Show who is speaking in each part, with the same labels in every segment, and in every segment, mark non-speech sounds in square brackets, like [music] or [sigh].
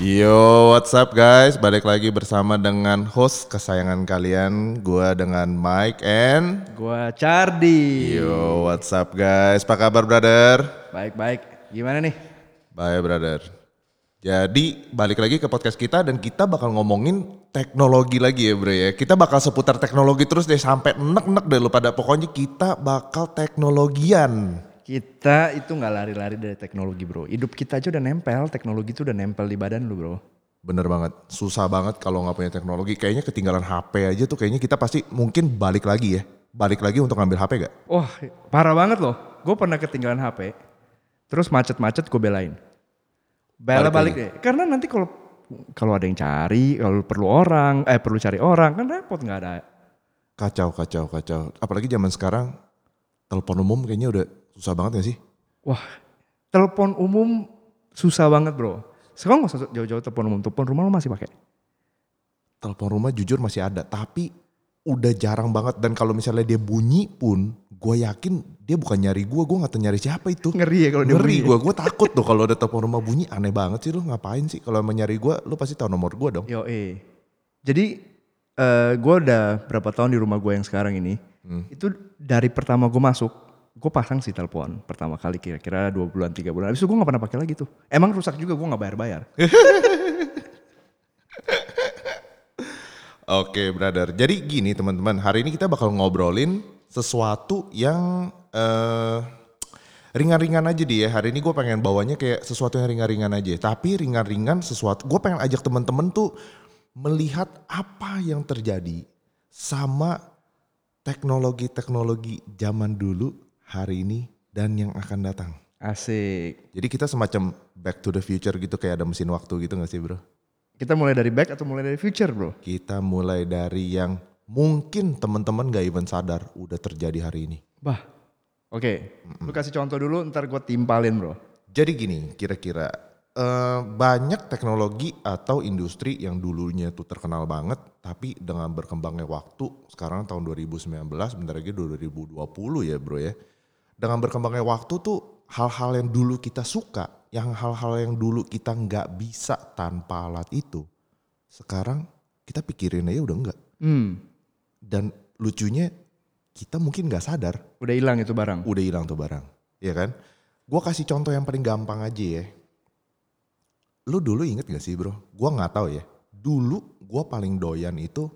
Speaker 1: Yo, what's up guys? Balik lagi bersama dengan host kesayangan kalian, gua dengan Mike and
Speaker 2: Gua Cardi.
Speaker 1: Yo, what's up guys? Apa kabar brother?
Speaker 2: Baik-baik. Gimana nih?
Speaker 1: Bye brother. Jadi balik lagi ke podcast kita dan kita bakal ngomongin teknologi lagi ya bro ya. Kita bakal seputar teknologi terus deh sampai enek-enek deh lu pada pokoknya kita bakal teknologian.
Speaker 2: Kita itu nggak lari-lari dari teknologi, Bro. Hidup kita aja udah nempel, teknologi itu udah nempel di badan lu, Bro.
Speaker 1: Bener banget, susah banget kalau nggak punya teknologi. Kayaknya ketinggalan HP aja tuh kayaknya kita pasti mungkin balik lagi ya. Balik lagi untuk ngambil HP gak?
Speaker 2: Wah, parah banget loh. Gue pernah ketinggalan HP. Terus macet-macet gue belain. Bela balik,
Speaker 1: Balik
Speaker 2: deh. Karena nanti kalau kalau ada yang cari, kalau perlu orang, eh perlu cari orang kan repot nggak ada.
Speaker 1: Kacau, kacau, kacau. Apalagi zaman sekarang telepon umum kayaknya udah susah banget gak sih?
Speaker 2: Wah, telepon umum susah banget, Bro. Sekarang nggak usah jauh-jauh telepon umum, telepon rumah lu masih pakai.
Speaker 1: Telepon rumah jujur masih ada, tapi udah jarang banget dan kalau misalnya dia bunyi pun gue yakin dia bukan nyari gue, gue nggak tahu nyari siapa itu.
Speaker 2: Ngeri ya kalau dia bunyi
Speaker 1: Ngeri
Speaker 2: ya.
Speaker 1: gue, gue takut tuh kalau ada telepon rumah bunyi aneh banget sih lu ngapain sih kalau emang nyari gue lu pasti tahu nomor gue dong.
Speaker 2: Yo Jadi eh gue udah berapa tahun di rumah gue yang sekarang ini.
Speaker 1: Hmm.
Speaker 2: Itu dari pertama gue masuk, gue pasang sih telepon pertama kali kira-kira dua bulan tiga bulan. Abis itu gue nggak pernah pakai lagi tuh. Emang rusak juga gue nggak bayar-bayar.
Speaker 1: Oke, brother. Jadi gini teman-teman, hari ini kita bakal ngobrolin sesuatu yang eh, ringan-ringan aja dia. Hari ini gue pengen bawanya kayak sesuatu yang ringan-ringan aja. Tapi ringan-ringan sesuatu. Gue pengen ajak teman-teman tuh melihat apa yang terjadi sama teknologi-teknologi zaman dulu, hari ini, dan yang akan datang.
Speaker 2: Asik.
Speaker 1: Jadi kita semacam back to the future gitu kayak ada mesin waktu gitu gak sih bro?
Speaker 2: Kita mulai dari back atau mulai dari future bro?
Speaker 1: Kita mulai dari yang mungkin teman-teman gak even sadar udah terjadi hari ini.
Speaker 2: Bah. Oke. Lu kasih contoh dulu, ntar gue timpalin bro.
Speaker 1: Jadi gini, kira-kira eh, banyak teknologi atau industri yang dulunya tuh terkenal banget, tapi dengan berkembangnya waktu, sekarang tahun 2019, bentar lagi 2020 ya bro ya. Dengan berkembangnya waktu tuh hal-hal yang dulu kita suka, yang hal-hal yang dulu kita nggak bisa tanpa alat itu, sekarang kita pikirin aja udah enggak.
Speaker 2: Hmm.
Speaker 1: dan lucunya kita mungkin nggak sadar
Speaker 2: Udah hilang itu barang.
Speaker 1: udah hilang tuh barang ya kan gua kasih contoh yang paling gampang aja ya lu dulu inget gak sih bro gua nggak tahu ya dulu gua paling doyan itu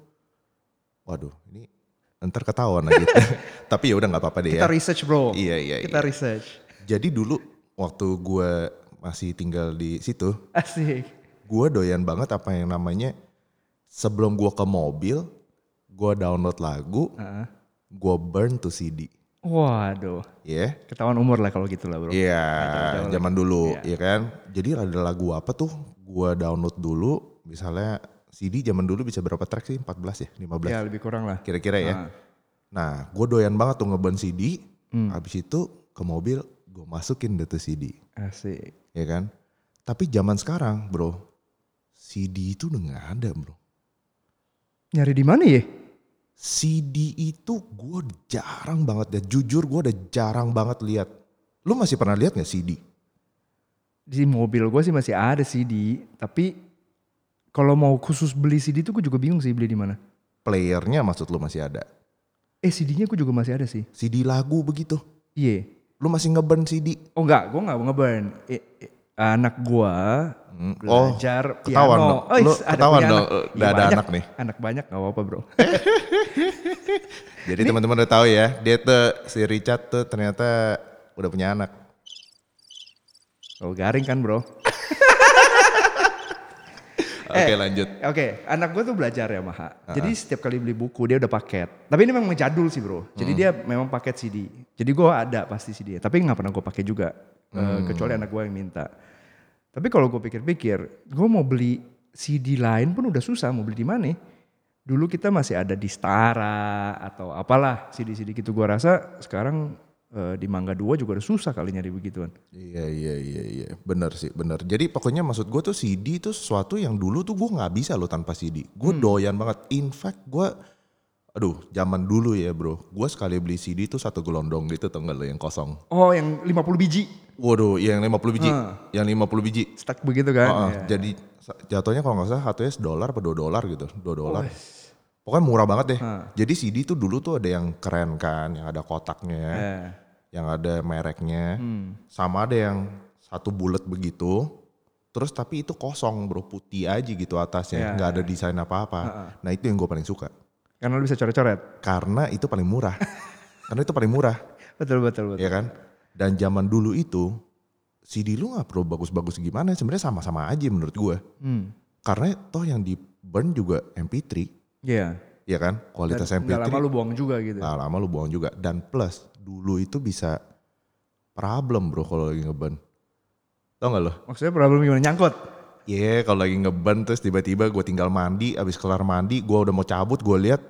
Speaker 1: waduh ini ntar ketahuan lagi tapi ya udah nggak apa-apa deh ya
Speaker 2: Kita research bro.
Speaker 1: iya iya, iya.
Speaker 2: Kita research.
Speaker 1: jadi dulu waktu gua masih tinggal di situ
Speaker 2: Asik.
Speaker 1: gua doyan banget apa yang namanya sebelum gua ke mobil gua download lagu
Speaker 2: Heeh.
Speaker 1: gua burn to CD
Speaker 2: Waduh.
Speaker 1: ya
Speaker 2: Ketahuan umur lah kalau gitu lah bro.
Speaker 1: Iya,
Speaker 2: jauh-jauh
Speaker 1: zaman dulu, ya kan? Jadi ada lagu apa tuh? Gua download dulu, misalnya CD zaman dulu bisa berapa track sih? 14 ya, 15
Speaker 2: Ya lebih kurang lah.
Speaker 1: kira-kira ya.
Speaker 2: Ah.
Speaker 1: Nah, gue doyan banget tuh ngeban CD.
Speaker 2: Hmm.
Speaker 1: Habis itu ke mobil gue masukin deh tuh CD,
Speaker 2: Asik.
Speaker 1: ya kan? Tapi zaman sekarang, bro, CD itu udah nggak ada, bro.
Speaker 2: Nyari di mana ya?
Speaker 1: CD itu gue jarang banget ya. Jujur gue udah jarang banget lihat. Lu masih pernah lihat nggak CD?
Speaker 2: Di mobil gue sih masih ada CD, tapi kalau mau khusus beli CD tuh gue juga bingung sih beli di mana.
Speaker 1: Playernya maksud lu masih ada?
Speaker 2: Eh CD-nya gue juga masih ada sih.
Speaker 1: CD lagu begitu.
Speaker 2: Iya.
Speaker 1: Lu masih ngeburn CD.
Speaker 2: Oh enggak, gue enggak ngeburn. Eh, eh, anak gue
Speaker 1: Oh,
Speaker 2: belajar piano.
Speaker 1: ketahuan dong.
Speaker 2: Oh,
Speaker 1: Lu
Speaker 2: is- ada
Speaker 1: ketahuan
Speaker 2: punya
Speaker 1: dong,
Speaker 2: anak.
Speaker 1: eh, udah
Speaker 2: Iya,
Speaker 1: ada
Speaker 2: banyak.
Speaker 1: anak nih.
Speaker 2: Anak banyak gak apa-apa bro.
Speaker 1: Jadi teman-teman udah tahu ya, dia tuh si Richard tuh ternyata udah punya anak.
Speaker 2: Oh garing kan bro.
Speaker 1: Oke, lanjut.
Speaker 2: Oke, anak gue tuh belajar ya Maha. Jadi setiap kali beli buku dia udah paket. Tapi ini memang jadul sih bro. Jadi dia memang paket CD. Jadi gue ada pasti CD. Tapi nggak pernah gue pakai juga. Eh, kecuali anak gue yang minta. Tapi kalau gue pikir-pikir, gue mau beli CD lain pun udah susah. Mau beli di mana? Dulu kita masih ada di Stara atau apalah CD-CD gitu. Gue rasa sekarang eh, di Mangga 2 juga udah susah kali nyari begituan.
Speaker 1: Iya, iya, iya, iya. Bener sih, bener. Jadi pokoknya maksud gue tuh CD itu sesuatu yang dulu tuh gue nggak bisa loh tanpa CD. Gue doyan banget. In fact, gue Aduh, zaman dulu ya bro. Gue sekali beli CD tuh satu gelondong gitu tau nggak lo yang kosong.
Speaker 2: Oh yang 50 biji.
Speaker 1: Waduh, iya, yang 50 biji.
Speaker 2: Ah.
Speaker 1: Yang 50 biji.
Speaker 2: stuck begitu kan
Speaker 1: Ah, ah.
Speaker 2: ya.
Speaker 1: Jadi sa- jatuhnya kalau nggak salah satunya dolar apa 2 dolar gitu, 2 dolar. Pokoknya murah banget deh. Jadi CD tuh dulu tuh ada yang keren kan, yang ada kotaknya,
Speaker 2: Eh,
Speaker 1: yang ada mereknya,
Speaker 2: hmm.
Speaker 1: sama ada yang satu bulat begitu. Terus tapi itu kosong bro, putih aja gitu atasnya,
Speaker 2: Ya.
Speaker 1: nggak ada desain apa-apa. Nah itu yang gue paling suka,
Speaker 2: karena lu bisa coret-coret
Speaker 1: karena itu paling murah. karena itu paling murah,
Speaker 2: betul betul betul
Speaker 1: ya kan? Dan zaman dulu itu CD lu nggak perlu bagus-bagus gimana, sebenarnya sama-sama aja menurut gue.
Speaker 2: hmm
Speaker 1: Karena toh yang di burn juga MP3,
Speaker 2: iya
Speaker 1: ya kan? Kualitas
Speaker 2: Dan
Speaker 1: MP3
Speaker 2: nggak lama lu buang juga gitu
Speaker 1: Nah, lama lu buang juga. Dan plus dulu itu bisa problem bro kalau lagi ngeban. Tau gak lo?
Speaker 2: maksudnya problem gimana nyangkut
Speaker 1: Iya kalau lagi ngeban terus tiba-tiba gue tinggal mandi. Abis kelar mandi gue udah mau cabut gue lihat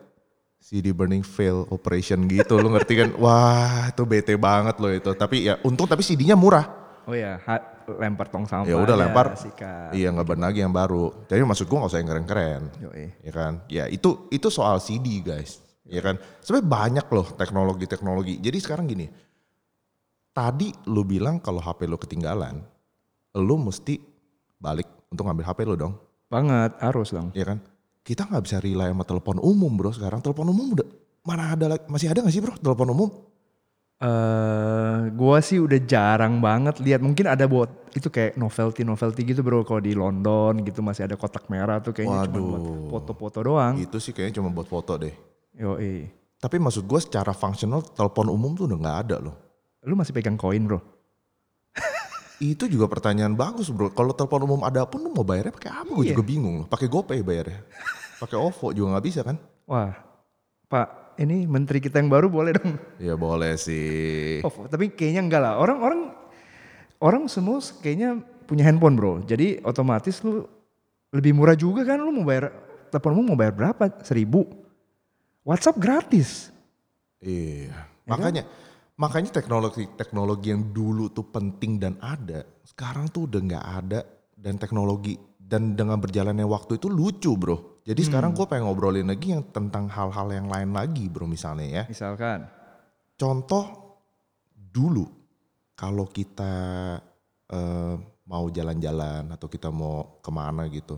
Speaker 1: CD burning fail operation gitu. Lu ngerti
Speaker 2: [laughs]
Speaker 1: kan? Wah itu bete banget loh itu. Tapi ya untung tapi CD-nya murah.
Speaker 2: oh ya ha- lempar tong sampah
Speaker 1: Ya udah
Speaker 2: aja,
Speaker 1: lempar.
Speaker 2: sikat
Speaker 1: Iya ngeban lagi yang baru. Jadi maksud gue gak usah yang keren-keren.
Speaker 2: Yoi.
Speaker 1: ya kan ya itu itu soal CD guys ya kan sebenarnya banyak loh teknologi teknologi jadi sekarang gini tadi lu bilang kalau HP lu ketinggalan lu mesti balik untuk ngambil HP lu dong
Speaker 2: banget harus dong
Speaker 1: ya kan kita nggak bisa rely sama telepon umum bro sekarang telepon umum udah mana ada lagi masih ada nggak sih bro telepon umum
Speaker 2: eh gua sih udah jarang banget lihat mungkin ada buat itu kayak novelty novelty gitu bro kalau di London gitu masih ada kotak merah tuh kayaknya cuma buat
Speaker 1: Waduh. Gitu.
Speaker 2: foto-foto doang
Speaker 1: itu sih kayaknya cuma buat foto deh
Speaker 2: Yoi.
Speaker 1: tapi maksud gue secara fungsional telepon umum tuh udah nggak ada loh
Speaker 2: lu masih pegang koin bro
Speaker 1: itu juga pertanyaan bagus bro kalau telepon umum ada pun lu mau bayarnya pakai apa gue juga bingung pakai GoPay bayarnya pakai OVO juga nggak bisa kan
Speaker 2: wah pak ini menteri kita yang baru boleh dong
Speaker 1: ya boleh sih
Speaker 2: Oh, tapi kayaknya enggak lah. Orang-orang orang semua kayaknya punya handphone, Bro. Jadi otomatis lu lebih murah juga kan lu mau bayar teleponmu mau bayar berapa? Seribu. WhatsApp gratis.
Speaker 1: iya makanya makanya teknologi teknologi yang dulu tuh penting dan ada sekarang tuh udah nggak ada dan teknologi dan dengan berjalannya waktu itu lucu bro jadi sekarang gue pengen ngobrolin lagi yang tentang hal-hal yang lain lagi bro misalnya ya
Speaker 2: Misalkan.
Speaker 1: contoh dulu kalau kita eh, mau jalan-jalan atau kita mau kemana gitu,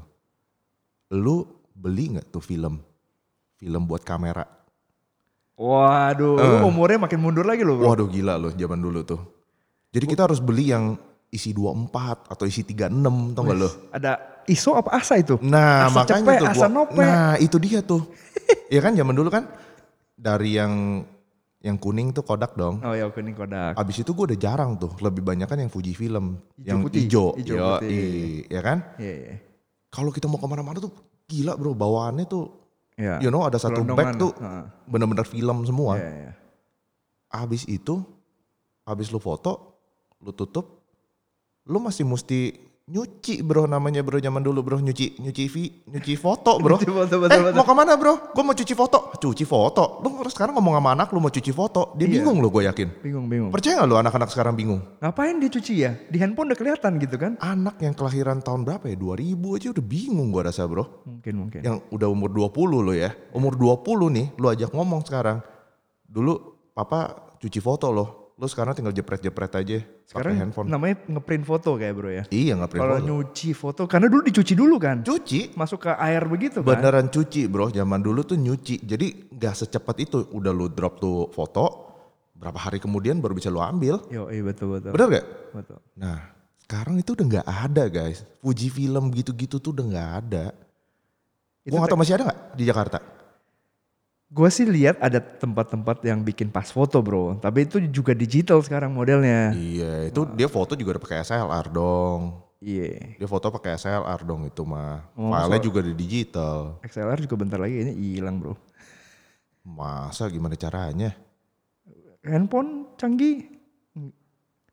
Speaker 1: lu beli nggak tuh film, film buat kamera?
Speaker 2: Waduh, lu
Speaker 1: Eh.
Speaker 2: umurnya makin mundur lagi loh, Bro.
Speaker 1: Waduh gila loh zaman dulu tuh. Jadi kita harus beli yang isi 24 atau isi 36 tau gak lo?
Speaker 2: Ada ISO apa ASA itu?
Speaker 1: Nah,
Speaker 2: Asa
Speaker 1: makanya
Speaker 2: cepe,
Speaker 1: tuh
Speaker 2: asa
Speaker 1: gua-
Speaker 2: nope.
Speaker 1: Nah, itu dia tuh. ya kan zaman dulu kan dari yang yang kuning tuh kodak dong.
Speaker 2: Oh ya, kuning kodak.
Speaker 1: Abis itu gue udah jarang tuh, lebih banyak kan yang Fuji film,
Speaker 2: Ijo
Speaker 1: yang
Speaker 2: putih,
Speaker 1: hijau,
Speaker 2: ijo putih.
Speaker 1: ya kan?
Speaker 2: Iya, iya.
Speaker 1: Kalau kita mau kemana-mana tuh gila bro, bawaannya tuh,
Speaker 2: Iya.
Speaker 1: you know ada satu
Speaker 2: Gelondongan.
Speaker 1: bag tuh
Speaker 2: Heeh.
Speaker 1: bener-bener film semua.
Speaker 2: Iya, iya.
Speaker 1: Abis itu, abis lu foto, lu tutup, lu masih mesti nyuci bro namanya bro zaman dulu bro nyuci nyuci vi, nyuci
Speaker 2: [laughs]
Speaker 1: foto bro.
Speaker 2: Nyuci foto, betul,
Speaker 1: eh
Speaker 2: betul.
Speaker 1: mau kemana bro? Gue mau cuci foto, cuci foto. Lu sekarang ngomong sama anak lu mau cuci foto, dia bingung lo gue yakin.
Speaker 2: Iya. Bingung, bingung.
Speaker 1: Percaya gak lu anak-anak sekarang bingung?
Speaker 2: Ngapain dia cuci ya? Di handphone udah kelihatan gitu kan?
Speaker 1: anak yang kelahiran tahun berapa ya? 2000 aja udah bingung gua rasa bro.
Speaker 2: Mungkin, mungkin.
Speaker 1: Yang udah umur 20 lo ya. Umur 20 nih lu ajak ngomong sekarang. Dulu papa cuci foto loh. Lu sekarang tinggal jepret-jepret aja
Speaker 2: Sekarang
Speaker 1: pakai handphone.
Speaker 2: namanya ngeprint foto kayak bro ya.
Speaker 1: Iya nggak print
Speaker 2: Kalau
Speaker 1: foto.
Speaker 2: nyuci foto karena dulu dicuci dulu kan.
Speaker 1: Cuci
Speaker 2: Masuk ke air begitu kan.
Speaker 1: beneran cuci bro. Zaman dulu tuh nyuci. Jadi nggak secepat itu. Udah lu drop tuh foto. Berapa hari kemudian baru bisa lu ambil.
Speaker 2: Yo, iya betul betul.
Speaker 1: Bener gak?
Speaker 2: Betul.
Speaker 1: Nah, sekarang itu udah nggak ada guys. Fuji film gitu-gitu tuh udah nggak ada.
Speaker 2: Itu
Speaker 1: Gue nggak tahu masih ada nggak di Jakarta?
Speaker 2: Gue sih lihat ada tempat-tempat yang bikin pas foto bro, tapi itu juga digital sekarang modelnya.
Speaker 1: Iya, itu dia foto juga udah pakai SLR dong.
Speaker 2: Iya.
Speaker 1: Dia foto pakai SLR dong itu mah.
Speaker 2: Oh,
Speaker 1: Filenya juga di digital.
Speaker 2: XLR juga bentar lagi kayaknya hilang bro.
Speaker 1: Masa gimana caranya?
Speaker 2: Handphone canggih,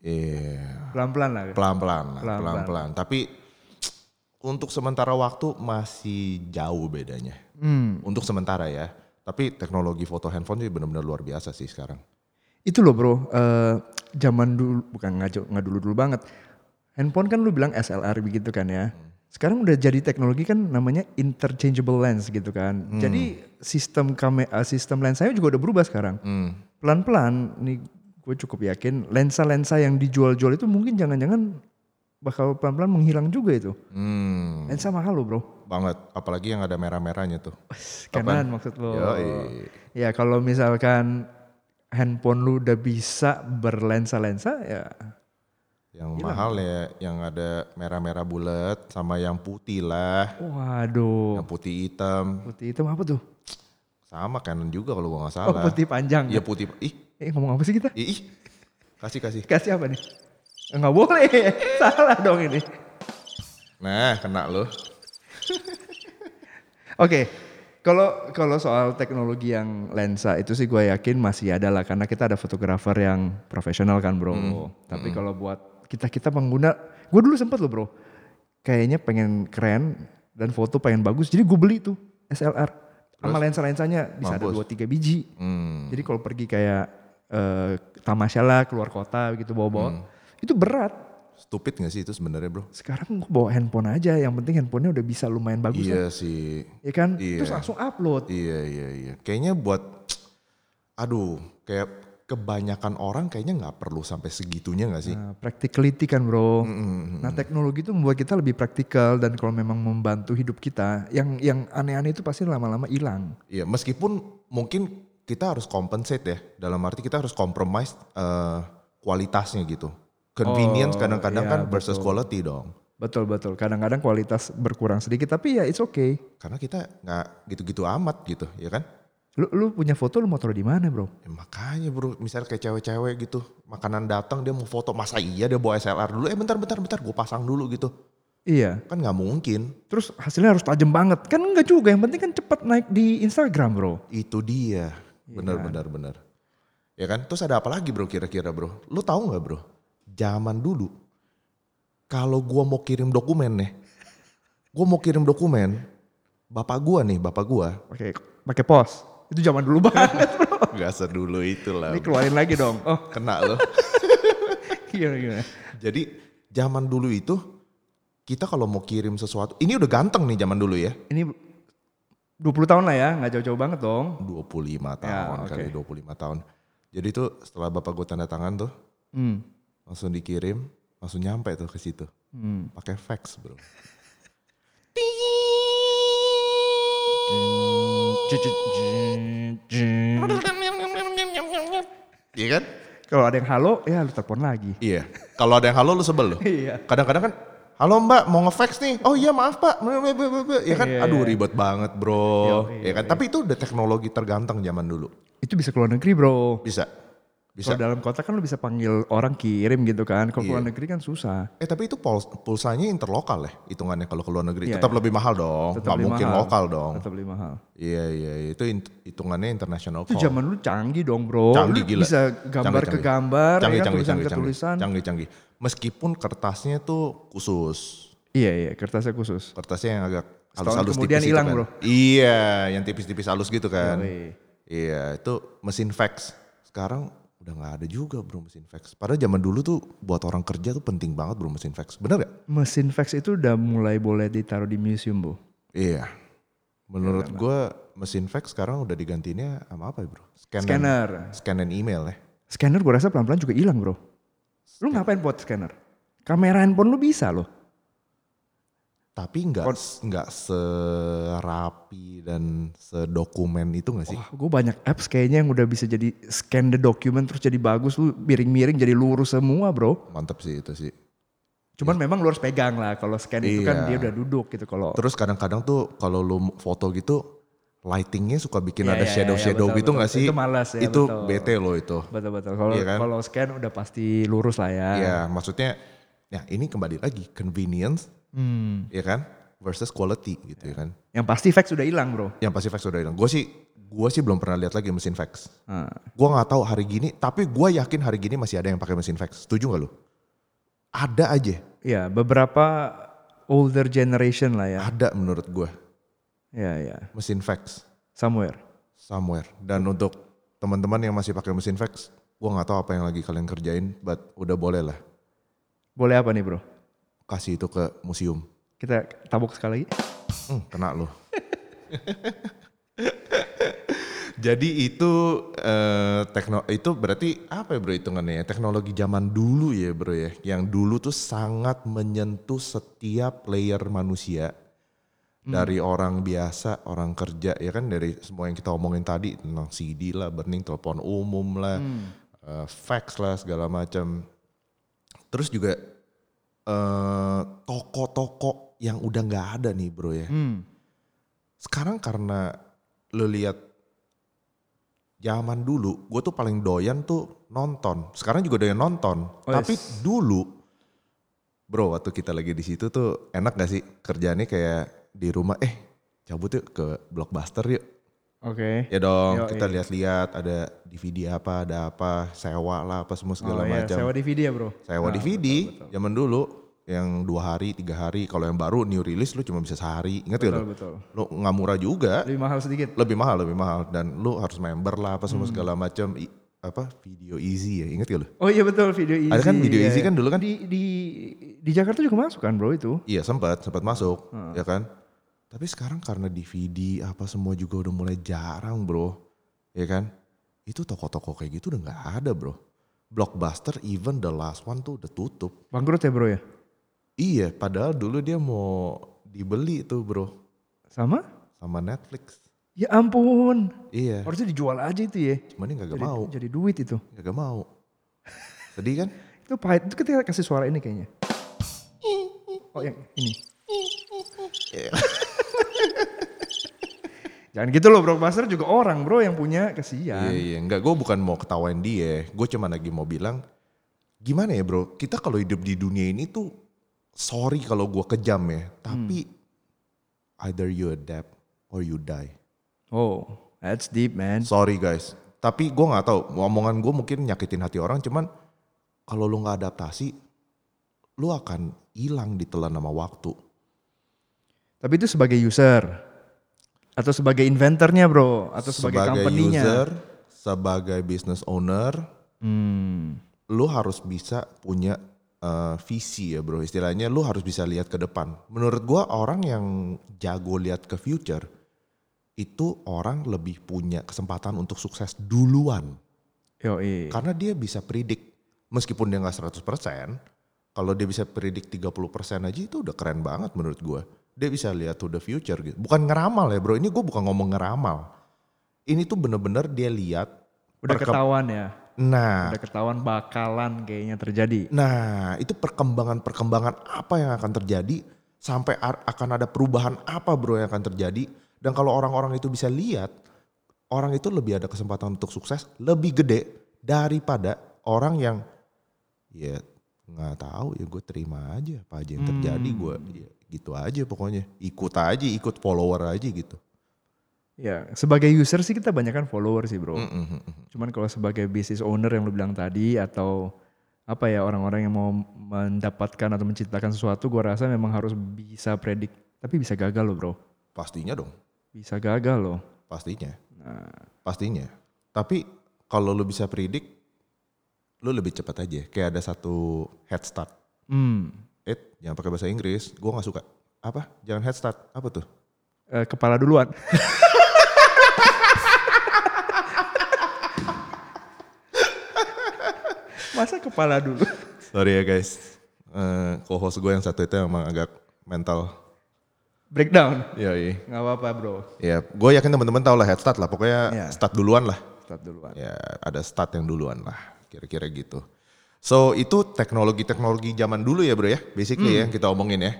Speaker 1: Iya,
Speaker 2: pelan-pelan lah.
Speaker 1: pelan-pelan, lah,
Speaker 2: Pelan-pelan.
Speaker 1: pelan-pelan. Tapi untuk sementara waktu masih jauh bedanya.
Speaker 2: Hmm.
Speaker 1: Untuk sementara ya. Tapi teknologi foto handphone juga benar-benar luar biasa sih sekarang.
Speaker 2: Itu loh bro, eh, zaman dulu bukan nggak jauh- nggak dulu-dulu banget. Handphone kan lu bilang SLR begitu kan ya.
Speaker 1: Hmm.
Speaker 2: Sekarang udah jadi teknologi kan namanya interchangeable lens gitu kan.
Speaker 1: Hmm.
Speaker 2: eh, Jadi sistem kamera sistem lens saya juga udah berubah sekarang.
Speaker 1: Hmm.
Speaker 2: Pelan-pelan nih gue cukup yakin lensa-lensa yang dijual-jual itu mungkin jangan-jangan bakal pelan-pelan menghilang juga itu.
Speaker 1: Hmm,
Speaker 2: Lensa mahal loh bro.
Speaker 1: banget. Apalagi yang ada merah-merahnya tuh.
Speaker 2: Kanan maksud lo.
Speaker 1: Yoi.
Speaker 2: Ya kalau misalkan handphone lu udah bisa berlensa-lensa ya
Speaker 1: Yang mahal ya, yang ada merah-merah bulat sama yang putih lah.
Speaker 2: waduh
Speaker 1: Yang putih hitam.
Speaker 2: putih hitam apa tuh?
Speaker 1: Sama kanan juga kalau gua nggak
Speaker 2: Oh,
Speaker 1: salah.
Speaker 2: putih panjang.
Speaker 1: Iya putih. Ih,
Speaker 2: Eh ngomong apa sih kita?
Speaker 1: ih, ih. Kasih, kasih.
Speaker 2: Kasih apa nih? Enggak boleh. [laughs] Salah dong ini.
Speaker 1: Nah, kena lo.
Speaker 2: Oke. Kalau kalau soal teknologi yang lensa itu sih gue yakin masih ada lah karena kita ada fotografer yang profesional kan, Bro.
Speaker 1: Hmm.
Speaker 2: Tapi kalau buat kita-kita pengguna, gue dulu sempet loh, Bro. Kayaknya pengen keren dan foto pengen bagus, jadi gue beli tuh SLR sama lensa-lensanya bisa
Speaker 1: Mampus.
Speaker 2: ada 2 3 biji.
Speaker 1: Hmm.
Speaker 2: Jadi kalau pergi kayak eh, tamasya lah keluar kota gitu bawa-bawa,
Speaker 1: Hmm.
Speaker 2: itu berat.
Speaker 1: Stupid gak sih itu sebenarnya bro?
Speaker 2: Sekarang gue bawa handphone aja, yang penting handphonenya udah bisa lumayan bagus lah,
Speaker 1: Iya sih.
Speaker 2: ya kan?
Speaker 1: Iya.
Speaker 2: Terus langsung upload.
Speaker 1: Iya iya iya. Kayaknya buat, aduh, kayak kebanyakan orang kayaknya nggak perlu sampai segitunya nggak sih? Hmm,
Speaker 2: Nah, practicality kan bro.
Speaker 1: Mm-mm.
Speaker 2: Nah teknologi itu membuat kita lebih praktikal dan kalau memang membantu hidup kita, yang yang aneh-aneh itu pasti lama-lama hilang.
Speaker 1: Iya, meskipun mungkin kita harus compensate ya, dalam arti kita harus compromise eh, kualitasnya gitu. Convenience
Speaker 2: Oh,
Speaker 1: kadang-kadang
Speaker 2: iya,
Speaker 1: kan versus quality dong.
Speaker 2: Betul betul. Kadang-kadang kualitas berkurang sedikit, tapi ya it's okay.
Speaker 1: Karena kita nggak gitu-gitu amat gitu, ya kan?
Speaker 2: Lu, lu punya foto lu mau taruh di mana bro?
Speaker 1: Ya, makanya bro, misalnya kayak cewek-cewek gitu, makanan datang dia mau foto, masa iya dia bawa SLR dulu, eh bentar bentar bentar gue pasang dulu gitu.
Speaker 2: Iya.
Speaker 1: Kan nggak mungkin,
Speaker 2: Terus hasilnya harus tajam banget. Kan enggak juga. Yang penting kan cepat naik di Instagram bro.
Speaker 1: itu dia. Benar benar benar. Ya kan? Terus ada apa lagi bro kira-kira bro? Lu tahu nggak bro? Zaman dulu, kalau gua mau kirim dokumen nih, gua mau kirim dokumen, bapak gua nih, bapak gua,
Speaker 2: Pakai pakai pos. Itu zaman dulu
Speaker 1: [laughs]
Speaker 2: banget bro.
Speaker 1: nggak sedulu itu lah,
Speaker 2: Ini keluarin lagi dong. Oh iya,
Speaker 1: kena lo.
Speaker 2: gimana gimana.
Speaker 1: Jadi zaman dulu itu kita kalau mau kirim sesuatu, ini udah ganteng nih zaman dulu ya.
Speaker 2: Ini 20 tahun lah ya, nggak jauh-jauh banget dong.
Speaker 1: 25
Speaker 2: Ya,
Speaker 1: tahun
Speaker 2: oke.
Speaker 1: kali 25 tahun. Jadi itu setelah bapak gue tanda tangan tuh
Speaker 2: Hmm.
Speaker 1: langsung dikirim, langsung nyampe tuh ke situ.
Speaker 2: Hmm.
Speaker 1: Pakai fax,
Speaker 2: [laughs]
Speaker 1: Bro. Iya kan?
Speaker 2: Kalau ada yang halo, ya lu telepon
Speaker 1: [laughs]
Speaker 2: lagi.
Speaker 1: Iya. Kalau ada yang halo lu sebel lu.
Speaker 2: Iya.
Speaker 1: Kadang-kadang kan Halo mbak, mau ngefax nih. Oh iya maaf pak. Blah, blah, blah, blah, blah. Ya kan,
Speaker 2: Iya,
Speaker 1: aduh ribet banget bro.
Speaker 2: Iya,
Speaker 1: ya kan, tapi itu udah teknologi terganteng zaman dulu.
Speaker 2: Itu bisa keluar negeri bro.
Speaker 1: Bisa, bisa. Iya.
Speaker 2: Kalau dalam kota kan lu bisa panggil orang kirim gitu kan. Kalau keluar negeri kan susah.
Speaker 1: Eh tapi itu puls- pulsanya interlokal ya hitungannya kalau ke luar negeri.
Speaker 2: Iya,
Speaker 1: Tetap lebih mahal dong,
Speaker 2: Tetap
Speaker 1: nggak
Speaker 2: lebih
Speaker 1: mungkin
Speaker 2: mahal.
Speaker 1: lokal dong.
Speaker 2: Tetap lebih mahal.
Speaker 1: Iya iya itu int- hitungannya international
Speaker 2: Itu
Speaker 1: call.
Speaker 2: zaman lu canggih dong bro.
Speaker 1: Oh. Canggih
Speaker 2: Lu
Speaker 1: gila.
Speaker 2: Bisa
Speaker 1: Canggih,
Speaker 2: gambar ke
Speaker 1: canggih,
Speaker 2: gambar, ya kan,
Speaker 1: canggih,
Speaker 2: tulisan
Speaker 1: canggih,
Speaker 2: ke tulisan.
Speaker 1: canggih, canggih. Meskipun kertasnya tuh khusus,
Speaker 2: Iya iya, kertasnya khusus.
Speaker 1: kertasnya yang agak
Speaker 2: Setahun
Speaker 1: halus-halus
Speaker 2: kemudian
Speaker 1: tipis itu
Speaker 2: hilang,
Speaker 1: kan.
Speaker 2: bro.
Speaker 1: Iya, yang tipis-tipis halus gitu kan.
Speaker 2: Yoi.
Speaker 1: Iya, itu mesin fax. Sekarang udah nggak ada juga bro mesin fax. Padahal zaman dulu tuh buat orang kerja tuh penting banget bro mesin fax. Bener gak?
Speaker 2: Mesin fax itu udah mulai boleh ditaruh di museum bu.
Speaker 1: Iya. Menurut
Speaker 2: Iya, kan?
Speaker 1: gua mesin fax sekarang udah digantinya sama apa ya bro? Scan and-
Speaker 2: Scanner.
Speaker 1: scan and email ya.
Speaker 2: Scanner gue rasa pelan-pelan juga hilang bro. Lu ngapain buat scanner? Kamera handphone lu bisa loh.
Speaker 1: Tapi nggak nggak serapi dan sedokumen itu nggak sih?
Speaker 2: Wah, gue banyak apps kayaknya yang udah bisa jadi scan the document terus jadi bagus, lu miring-miring jadi lurus semua bro.
Speaker 1: Mantep sih itu sih.
Speaker 2: Cuman memang lu harus pegang lah, kalau scan itu kan dia
Speaker 1: Iya.
Speaker 2: udah duduk gitu kalau.
Speaker 1: Terus kadang-kadang tuh kalau lu foto gitu lightingnya suka bikin
Speaker 2: Iya,
Speaker 1: ada
Speaker 2: iya, iya,
Speaker 1: shadow-shadow
Speaker 2: betul,
Speaker 1: gitu nggak
Speaker 2: betul.
Speaker 1: sih?
Speaker 2: Itu malas ya,
Speaker 1: Itu
Speaker 2: betul.
Speaker 1: bete loh itu.
Speaker 2: Betul-betul, kalau
Speaker 1: Iya kan?
Speaker 2: kalau scan udah pasti lurus lah ya.
Speaker 1: Ya maksudnya, ya ini kembali lagi convenience,
Speaker 2: Hmm.
Speaker 1: ya kan? Versus quality gitu ya kan?
Speaker 2: Yang pasti fax udah hilang bro.
Speaker 1: Yang pasti fax udah hilang. Gue sih, gue sih belum pernah lihat lagi mesin fax.
Speaker 2: Ah.
Speaker 1: Gue nggak tahu hari gini, tapi gue yakin hari gini masih ada yang pakai mesin fax. Setuju nggak lu? Ada aja,
Speaker 2: Ya beberapa older generation lah ya.
Speaker 1: ada menurut gue
Speaker 2: Ya ya,
Speaker 1: mesin fax
Speaker 2: somewhere.
Speaker 1: somewhere. Dan untuk teman-teman yang masih pakai mesin fax, gue nggak tahu apa yang lagi kalian kerjain, but udah boleh lah
Speaker 2: Boleh apa nih bro?
Speaker 1: kasih itu ke museum.
Speaker 2: Kita tabok sekali lagi.
Speaker 1: Hmm, kena lu. [laughs] Jadi itu eh, tekno itu berarti apa ya bro hitungannya ya? Teknologi zaman dulu ya bro ya. Yang dulu tuh sangat menyentuh setiap layer manusia. Dari orang biasa, orang kerja ya kan dari semua yang kita omongin tadi tentang CD lah, burning telepon umum lah,
Speaker 2: Hmm.
Speaker 1: eh, fax lah segala macam. Terus juga eh, toko-toko yang udah nggak ada nih bro ya.
Speaker 2: Hmm.
Speaker 1: Sekarang karena lo lihat zaman dulu, gue tuh paling doyan tuh nonton. Sekarang juga doyan nonton.
Speaker 2: Oh,
Speaker 1: Tapi
Speaker 2: yes.
Speaker 1: dulu, bro, waktu kita lagi di situ tuh enak gak sih kerjaannya kayak di rumah. Eh, cabut yuk ke blockbuster yuk.
Speaker 2: Oke.
Speaker 1: Ya dong,
Speaker 2: Yoi.
Speaker 1: kita lihat-lihat ada DVD apa, ada apa, sewa lah, apa semua segala
Speaker 2: Oh, iya,
Speaker 1: macam
Speaker 2: Sewa DVD ya bro.
Speaker 1: sewa
Speaker 2: Nah,
Speaker 1: DVD zaman dulu yang dua hari tiga hari kalau yang baru new release lu cuma bisa sehari inget ya
Speaker 2: Betul
Speaker 1: lu
Speaker 2: betul.
Speaker 1: lu nggak murah juga
Speaker 2: Lebih mahal sedikit.
Speaker 1: lebih mahal lebih mahal dan lu harus member lah apa
Speaker 2: Hmm.
Speaker 1: semua segala macam I- apa video easy ya inget ya lu
Speaker 2: Oh iya betul video easy.
Speaker 1: Ada kan video
Speaker 2: iya,
Speaker 1: easy
Speaker 2: iya.
Speaker 1: kan dulu kan?
Speaker 2: Di di di Jakarta juga masuk kan bro itu.
Speaker 1: iya sempat sempat masuk
Speaker 2: Hmm.
Speaker 1: ya kan tapi sekarang karena DVD apa semua juga udah mulai jarang bro ya kan itu toko-toko kayak gitu udah nggak ada bro blockbuster even the last one tuh udah tutup
Speaker 2: Bangkrut ya bro ya?
Speaker 1: iya padahal dulu dia mau dibeli tuh bro
Speaker 2: Sama?
Speaker 1: sama Netflix.
Speaker 2: Ya ampun.
Speaker 1: Iya,
Speaker 2: Harusnya dijual aja itu ya.
Speaker 1: cuman dia kagak
Speaker 2: Oh, Jadi,
Speaker 1: mau,
Speaker 2: jadi duit itu.
Speaker 1: kagak mau. Sedih kan?
Speaker 2: Itu pahit. Itu ketika kasih suara ini kayaknya. Oh yang
Speaker 1: [laughs]
Speaker 2: ini. Jangan gitu loh bro, Master juga orang bro yang punya
Speaker 1: Iya
Speaker 2: kasihan.
Speaker 1: iya, enggak gue bukan mau ketawain dia, gue cuma lagi mau bilang gimana ya bro, kita kalau hidup di dunia ini tuh sorry kalau gue kejam ya,
Speaker 2: Hmm.
Speaker 1: tapi either you adapt or you die.
Speaker 2: Oh, that's deep man.
Speaker 1: Sorry guys, tapi gue nggak tahu omongan gue mungkin nyakitin hati orang, cuman kalau lu nggak adaptasi, lu akan hilang ditelan sama waktu.
Speaker 2: Tapi itu sebagai user atau sebagai inventornya bro atau sebagai, company-nya.
Speaker 1: user, sebagai business owner,
Speaker 2: Hmm.
Speaker 1: lu harus bisa punya eh, visi ya bro. Istilahnya lu harus bisa lihat ke depan. Menurut gua orang yang jago lihat ke future itu orang lebih punya kesempatan untuk sukses duluan.
Speaker 2: Yo, iya.
Speaker 1: Karena dia bisa predik. Meskipun dia nggak 100%, kalau dia bisa predik 30% aja itu udah keren banget menurut gua. Dia bisa lihat to the future gitu. Bukan ngeramal ya bro, ini gue bukan ngomong ngeramal. Ini tuh bener-bener dia lihat.
Speaker 2: Udah
Speaker 1: perkemb-
Speaker 2: ketahuan ya.
Speaker 1: Nah,
Speaker 2: Udah ketahuan bakalan kayaknya terjadi.
Speaker 1: nah itu perkembangan-perkembangan apa yang akan terjadi. Sampai ar- akan ada perubahan apa bro yang akan terjadi. Dan kalau orang-orang itu bisa lihat, orang itu lebih ada kesempatan untuk sukses lebih gede daripada orang yang ya nggak tahu ya gue terima aja apa aja yang terjadi gue ya gitu aja pokoknya ikut aja ikut follower aja gitu
Speaker 2: Ya, sebagai user sih kita banyakkan follower sih bro.
Speaker 1: Mm-mm.
Speaker 2: Cuman kalau sebagai business owner yang lu bilang tadi atau apa ya orang-orang yang mau mendapatkan atau menciptakan sesuatu, gua rasa memang harus bisa predik. Tapi bisa gagal loh bro.
Speaker 1: pastinya dong
Speaker 2: Bisa gagal loh.
Speaker 1: pastinya
Speaker 2: Nah,
Speaker 1: pastinya tapi kalau lu bisa predik lu lebih cepat aja kayak ada satu head start
Speaker 2: hmm,
Speaker 1: eh jangan pakai bahasa Inggris gue nggak suka apa jangan head start apa tuh
Speaker 2: Eh, kepala duluan. Masa kepala dulu?
Speaker 1: sorry ya guys Eh co-host gue yang satu itu emang agak mental
Speaker 2: Breakdown.
Speaker 1: ya iya
Speaker 2: Nggak apa-apa bro.
Speaker 1: ya gue yakin teman-teman tau lah head start lah pokoknya
Speaker 2: Iya.
Speaker 1: start duluan lah
Speaker 2: Start duluan.
Speaker 1: ya ada start yang duluan lah kira-kira gitu so itu teknologi-teknologi zaman dulu ya bro ya basically ya yang kita omongin ya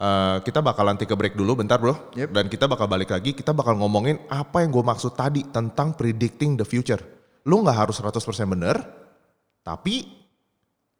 Speaker 1: Eh, kita bakalan take a break dulu bentar bro
Speaker 2: Yep.
Speaker 1: dan kita bakal balik lagi kita bakal ngomongin apa yang gue maksud tadi tentang predicting the future lu nggak harus 100% bener tapi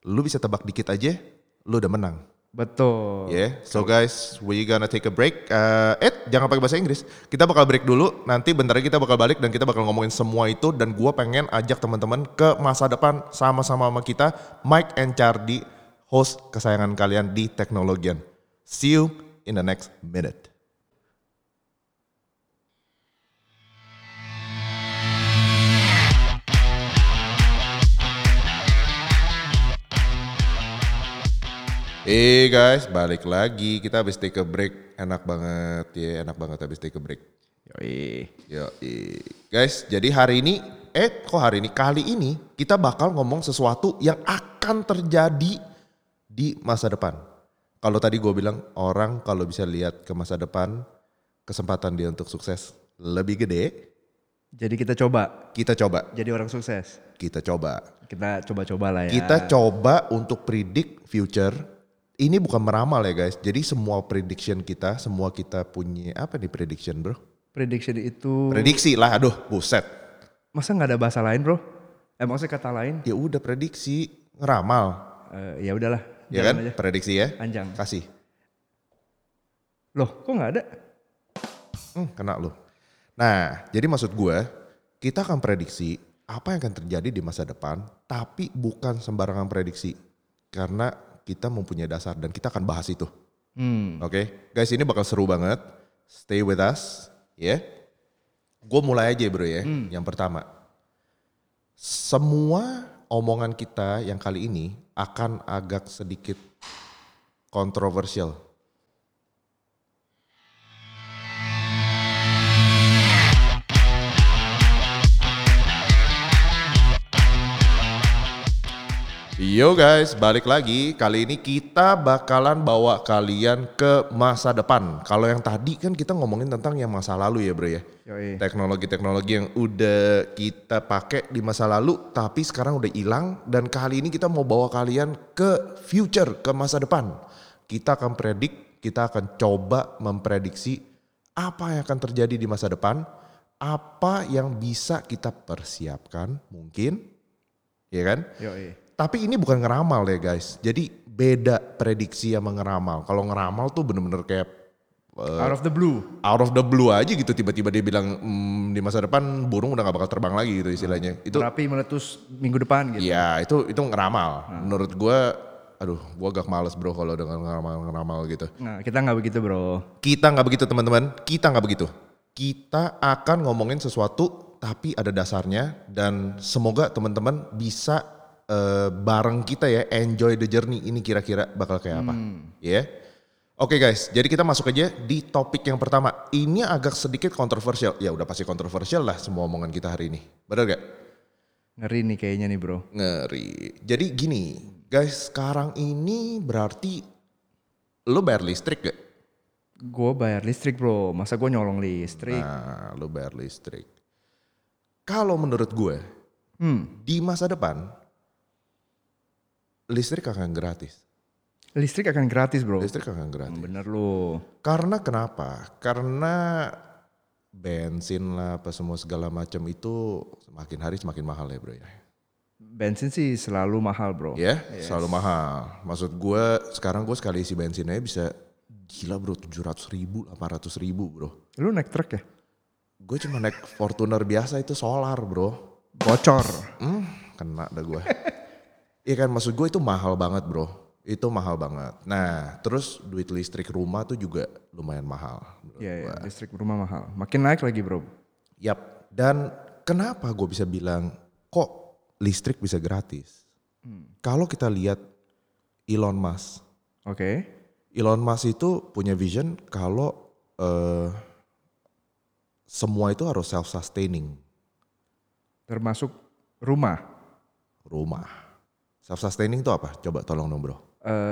Speaker 1: lu bisa tebak dikit aja lu udah menang
Speaker 2: Betul.
Speaker 1: Yeah, so guys, we gonna take a break. Uh, eh, jangan pakai bahasa Inggris. Kita bakal break dulu. Nanti bentar lagi kita bakal balik dan kita bakal ngomongin semua itu. Dan gua pengen ajak teman-teman ke masa depan sama-sama sama kita. Mike and Chardy, host kesayangan kalian di Teknologian. See you in the next minute. Eh guys, balik lagi. Kita habis take a break. Enak banget ya, enak banget habis take a break.
Speaker 2: Yoi.
Speaker 1: Yo, guys, jadi hari ini eh kok hari ini kali ini kita bakal ngomong sesuatu yang akan terjadi di masa depan. Kalau tadi gue bilang orang kalau bisa lihat ke masa depan kesempatan dia untuk sukses lebih gede.
Speaker 2: Jadi kita coba
Speaker 1: Kita coba,
Speaker 2: jadi orang sukses.
Speaker 1: kita coba,
Speaker 2: Kita coba-coba lah ya.
Speaker 1: kita coba untuk predict future. Ini bukan meramal ya guys. Jadi semua prediction kita, semua kita punya apa nih prediction bro?
Speaker 2: prediction itu
Speaker 1: Prediksi lah, aduh buset.
Speaker 2: masa nggak ada bahasa lain bro? Eh maksudnya kata lain?
Speaker 1: Ya udah prediksi, ngeramal.
Speaker 2: Eh, ya udahlah.
Speaker 1: Ya
Speaker 2: jalan
Speaker 1: kan?
Speaker 2: aja.
Speaker 1: Prediksi ya.
Speaker 2: Panjang.
Speaker 1: Kasih.
Speaker 2: Loh kok nggak ada?
Speaker 1: Hmm, kena lu. Nah, jadi maksud gue, kita akan prediksi apa yang akan terjadi di masa depan, tapi bukan sembarangan prediksi. Karena kita mempunyai dasar dan kita akan bahas itu.
Speaker 2: Hmm.
Speaker 1: Oke, guys ini bakal seru banget. Stay with us, ya. Gue mulai aja bro ya.
Speaker 2: Hmm.
Speaker 1: Yang pertama, semua omongan kita yang kali ini akan agak sedikit kontroversial. Yo guys, balik lagi. Kali ini kita bakalan bawa kalian ke masa depan. Kalau yang tadi kan kita ngomongin tentang yang masa lalu ya bro ya.
Speaker 2: Yoi.
Speaker 1: Teknologi-teknologi yang udah kita pakai di masa lalu tapi sekarang udah hilang. Dan kali ini kita mau bawa kalian ke future, ke masa depan. Kita akan predik, kita akan coba memprediksi apa yang akan terjadi di masa depan. Apa yang bisa kita persiapkan mungkin, ya kan?
Speaker 2: Yoi.
Speaker 1: Tapi ini bukan ngeramal ya guys. Jadi beda prediksi sama ngeramal. Kalau ngeramal tuh bener-bener kayak eh,
Speaker 2: Out of the blue.
Speaker 1: out of the blue aja gitu. Tiba-tiba dia bilang "Hmm, di masa depan burung udah gak bakal terbang lagi gitu istilahnya. Itu
Speaker 2: Merapi meletus minggu depan gitu.
Speaker 1: ya itu itu ngeramal. Menurut gua aduh gua agak males bro kalau dengan ngeramal-ngeramal gitu.
Speaker 2: Nah kita nggak begitu bro.
Speaker 1: Kita nggak begitu teman-teman, kita nggak begitu. Kita akan ngomongin sesuatu tapi ada dasarnya dan semoga teman-teman bisa eh, bareng kita ya enjoy the journey ini kira-kira bakal kayak apa. Ya. Oke guys, jadi kita masuk aja di topik yang pertama. Ini agak sedikit kontroversial. Ya udah pasti kontroversial lah semua omongan kita hari ini. Benar gak?
Speaker 2: Ngeri nih kayaknya nih bro.
Speaker 1: Ngeri. Jadi gini, guys, sekarang ini berarti lu bayar listrik gak?
Speaker 2: Gue bayar listrik bro. Masa gue nyolong listrik?
Speaker 1: Nah, lu bayar listrik. Kalau menurut gue,
Speaker 2: Hmm.
Speaker 1: di masa depan listrik akan gratis.
Speaker 2: Listrik akan gratis bro.
Speaker 1: Listrik akan gratis.
Speaker 2: Bener lu.
Speaker 1: Karena kenapa? Karena bensin lah apa semua segala macam itu semakin hari semakin mahal ya, Bro ya.
Speaker 2: Bensin sih selalu mahal bro.
Speaker 1: Ya, selalu mahal. Maksud gue sekarang gue sekali isi bensinnya bisa gila bro 700 ribu, 800 ribu bro.
Speaker 2: Lu naik truk ya?
Speaker 1: Gue cuma naik Fortuner biasa itu solar bro.
Speaker 2: Bocor.
Speaker 1: Hmm, kena dah gue. Iya kan maksud gue itu mahal banget bro. Itu mahal banget. Nah terus duit listrik rumah tuh juga lumayan mahal.
Speaker 2: Iya, iya, listrik rumah mahal. Makin naik lagi bro.
Speaker 1: Yap. Dan kenapa gue bisa bilang kok listrik bisa gratis? Kalau kita lihat Elon Musk.
Speaker 2: Oke.
Speaker 1: Elon Musk itu punya vision kalau eh, semua itu harus self-sustaining.
Speaker 2: Termasuk rumah.
Speaker 1: Rumah. Self-sustaining itu apa? Coba tolong dong bro.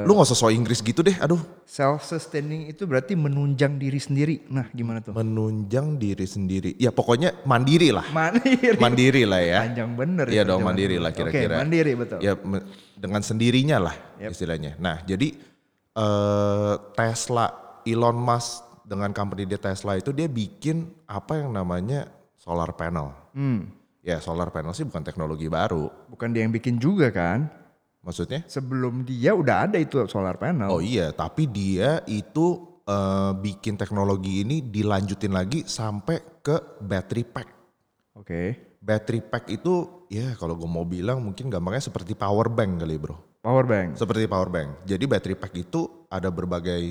Speaker 1: Lu gak usah so Inggris gitu deh, aduh.
Speaker 2: Self sustaining itu berarti menunjang diri sendiri. Nah, gimana tuh? [laughs]
Speaker 1: menunjang diri sendiri. Ya pokoknya mandiri lah.
Speaker 2: Mandiri.
Speaker 1: Mandiri lah ya.
Speaker 2: Panjang bener.
Speaker 1: Iya
Speaker 2: itu
Speaker 1: dong,
Speaker 2: jalan.
Speaker 1: mandiri lah kira-kira.
Speaker 2: Oke, mandiri betul.
Speaker 1: Ya me- dengan sendirinya lah istilahnya. Nah, jadi eh, Tesla Elon Musk dengan company dia Tesla itu dia bikin apa yang namanya solar panel.
Speaker 2: Hmm.
Speaker 1: Ya, solar panel sih bukan teknologi baru.
Speaker 2: Bukan dia yang bikin juga kan?
Speaker 1: Maksudnya?
Speaker 2: Sebelum dia udah ada itu solar panel.
Speaker 1: Oh iya, tapi dia itu eh, bikin teknologi ini dilanjutin lagi sampai ke battery pack.
Speaker 2: Oke.
Speaker 1: battery pack itu ya kalau gue mau bilang mungkin gampangnya seperti power bank kali bro
Speaker 2: Power bank.
Speaker 1: seperti power bank jadi battery pack itu ada berbagai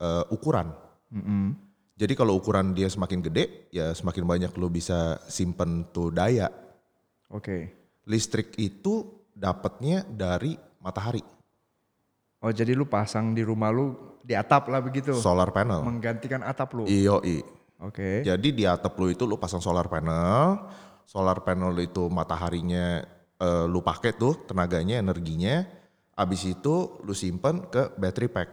Speaker 1: eh, ukuran
Speaker 2: Mm-mm.
Speaker 1: jadi kalau ukuran dia semakin gede ya semakin banyak lo bisa simpen tuh daya
Speaker 2: Oke.
Speaker 1: listrik itu dapatnya dari matahari
Speaker 2: Oh, jadi lu pasang di rumah lu di atap lah begitu.
Speaker 1: solar panel Iya.
Speaker 2: Menggantikan atap lu.
Speaker 1: ioi
Speaker 2: Oke. Oke.
Speaker 1: Jadi di atap lu itu lu pasang solar panel, solar panel itu mataharinya eh, lu pakai tuh tenaganya, energinya. Abis itu lu simpen ke battery pack.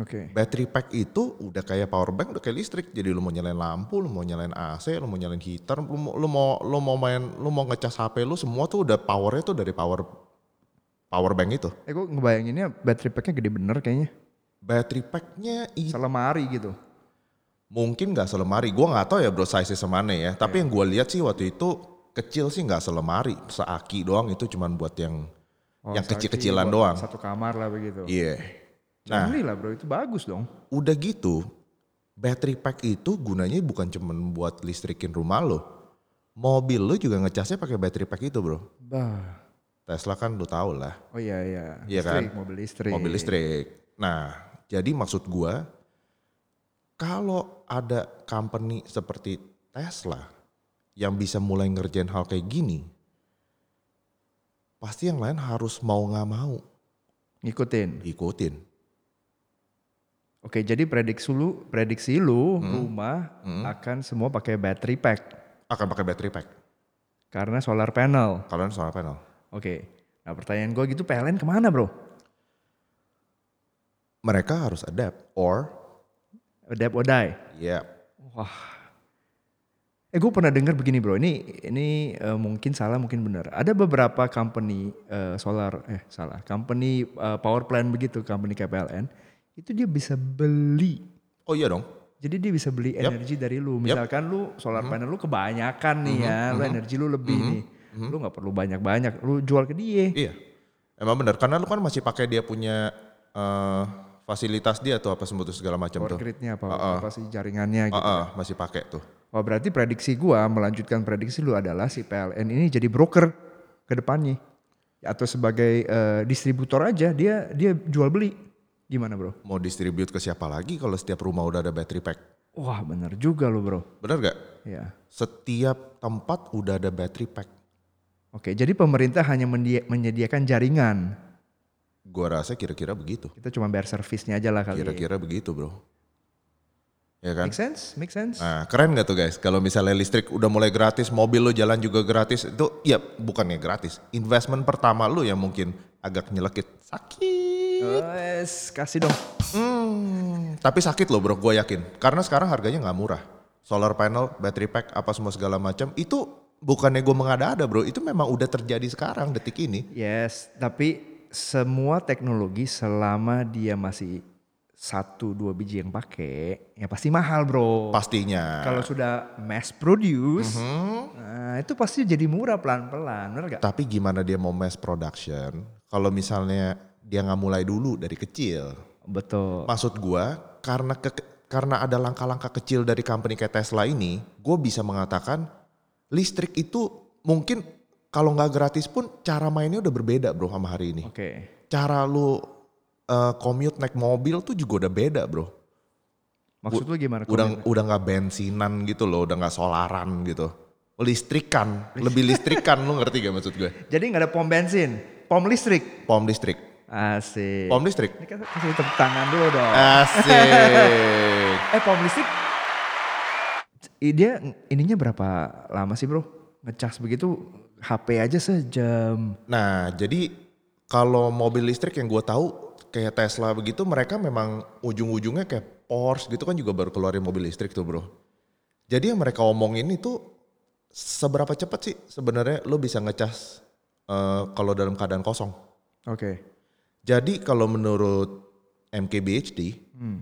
Speaker 2: Oke.
Speaker 1: Battery pack itu udah kayak power bank, udah kayak listrik. Jadi lu mau nyalain lampu, lu mau nyalain AC, lu mau nyalain heater, lu mau lu mau, lu mau main, lu mau ngecas HP lu semua tuh udah powernya tuh dari power power bank itu.
Speaker 2: Eh gue ngebayanginnya battery packnya gede bener kayaknya.
Speaker 1: Battery packnya itu
Speaker 2: Selemari gitu.
Speaker 1: mungkin nggak selemari gue nggak tahu ya bro size semana ya
Speaker 2: Iya.
Speaker 1: tapi yang gue lihat sih waktu itu kecil sih nggak selemari seaki doang itu cuman buat yang yang
Speaker 2: seaki
Speaker 1: kecil-kecilan
Speaker 2: Oh, buat
Speaker 1: doang
Speaker 2: Satu kamar lah begitu.
Speaker 1: iya nah
Speaker 2: Nah. lah bro itu bagus dong.
Speaker 1: udah gitu battery pack itu gunanya bukan cuman buat listrikin rumah lo mobil lo juga ngecasnya pakai battery pack itu bro
Speaker 2: Bah.
Speaker 1: Tesla kan lo tau lah
Speaker 2: Oh iya iya.
Speaker 1: Iya kan?
Speaker 2: listrik, Mobil listrik.
Speaker 1: mobil listrik nah jadi maksud gue kalau ada company seperti Tesla yang bisa mulai ngerjain hal kayak gini, pasti yang lain harus mau nggak mau
Speaker 2: Ngikutin.
Speaker 1: ikutin.
Speaker 2: Oke jadi prediksi lu prediksi lu
Speaker 1: Hmm.
Speaker 2: rumah akan semua pakai battery pack
Speaker 1: Akan pakai battery pack,
Speaker 2: karena solar panel.
Speaker 1: kalian solar panel.
Speaker 2: Oke. Nah pertanyaan gue gitu PLN kemana bro?
Speaker 1: Mereka harus adapt or
Speaker 2: Adapt or die.
Speaker 1: ya
Speaker 2: Wah. Eh gue pernah dengar begini bro, ini ini eh, mungkin salah mungkin benar. Ada beberapa company eh, solar eh salah, company eh, power plant begitu, company KPLN, itu dia bisa beli.
Speaker 1: oh iya dong.
Speaker 2: Jadi dia bisa beli energi dari lu. Misalkan lu solar panel lu kebanyakan nih ya, lu energi lu lebih nih. Lu nggak perlu banyak-banyak, lu jual ke dia.
Speaker 1: Iya. Emang benar karena lu kan masih pakai dia punya eh, fasilitas dia tuh apa sebut segala macam
Speaker 2: Power
Speaker 1: tuh.
Speaker 2: gridnya apa, apa sih jaringannya gitu.
Speaker 1: Heeh, masih pakai tuh.
Speaker 2: Wah Oh, berarti prediksi gua melanjutkan prediksi lu adalah si PLN ini jadi broker ke depannya atau sebagai eh, distributor aja dia dia jual beli gimana bro?
Speaker 1: Mau distribute ke siapa lagi kalau setiap rumah udah ada battery pack?
Speaker 2: Wah bener juga lo bro.
Speaker 1: Benar gak?
Speaker 2: Ya.
Speaker 1: Setiap tempat udah ada battery pack.
Speaker 2: Oke jadi pemerintah hanya mendia- menyediakan jaringan.
Speaker 1: Gua rasa kira-kira begitu.
Speaker 2: Kita cuma bayar servisnya aja lah kali. ya.
Speaker 1: Kira-kira begitu bro. Ya kan?
Speaker 2: Make sense? Make sense?
Speaker 1: Nah keren gak tuh guys? Kalau misalnya listrik udah mulai gratis, mobil lo jalan juga gratis. Itu ya bukannya gratis. Investment pertama lo yang mungkin agak nyelekit. Sakit.
Speaker 2: Yes, kasih dong.
Speaker 1: Hmm, tapi sakit loh bro, gue yakin. Karena sekarang harganya nggak murah. Solar panel, battery pack, apa semua segala macam itu bukannya gue mengada-ada bro. Itu memang udah terjadi sekarang detik ini.
Speaker 2: Yes, tapi semua teknologi selama dia masih satu dua biji yang pakai ya pasti mahal bro.
Speaker 1: Pastinya. Hmm.
Speaker 2: Kalau sudah mass produce,
Speaker 1: Mhm.
Speaker 2: nah, itu pasti jadi murah pelan-pelan, benar gak?
Speaker 1: Tapi gimana dia mau mass production kalau misalnya dia nggak mulai dulu dari kecil.
Speaker 2: Betul.
Speaker 1: Maksud gua karena ke- karena ada langkah-langkah kecil dari company kayak Tesla ini, gue bisa mengatakan listrik itu mungkin kalau nggak gratis pun cara mainnya udah berbeda bro sama hari ini.
Speaker 2: Oke.
Speaker 1: Cara lu eh, commute naik mobil tuh juga udah beda bro.
Speaker 2: Maksud lu gimana?
Speaker 1: Udah udah nggak bensinan gitu loh, udah nggak solaran gitu. Listrikan, lebih listrikan lu ngerti gak maksud gue?
Speaker 2: Jadi nggak ada pom bensin, pom listrik.
Speaker 1: Pom listrik,
Speaker 2: Asik.
Speaker 1: pom Eh. listrik.
Speaker 2: Ini kan kasih tepuk tangan dulu dong.
Speaker 1: Asik.
Speaker 2: Eh pom listrik, i- dia ininya berapa lama sih bro? Ngecas begitu HP aja sejam.
Speaker 1: nah, jadi kalau mobil listrik yang gue tahu kayak Tesla begitu mereka memang ujung-ujungnya kayak Porsche gitu kan juga baru keluarin mobil listrik tuh, Bro. Jadi yang mereka omongin itu seberapa cepat sih sebenarnya lo bisa ngecas eh, kalau dalam keadaan kosong.
Speaker 2: Oke.
Speaker 1: Jadi kalau menurut MKBHD eh,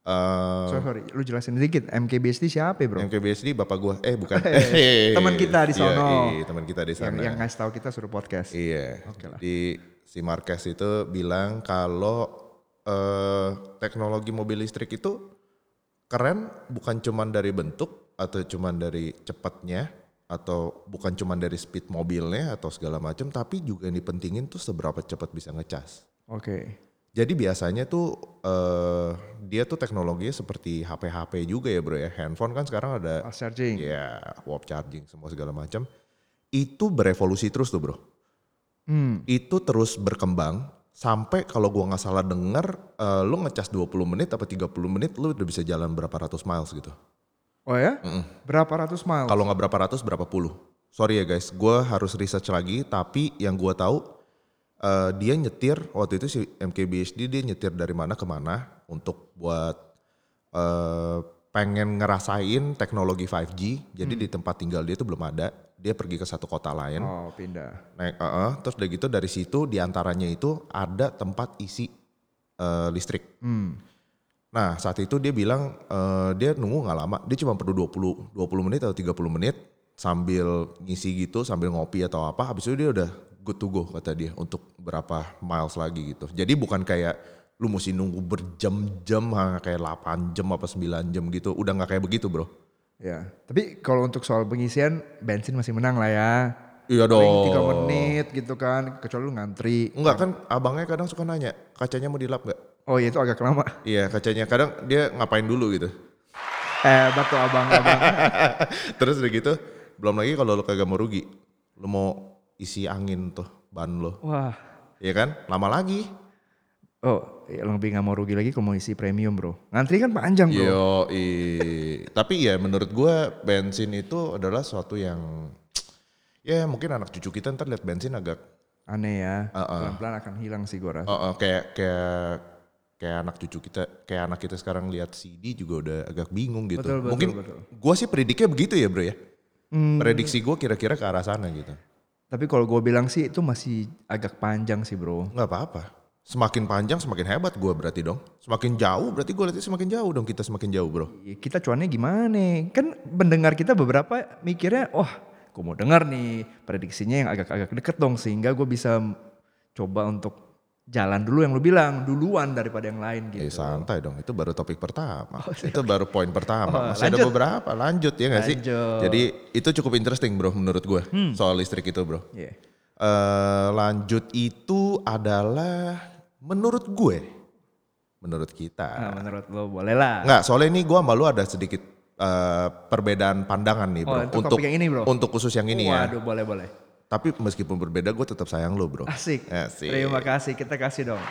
Speaker 2: So, Hmm. sorry, lu jelasin sedikit. MKBSD siapa ya, bro?
Speaker 1: MKBHD bapak gue eh bukan
Speaker 2: [laughs] Teman kita di
Speaker 1: Iya,
Speaker 2: sono.
Speaker 1: iya, teman kita di
Speaker 2: yang,
Speaker 1: sana
Speaker 2: yang ngasih tahu kita suruh podcast.
Speaker 1: Iya.
Speaker 2: Oke lah.
Speaker 1: Jadi si Marquez itu bilang kalau eh, teknologi mobil listrik itu keren bukan cuman dari bentuk atau cuman dari cepatnya atau bukan cuman dari speed mobilnya atau segala macam tapi juga yang dipentingin tuh seberapa cepat bisa ngecas.
Speaker 2: Oke.
Speaker 1: Jadi biasanya tuh eh, dia tuh teknologinya seperti HP-HP juga ya bro ya. Handphone kan sekarang ada
Speaker 2: Fast charging.
Speaker 1: ya wall charging semua segala macam. Itu berevolusi terus tuh bro
Speaker 2: Hmm.
Speaker 1: itu terus berkembang sampai kalau gua nggak salah denger eh, lu ngecas 20 menit apa 30 menit lu udah bisa jalan berapa ratus miles gitu.
Speaker 2: Oh ya? Berapa ratus miles?
Speaker 1: Kalau nggak berapa ratus, berapa puluh. Sorry ya guys, gue harus research lagi. Tapi yang gue tahu eh, dia nyetir waktu itu si MKBHD dia nyetir dari mana ke mana untuk buat eh, pengen ngerasain teknologi 5G. Jadi di tempat tinggal dia itu belum ada. Dia pergi ke satu kota lain.
Speaker 2: Oh pindah.
Speaker 1: Naik, eh, eh. terus udah gitu dari situ diantaranya itu ada tempat isi eh, listrik.
Speaker 2: Hmm.
Speaker 1: Nah saat itu dia bilang eh, dia nunggu nggak lama, dia cuma perlu 20, 20 menit atau 30 menit sambil ngisi gitu, sambil ngopi atau apa, habis itu dia udah good to go kata dia untuk berapa miles lagi gitu. Jadi bukan kayak lu mesti nunggu berjam-jam ha, kayak 8 jam apa 9 jam gitu, udah nggak kayak begitu bro.
Speaker 2: Ya. Tapi kalau untuk soal pengisian bensin masih menang lah ya.
Speaker 1: Iya
Speaker 2: Paling
Speaker 1: dong.
Speaker 2: tiga menit gitu kan. Kecuali lu ngantri.
Speaker 1: Enggak kan abangnya kadang suka nanya, kacanya mau dilap nggak?
Speaker 2: Oh iya itu agak lama. [laughs]
Speaker 1: Iya kacanya, kadang dia ngapain dulu gitu. [laughs]
Speaker 2: Eh batu abang-abang.
Speaker 1: Terus udah gitu, belum lagi kalau lu kagak mau rugi, lu mau isi angin tuh ban lo.
Speaker 2: Wah.
Speaker 1: Iya kan? Lama lagi.
Speaker 2: Oh iya, lebih nggak mau rugi lagi kalau mau isi premium bro. Ngantri kan panjang bro.
Speaker 1: Yo, tapi ya menurut gua bensin itu adalah suatu yang ya mungkin anak cucu kita ntar lihat bensin agak
Speaker 2: Aneh ya.
Speaker 1: Uh-uh.
Speaker 2: Pelan-pelan akan hilang sih gue rasa.
Speaker 1: eh, eh, kayak kayak kayak anak cucu kita kayak anak kita sekarang lihat CD juga udah agak bingung gitu.
Speaker 2: Betul, betul,
Speaker 1: mungkin
Speaker 2: betul.
Speaker 1: gua sih prediknya begitu ya, Bro ya.
Speaker 2: Hmm,
Speaker 1: Prediksi gua kira-kira ke arah sana gitu.
Speaker 2: Tapi kalau gue bilang sih itu masih agak panjang sih bro.
Speaker 1: nggak apa-apa. Semakin panjang semakin hebat gua berarti dong. Semakin jauh berarti gua lihatnya semakin jauh dong kita semakin jauh, Bro.
Speaker 2: Ya, kita cuannya gimana? Kan pendengar kita beberapa mikirnya, wah, gue mau dengar nih prediksinya yang agak-agak deket dong sehingga gue bisa m- coba untuk jalan dulu yang lu bilang duluan daripada yang lain
Speaker 1: Eh
Speaker 2: gitu.
Speaker 1: santai dong, itu baru topik pertama. itu baru poin pertama.
Speaker 2: iya. Oh,
Speaker 1: Masih ada
Speaker 2: lanjut.
Speaker 1: beberapa, lanjut ya nggak sih?
Speaker 2: Lanjut. Hmm.
Speaker 1: Jadi itu cukup interesting bro menurut gue soal listrik itu bro.
Speaker 2: Iya.
Speaker 1: Eh lanjut itu adalah menurut gue, menurut kita.
Speaker 2: Nah, menurut lo boleh lah.
Speaker 1: Nggak, soalnya ini gue sama lu ada sedikit eh, perbedaan pandangan nih bro.
Speaker 2: Oh, untuk topik yang ini, bro?
Speaker 1: Untuk khusus yang ini ya.
Speaker 2: Waduh, boleh boleh.
Speaker 1: Tapi meskipun berbeda gue tetap sayang lu bro.
Speaker 2: Asik.
Speaker 1: Asik.
Speaker 2: Terima kasih. Kita
Speaker 1: [laughs]
Speaker 2: kasih dong.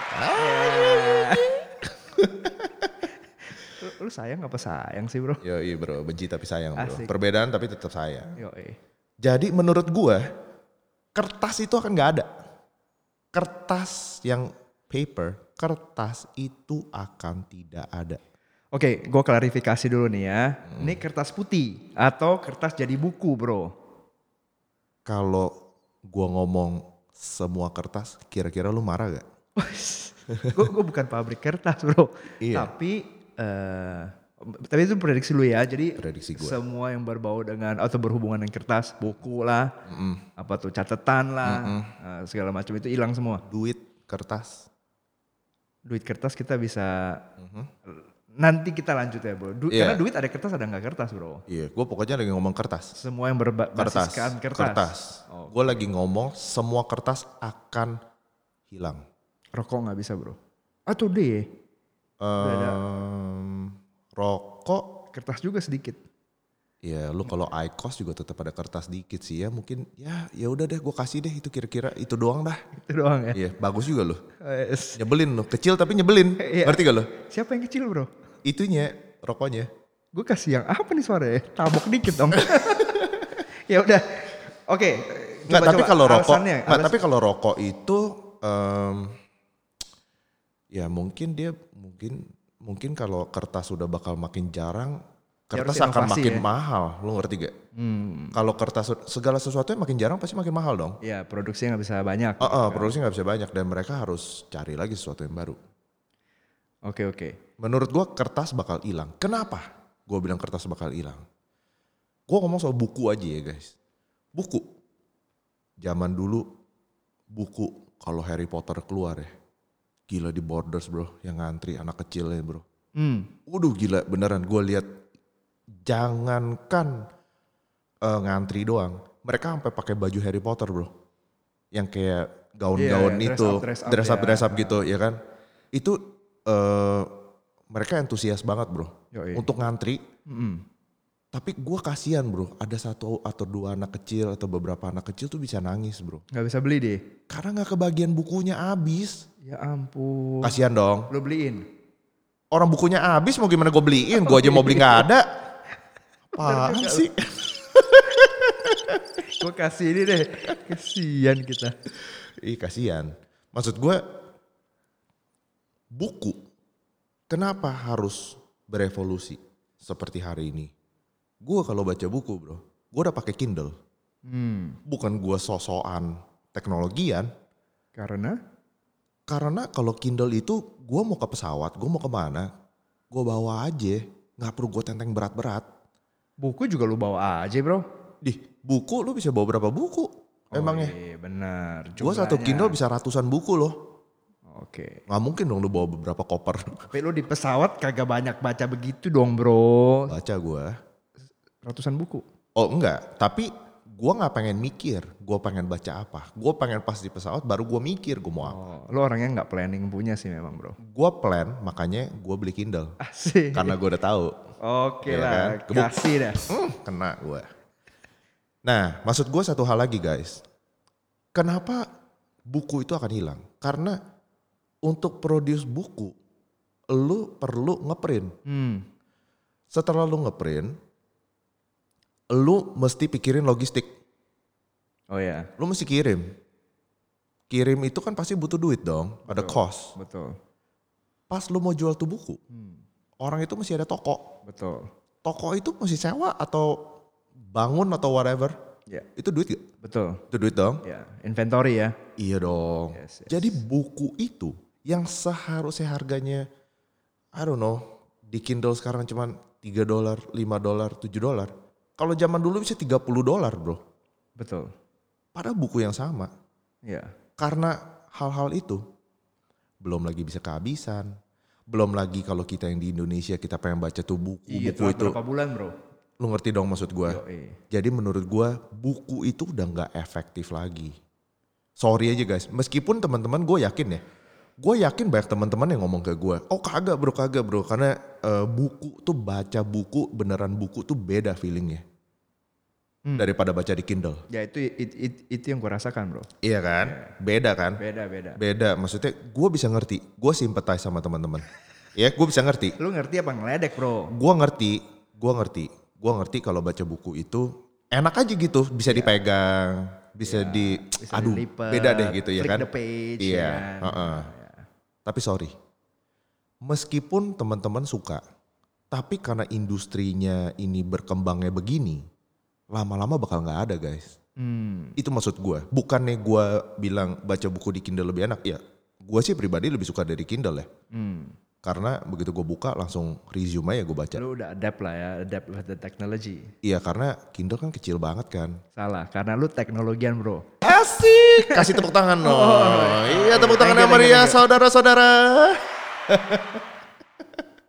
Speaker 2: lu, lu sayang apa sayang sih bro?
Speaker 1: Yoi bro, benci tapi sayang bro.
Speaker 2: Asik.
Speaker 1: Perbedaan tapi tetap sayang.
Speaker 2: Yo, eh.
Speaker 1: Jadi menurut gua kertas itu akan nggak ada. Kertas yang paper, kertas itu akan tidak ada.
Speaker 2: Oke, gue klarifikasi dulu nih ya.
Speaker 1: Hmm.
Speaker 2: Ini kertas putih atau kertas jadi buku, bro?
Speaker 1: Kalau gua ngomong semua kertas, kira-kira lu marah gak?
Speaker 2: gue bukan pabrik kertas, bro.
Speaker 1: Iya.
Speaker 2: Tapi, eh tapi itu prediksi lu ya. Jadi
Speaker 1: Prediksi gua.
Speaker 2: semua yang berbau dengan atau berhubungan dengan kertas, buku lah, apa tuh catatan lah, eh, segala macam itu hilang semua.
Speaker 1: Duit, kertas. Mm-hmm.
Speaker 2: Duit kertas kita bisa nanti kita lanjut ya, bro. Du-
Speaker 1: Iya.
Speaker 2: Karena duit ada kertas ada nggak kertas, bro?
Speaker 1: Iya, gua pokoknya lagi ngomong kertas.
Speaker 2: Semua yang
Speaker 1: Kertas.
Speaker 2: berbasiskan kertas.
Speaker 1: kertas.
Speaker 2: Oh.
Speaker 1: Gua lagi ngomong semua kertas akan hilang.
Speaker 2: Rokok nggak bisa, bro. Atau deh,
Speaker 1: Ehm, rokok
Speaker 2: kertas juga sedikit.
Speaker 1: Ya lu kalau IQOS juga tetap ada kertas dikit sih ya mungkin ya ya udah deh gue kasih deh itu kira-kira itu doang dah.
Speaker 2: Itu doang ya.
Speaker 1: Iya bagus juga lu.
Speaker 2: Eh, s-
Speaker 1: Nyebelin lu kecil tapi nyebelin.
Speaker 2: [laughs] Iya.
Speaker 1: Ngerti gak lu?
Speaker 2: Siapa yang kecil bro?
Speaker 1: Itunya rokoknya.
Speaker 2: Gue kasih yang apa nih suara ya? Tabok dikit dong. [laughs] ya udah. Oke. eh,
Speaker 1: Nggak,
Speaker 2: coba-
Speaker 1: tapi
Speaker 2: coba
Speaker 1: kalau rokok,
Speaker 2: alasannya,
Speaker 1: nggak,
Speaker 2: alas-
Speaker 1: tapi kalau rokok itu em, ya mungkin dia mungkin mungkin kalau kertas sudah bakal makin jarang
Speaker 2: Ya,
Speaker 1: kertas
Speaker 2: harus
Speaker 1: akan
Speaker 2: inovasi
Speaker 1: makin
Speaker 2: ya.
Speaker 1: mahal. Lu ngerti gak?
Speaker 2: Hmm.
Speaker 1: Kalau kertas segala sesuatu yang makin jarang pasti makin mahal dong.
Speaker 2: Ya produksinya nggak bisa banyak.
Speaker 1: Heeh, uh produksi nggak bisa banyak dan mereka harus cari lagi sesuatu yang baru.
Speaker 2: Oke oke.
Speaker 1: Menurut gua kertas bakal hilang. Kenapa? Gua bilang kertas bakal hilang. Gua ngomong soal buku aja ya guys. Buku. Zaman dulu buku kalau Harry Potter keluar ya. Gila di Borders bro yang ngantri anak kecil ya bro.
Speaker 2: Hmm.
Speaker 1: Waduh gila beneran gua lihat jangankan eh, ngantri doang. Mereka sampai pakai baju Harry Potter bro. Yang kayak gaun-gaun
Speaker 2: Iya, iya,
Speaker 1: itu.
Speaker 2: dress
Speaker 1: Dress
Speaker 2: up,
Speaker 1: up, dress
Speaker 2: dress up
Speaker 1: up,
Speaker 2: ya.
Speaker 1: gitu ya kan. Itu eh, mereka antusias banget bro.
Speaker 2: Yoi. Hmm.
Speaker 1: Untuk ngantri.
Speaker 2: Mm-mm.
Speaker 1: Tapi gua kasihan bro. Ada satu atau dua anak kecil atau beberapa anak kecil tuh bisa nangis bro.
Speaker 2: Nggak bisa beli deh.
Speaker 1: Karena gak kebagian bukunya habis.
Speaker 2: Ya ampun.
Speaker 1: Kasihan dong.
Speaker 2: Lo beliin.
Speaker 1: Orang bukunya habis mau gimana gue beliin. Gue aja mau beli gak ada. Apaan sih?
Speaker 2: Gue kasih ini deh. Kasian kita.
Speaker 1: Ih kasihan. Maksud gue buku kenapa harus berevolusi seperti hari ini? Gue kalau baca buku bro, gue udah pakai Kindle.
Speaker 2: Hmm.
Speaker 1: Bukan gue sosokan teknologian,
Speaker 2: Karena?
Speaker 1: karena kalau Kindle itu gue mau ke pesawat, gue mau kemana, gue bawa aja, nggak perlu gue tenteng berat-berat.
Speaker 2: Buku juga lu bawa aja bro. Oh,
Speaker 1: Dih, buku lu bisa bawa berapa buku? Emangnya?
Speaker 2: Oh, iya, bener.
Speaker 1: Gue ya? satu
Speaker 2: Jumlahnya.
Speaker 1: Kindle bisa ratusan buku loh.
Speaker 2: Oke.
Speaker 1: Nggak mungkin dong lu bawa beberapa koper. [laughs]
Speaker 2: Tapi lu di pesawat kagak banyak baca begitu dong bro.
Speaker 1: Baca gue.
Speaker 2: Ratusan buku.
Speaker 1: Oh enggak, tapi gue nggak pengen mikir. Gue pengen baca apa. Gue pengen pas di pesawat baru gue mikir gue mau apa.
Speaker 2: Oh, lu orangnya nggak planning punya sih memang bro.
Speaker 1: Gue plan makanya gue beli Kindle.
Speaker 2: Asik.
Speaker 1: Karena gue udah tahu.
Speaker 2: Oke
Speaker 1: Iya
Speaker 2: lah,
Speaker 1: kan? Gebuk.
Speaker 2: kasih dah.
Speaker 1: Hmm, kena gue. Nah, maksud gue satu hal lagi guys. Kenapa buku itu akan hilang? Karena untuk produce buku, lu perlu ngeprint.
Speaker 2: Hmm.
Speaker 1: Setelah lu ngeprint, lu mesti pikirin logistik.
Speaker 2: Oh ya,
Speaker 1: Lu mesti kirim. Kirim itu kan pasti butuh duit dong, ada cost.
Speaker 2: betul,
Speaker 1: Pas lu mau jual tuh buku, orang itu mesti ada toko.
Speaker 2: betul.
Speaker 1: Toko itu mesti sewa atau bangun atau whatever.
Speaker 2: Ya,
Speaker 1: Itu duit gak?
Speaker 2: betul.
Speaker 1: Itu duit dong.
Speaker 2: Ya, inventory ya.
Speaker 1: Iya dong.
Speaker 2: Yes, yes.
Speaker 1: Jadi buku itu yang seharusnya harganya I don't know, di Kindle sekarang cuman 3 dolar, 5 dolar, 7 dolar. Kalau zaman dulu bisa 30 dolar, Bro.
Speaker 2: Betul.
Speaker 1: Pada buku yang sama.
Speaker 2: Ya.
Speaker 1: Karena hal-hal itu belum lagi bisa kehabisan. Belum lagi kalau kita yang di Indonesia kita pengen baca tuh buku, buku
Speaker 2: telat
Speaker 1: Iya, itu.
Speaker 2: berapa bulan, Bro?
Speaker 1: Lu ngerti dong maksud gue?
Speaker 2: Yoi.
Speaker 1: Jadi menurut gua buku itu udah nggak efektif lagi. Sorry aja guys, meskipun teman-teman gue yakin ya, gue yakin banyak teman-teman yang ngomong ke gua, oh kagak bro kagak bro, karena eh, buku tuh baca buku beneran buku tuh beda feelingnya daripada baca di Kindle,
Speaker 2: Ya itu it- it- itu yang gua rasakan, Bro.
Speaker 1: iya kan? Beda kan?
Speaker 2: Beda, beda.
Speaker 1: Beda, maksudnya gua bisa ngerti, gue sympathize sama teman-teman, ya gue bisa ngerti.
Speaker 2: Lu ngerti apa ngeledek, Bro?
Speaker 1: Gua ngerti, gua ngerti, gua ngerti kalau baca buku itu enak aja gitu, bisa dipegang, bisa di,
Speaker 2: Iya. Bisa
Speaker 1: aduh,
Speaker 2: dilipet,
Speaker 1: beda deh gitu ya
Speaker 2: flick
Speaker 1: kan?
Speaker 2: the page,
Speaker 1: iya,
Speaker 2: ya kan?
Speaker 1: heeh. tapi sorry, meskipun teman-teman suka, tapi karena industrinya ini berkembangnya begini, lama-lama bakal nggak ada guys.
Speaker 2: Hmm.
Speaker 1: Itu maksud gua. Bukannya gua bilang baca buku di Kindle lebih enak, ya? Gua sih pribadi lebih suka dari Kindle ya,
Speaker 2: Hmm.
Speaker 1: karena begitu gue buka langsung resume ya gue baca.
Speaker 2: Lu udah adapt lah ya, adapt with the technology.
Speaker 1: Iya karena Kindle kan kecil banget kan.
Speaker 2: Salah, karena lu teknologian, Bro.
Speaker 1: Asik. Kasih tepuk
Speaker 2: [laughs]
Speaker 1: tangan dong. iya tepuk
Speaker 2: Thank
Speaker 1: tangan ya
Speaker 2: you, Oh, thank you,
Speaker 1: Maria,
Speaker 2: thank you.
Speaker 1: saudara-saudara. [laughs]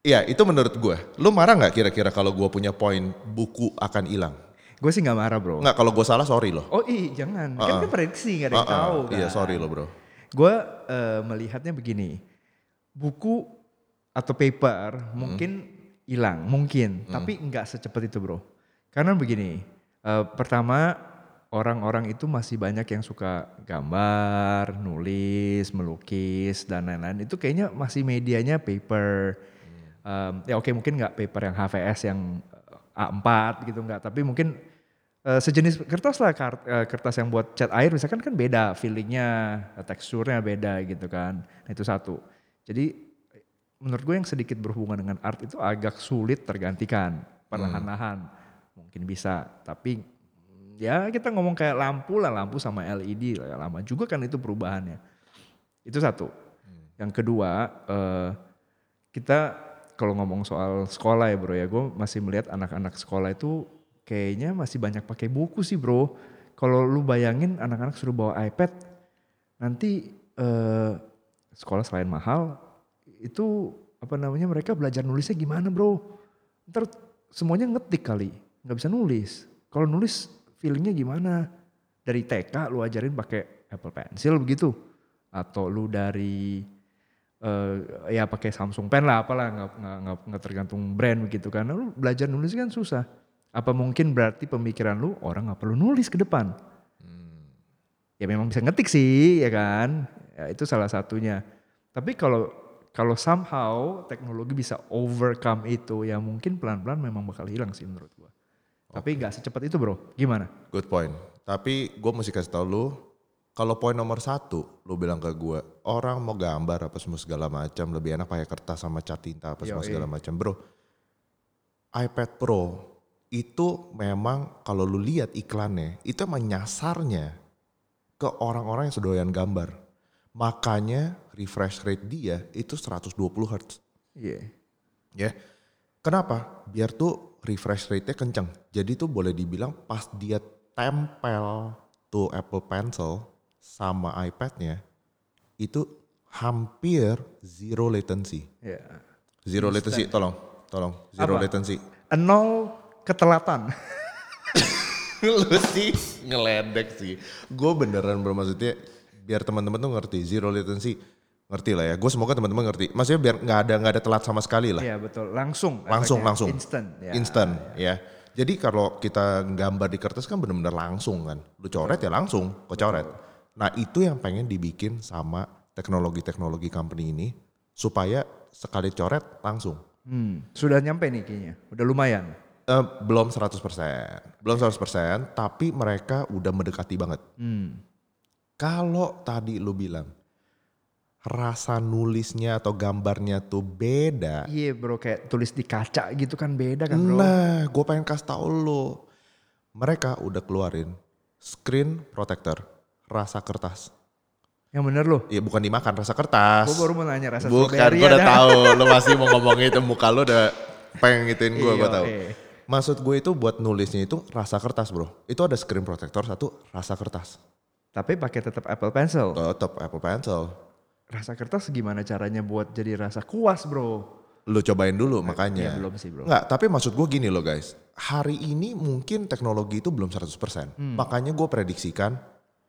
Speaker 1: Iya itu menurut gue. Lu marah nggak kira-kira kalau gue punya poin buku akan hilang?
Speaker 2: Gue sih nggak marah, Bro.
Speaker 1: Nggak kalau gue salah sorry loh.
Speaker 2: Oh, ih, jangan.
Speaker 1: Uh-uh.
Speaker 2: Kan kan prediksi nggak ada
Speaker 1: Ah,
Speaker 2: yang tahu,
Speaker 1: ah,
Speaker 2: kan?
Speaker 1: Iya sorry loh bro.
Speaker 2: Gue melihatnya begini, buku atau paper mungkin hilang, mungkin,
Speaker 1: Hmm.
Speaker 2: tapi nggak secepat itu bro. Karena begini, eh, pertama orang-orang itu masih banyak yang suka gambar, nulis, melukis dan lain-lain. Itu kayaknya masih medianya paper.
Speaker 1: Iya.
Speaker 2: Em, ya oke mungkin nggak paper yang HVS yang eh, A4 gitu nggak, tapi mungkin Eh, sejenis kertas lah kar- eh, kertas yang buat cat air misalkan kan beda feelingnya teksturnya beda gitu kan Nah, itu satu jadi menurut gue yang sedikit berhubungan dengan art itu agak sulit tergantikan perlahan-lahan mungkin bisa tapi mm, ya kita ngomong kayak lampu lah lampu sama LED lah lama juga kan itu perubahannya itu satu yang kedua eh, kita kalau ngomong soal sekolah ya bro ya gue masih melihat anak-anak sekolah itu kayaknya masih banyak pakai buku sih bro kalau lu bayangin anak-anak suruh bawa iPad nanti eh, sekolah selain mahal itu apa namanya mereka belajar nulisnya gimana bro ntar semuanya ngetik kali nggak bisa nulis kalau nulis feelingnya gimana dari TK lu ajarin pakai Apple Pencil begitu atau lu dari eh ya pakai Samsung Pen lah apalah nggak nggak- nggak nggak tergantung brand begitu karena lu belajar nulis kan susah apa mungkin berarti pemikiran lu orang nggak perlu nulis ke depan ya memang bisa ngetik sih ya kan ya, itu salah satunya tapi kalau kalau somehow teknologi bisa overcome itu ya mungkin pelan-pelan memang bakal hilang sih menurut gua. Tapi nggak secepat itu bro. Gimana?
Speaker 1: Good point. Tapi gue mesti kasih tau lu, kalau poin nomor satu, lu bilang ke gue, orang mau gambar apa semua segala macam lebih enak pakai kertas sama cat tinta apa semua
Speaker 2: Yoi.
Speaker 1: segala macam, bro. iPad Pro itu memang kalau lu lihat iklannya, itu emang nyasarnya ke orang-orang yang sedoyan gambar. Makanya refresh rate dia itu 120 Hz.
Speaker 2: Iya.
Speaker 1: Ya. Kenapa? Biar tuh refresh rate-nya kenceng. Jadi tuh boleh dibilang pas dia tempel tuh Apple Pencil sama iPad-nya itu hampir zero latency.
Speaker 2: Iya.
Speaker 1: Zero latency, tolong. Tolong, zero
Speaker 2: Apa?
Speaker 1: latency.
Speaker 2: Nol ketelatan.
Speaker 1: [laughs] Lu sih ngeledek sih. Gue beneran bro maksudnya biar teman-teman tuh ngerti zero latency. Ngerti lah ya. Gue semoga teman-teman ngerti. Maksudnya biar nggak ada nggak ada telat sama sekali lah.
Speaker 2: Iya betul. Langsung.
Speaker 1: langsung
Speaker 2: efeknya.
Speaker 1: langsung
Speaker 2: Instant. Ya.
Speaker 1: instant ya jadi kalau kita gambar di kertas kan benar-benar langsung kan lu coret ya langsung kecoret nah itu yang pengen dibikin sama teknologi-teknologi company ini supaya sekali coret langsung
Speaker 2: Hmm. Sudah nyampe nih kayaknya. Udah lumayan.
Speaker 1: Eh, belum 100% belum 100% tapi mereka udah mendekati banget
Speaker 2: Hmm.
Speaker 1: kalau tadi lu bilang rasa nulisnya atau gambarnya tuh beda
Speaker 2: Iya bro kayak tulis di kaca gitu kan beda kan bro.
Speaker 1: Nah, gue pengen kasih tau lo. Mereka udah keluarin screen protector rasa kertas.
Speaker 2: Yang bener loh.
Speaker 1: Ya bukan dimakan rasa kertas.
Speaker 2: Gue baru mau nanya rasa
Speaker 1: bukan,
Speaker 2: strawberry
Speaker 1: gue udah
Speaker 2: ada.
Speaker 1: tahu lo masih mau ngomong itu muka lo udah pengen ngituin gue, gue
Speaker 2: Iya,
Speaker 1: tahu.
Speaker 2: oke.
Speaker 1: Maksud gue itu buat nulisnya itu rasa kertas bro. Itu ada screen protector satu rasa kertas.
Speaker 2: Tapi pakai tetap Apple Pencil.
Speaker 1: Tetap Apple Pencil.
Speaker 2: Rasa kertas gimana caranya buat jadi rasa kuas bro?
Speaker 1: Lu cobain dulu makanya.
Speaker 2: Iya, belum sih, bro.
Speaker 1: Nggak, tapi maksud gue gini loh guys. Hari ini mungkin teknologi itu belum 100%.
Speaker 2: Hmm.
Speaker 1: Makanya gue prediksikan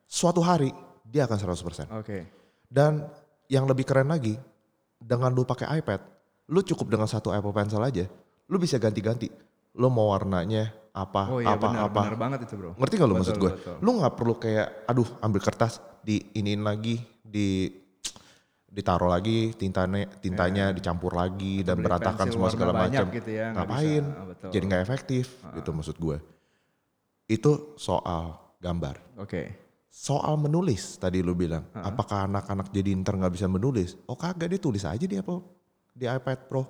Speaker 1: suatu hari dia akan 100%.
Speaker 2: Oke.
Speaker 1: Dan yang lebih keren lagi, dengan lu pakai iPad, lu cukup dengan satu Apple Pencil aja, lu bisa ganti-ganti. Lu mau warnanya apa,
Speaker 2: Oh
Speaker 1: Ah,
Speaker 2: iya
Speaker 1: apa,
Speaker 2: benar,
Speaker 1: apa.
Speaker 2: benar banget itu bro.
Speaker 1: Ngerti gak lu
Speaker 2: Betul,
Speaker 1: maksud gue?
Speaker 2: betul.
Speaker 1: Lu nggak perlu kayak, aduh ambil kertas, di iniin lagi, di ditaruh lagi tintanya tintanya dicampur lagi dan
Speaker 2: beli
Speaker 1: berantakan
Speaker 2: Iya. pensil
Speaker 1: semua
Speaker 2: warna
Speaker 1: segala
Speaker 2: banyak
Speaker 1: macam
Speaker 2: gitu ya, nggak
Speaker 1: ngapain
Speaker 2: bisa, ah, betul. Ah.
Speaker 1: jadi nggak efektif gitu maksud gue itu soal gambar
Speaker 2: Oke.
Speaker 1: soal menulis tadi lu bilang
Speaker 2: Ah.
Speaker 1: apakah anak-anak jadi inter nggak bisa menulis oh kagak dia tulis aja di apa di iPad Pro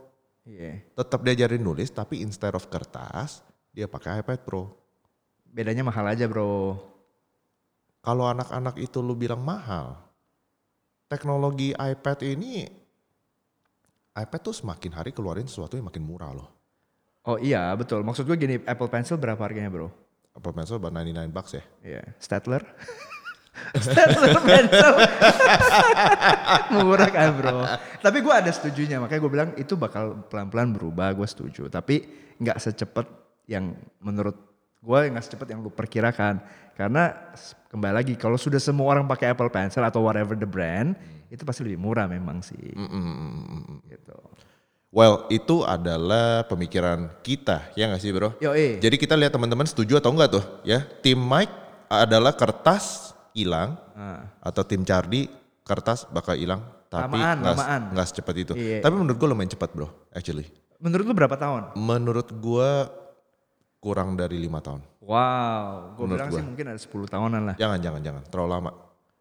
Speaker 2: Iya.
Speaker 1: tetap diajarin nulis tapi instead of kertas dia pakai iPad Pro
Speaker 2: Bedanya mahal aja bro.
Speaker 1: kalau anak-anak itu lu bilang mahal teknologi iPad ini iPad tuh semakin hari keluarin sesuatu yang makin murah loh
Speaker 2: Oh iya betul. Maksud gue gini Apple Pencil berapa harganya bro?
Speaker 1: apa pencil buat 99 bucks ya
Speaker 2: Iya. [laughs] Staedtler? Staedtler Pencil. [laughs] Murah kan bro. Tapi gue ada setujunya makanya gue bilang itu bakal pelan-pelan berubah gue setuju. Tapi nggak secepat yang menurut gue nggak secepat yang lu perkirakan. Karena s- kembali lagi kalau sudah semua orang pakai Apple Pencil atau whatever the brand itu pasti lebih murah memang sih. Gitu.
Speaker 1: well itu adalah pemikiran kita ya nggak sih bro
Speaker 2: Yo eh.
Speaker 1: Jadi kita lihat teman-teman setuju atau enggak tuh ya. Tim Mike adalah kertas hilang
Speaker 2: Ah.
Speaker 1: atau tim Charlie kertas bakal hilang tapi
Speaker 2: Lamaan,
Speaker 1: nggak se-
Speaker 2: lamaan.
Speaker 1: nggak secepat itu.
Speaker 2: Iya.
Speaker 1: Tapi menurut gue lumayan cepat bro actually.
Speaker 2: Menurut lu berapa tahun?
Speaker 1: Menurut gue kurang dari lima tahun.
Speaker 2: Wow, gue bilang sih mungkin ada 10 tahunan lah.
Speaker 1: Jangan jangan jangan terlalu lama.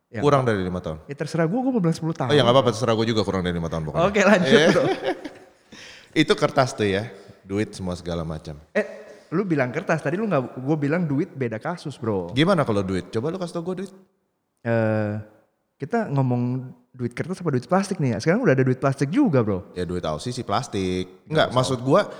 Speaker 2: Ya.
Speaker 1: Kurang dari lima tahun.
Speaker 2: Ya terserah gue, gue mau bilang 10 tahun.
Speaker 1: Oh Iya. ya nggak apa-apa terserah gue juga kurang dari lima tahun pokoknya.
Speaker 2: Oke lanjut bro.
Speaker 1: Itu kertas tuh ya, duit semua segala macam.
Speaker 2: [laughs] Eh, lu bilang kertas tadi lu nggak, gue bilang duit beda kasus bro.
Speaker 1: Gimana kalau duit? Coba lu kasih tau gue duit.
Speaker 2: Eh, kita ngomong duit kertas apa duit plastik nih ya? Sekarang udah ada duit plastik juga bro.
Speaker 1: Ya duit ausi sih plastik. Enggak, maksud gua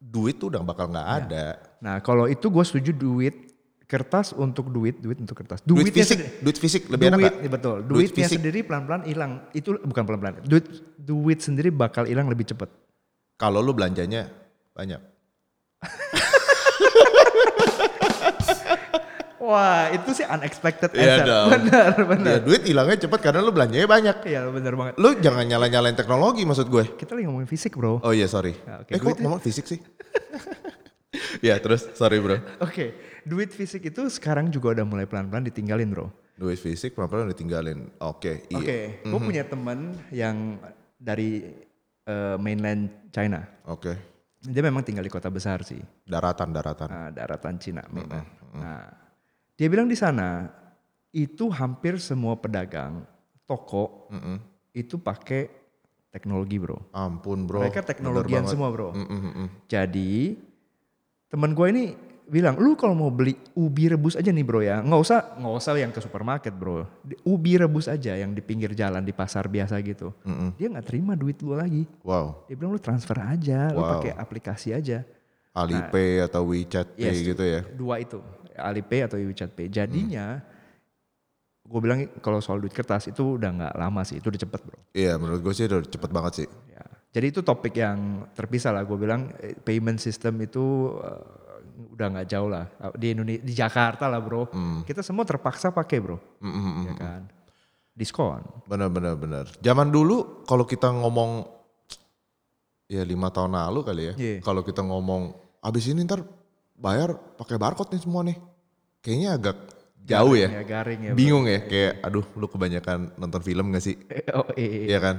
Speaker 1: duit tuh udah bakal nggak ada.
Speaker 2: Nah kalau itu gue setuju duit kertas untuk duit, duit untuk kertas.
Speaker 1: Duit
Speaker 2: Duitnya
Speaker 1: fisik,
Speaker 2: sendiri-
Speaker 1: duit fisik lebih enak
Speaker 2: duit,
Speaker 1: gak?
Speaker 2: ya betul.
Speaker 1: Duit
Speaker 2: Duitnya
Speaker 1: fisik.
Speaker 2: sendiri pelan-pelan hilang. Itu bukan pelan-pelan. Duit duit sendiri bakal hilang lebih cepat.
Speaker 1: Kalau lu belanjanya banyak.
Speaker 2: Wah, itu sih unexpected
Speaker 1: Iya
Speaker 2: answer.
Speaker 1: dong.
Speaker 2: benar, benar.
Speaker 1: Ya duit hilangnya cepet karena lu belanjanya banyak.
Speaker 2: Iya, benar banget.
Speaker 1: Lu jangan nyala-nyalain teknologi maksud gue.
Speaker 2: Kita lagi ngomongin fisik, Bro. Oke.
Speaker 1: Oh iya sorry.
Speaker 2: Ya, oke,
Speaker 1: eh kok
Speaker 2: duitnya.
Speaker 1: ngomong fisik sih? [laughs] ya terus sorry bro.
Speaker 2: Duit fisik itu sekarang juga udah mulai pelan-pelan ditinggalin, Bro.
Speaker 1: Duit fisik pelan-pelan ditinggalin. Oke, iya.
Speaker 2: Oke, gue punya temen yang dari eh, mainland China.
Speaker 1: Oke.
Speaker 2: Dia memang tinggal di kota besar sih,
Speaker 1: Daratan daratan.
Speaker 2: eh, daratan Cina mainland. Nah, dia bilang di sana itu hampir semua pedagang toko
Speaker 1: Mm-mm.
Speaker 2: itu pakai teknologi bro.
Speaker 1: Ampun bro. Mm,
Speaker 2: Mereka teknologian semua bro.
Speaker 1: Mm-mm-mm.
Speaker 2: Jadi teman gue ini bilang, lu kalau mau beli ubi rebus aja nih bro ya, nggak usah nggak usah yang ke supermarket bro, Di- ubi rebus aja yang di pinggir jalan di pasar biasa gitu.
Speaker 1: Mm-mm.
Speaker 2: Dia nggak terima duit lu lagi.
Speaker 1: Wow.
Speaker 2: Dia bilang lu transfer aja, lu
Speaker 1: Wow.
Speaker 2: pakai aplikasi aja.
Speaker 1: Alipay atau WeChat Pay
Speaker 2: Nah. Yes.
Speaker 1: gitu ya.
Speaker 2: Dua itu, Alipay atau WeChat Pay. Jadinya
Speaker 1: Mm.
Speaker 2: gue bilang kalau soal duit kertas itu udah nggak lama sih, itu udah cepet bro.
Speaker 1: Iya menurut gue sih udah cepet banget sih.
Speaker 2: Ya. Jadi itu topik yang terpisah lah. Gue bilang eh, payment system itu eh, udah nggak jauh lah Eh, di Indonesia, di Jakarta lah bro.
Speaker 1: Hmm.
Speaker 2: Kita semua terpaksa pakai bro,
Speaker 1: Mm-mm-mm.
Speaker 2: ya kan? Diskon.
Speaker 1: Bener bener bener. Zaman dulu kalau kita ngomong ya lima tahun lalu kali ya.
Speaker 2: Iya.
Speaker 1: Kalau kita ngomong abis ini ntar bayar pakai barcode nih semua nih. Kayaknya agak jauh ya.
Speaker 2: Ya garing ya. bro.
Speaker 1: Bingung ya kayak aduh lu kebanyakan nonton film gak sih?
Speaker 2: [laughs] Oh, iya.
Speaker 1: Iya kan?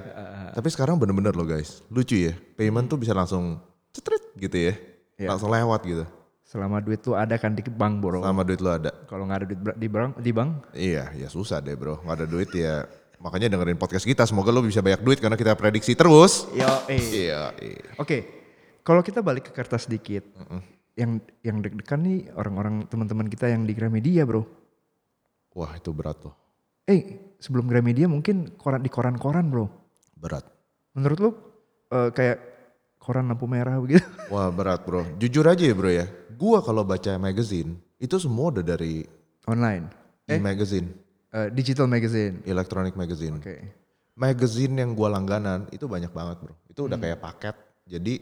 Speaker 1: Tapi sekarang bener-bener loh guys. Lucu ya. Payment tuh bisa langsung cetrit gitu ya.
Speaker 2: Iya.
Speaker 1: Langsung lewat gitu.
Speaker 2: Selama duit tuh ada kan di bank bro.
Speaker 1: Sama duit lo ada.
Speaker 2: Kalau nggak ada duit ber- di bank, di bank
Speaker 1: Iya, ya susah deh bro. Gak ada duit ya. Makanya dengerin podcast kita. Semoga lo bisa banyak duit karena kita prediksi terus.
Speaker 2: Yo, eh.
Speaker 1: Iya. iya.
Speaker 2: Oke, kalau kita balik ke kertas sedikit, yang yang deg-degan nih orang-orang teman-teman kita yang di Gramedia, bro.
Speaker 1: Wah itu berat loh.
Speaker 2: Eh, sebelum Gramedia mungkin koran di koran-koran, bro.
Speaker 1: Berat.
Speaker 2: Menurut lu eh, kayak koran lampu merah begitu? [laughs]
Speaker 1: Wah berat bro. Jujur aja ya bro ya. Gua kalau baca magazine itu semua udah dari
Speaker 2: Online,
Speaker 1: e-magazine.
Speaker 2: Eh, digital magazine.
Speaker 1: Electronic magazine.
Speaker 2: Oke.
Speaker 1: magazine yang gua langganan itu banyak banget bro. Itu
Speaker 2: Hmm.
Speaker 1: udah kayak paket. Jadi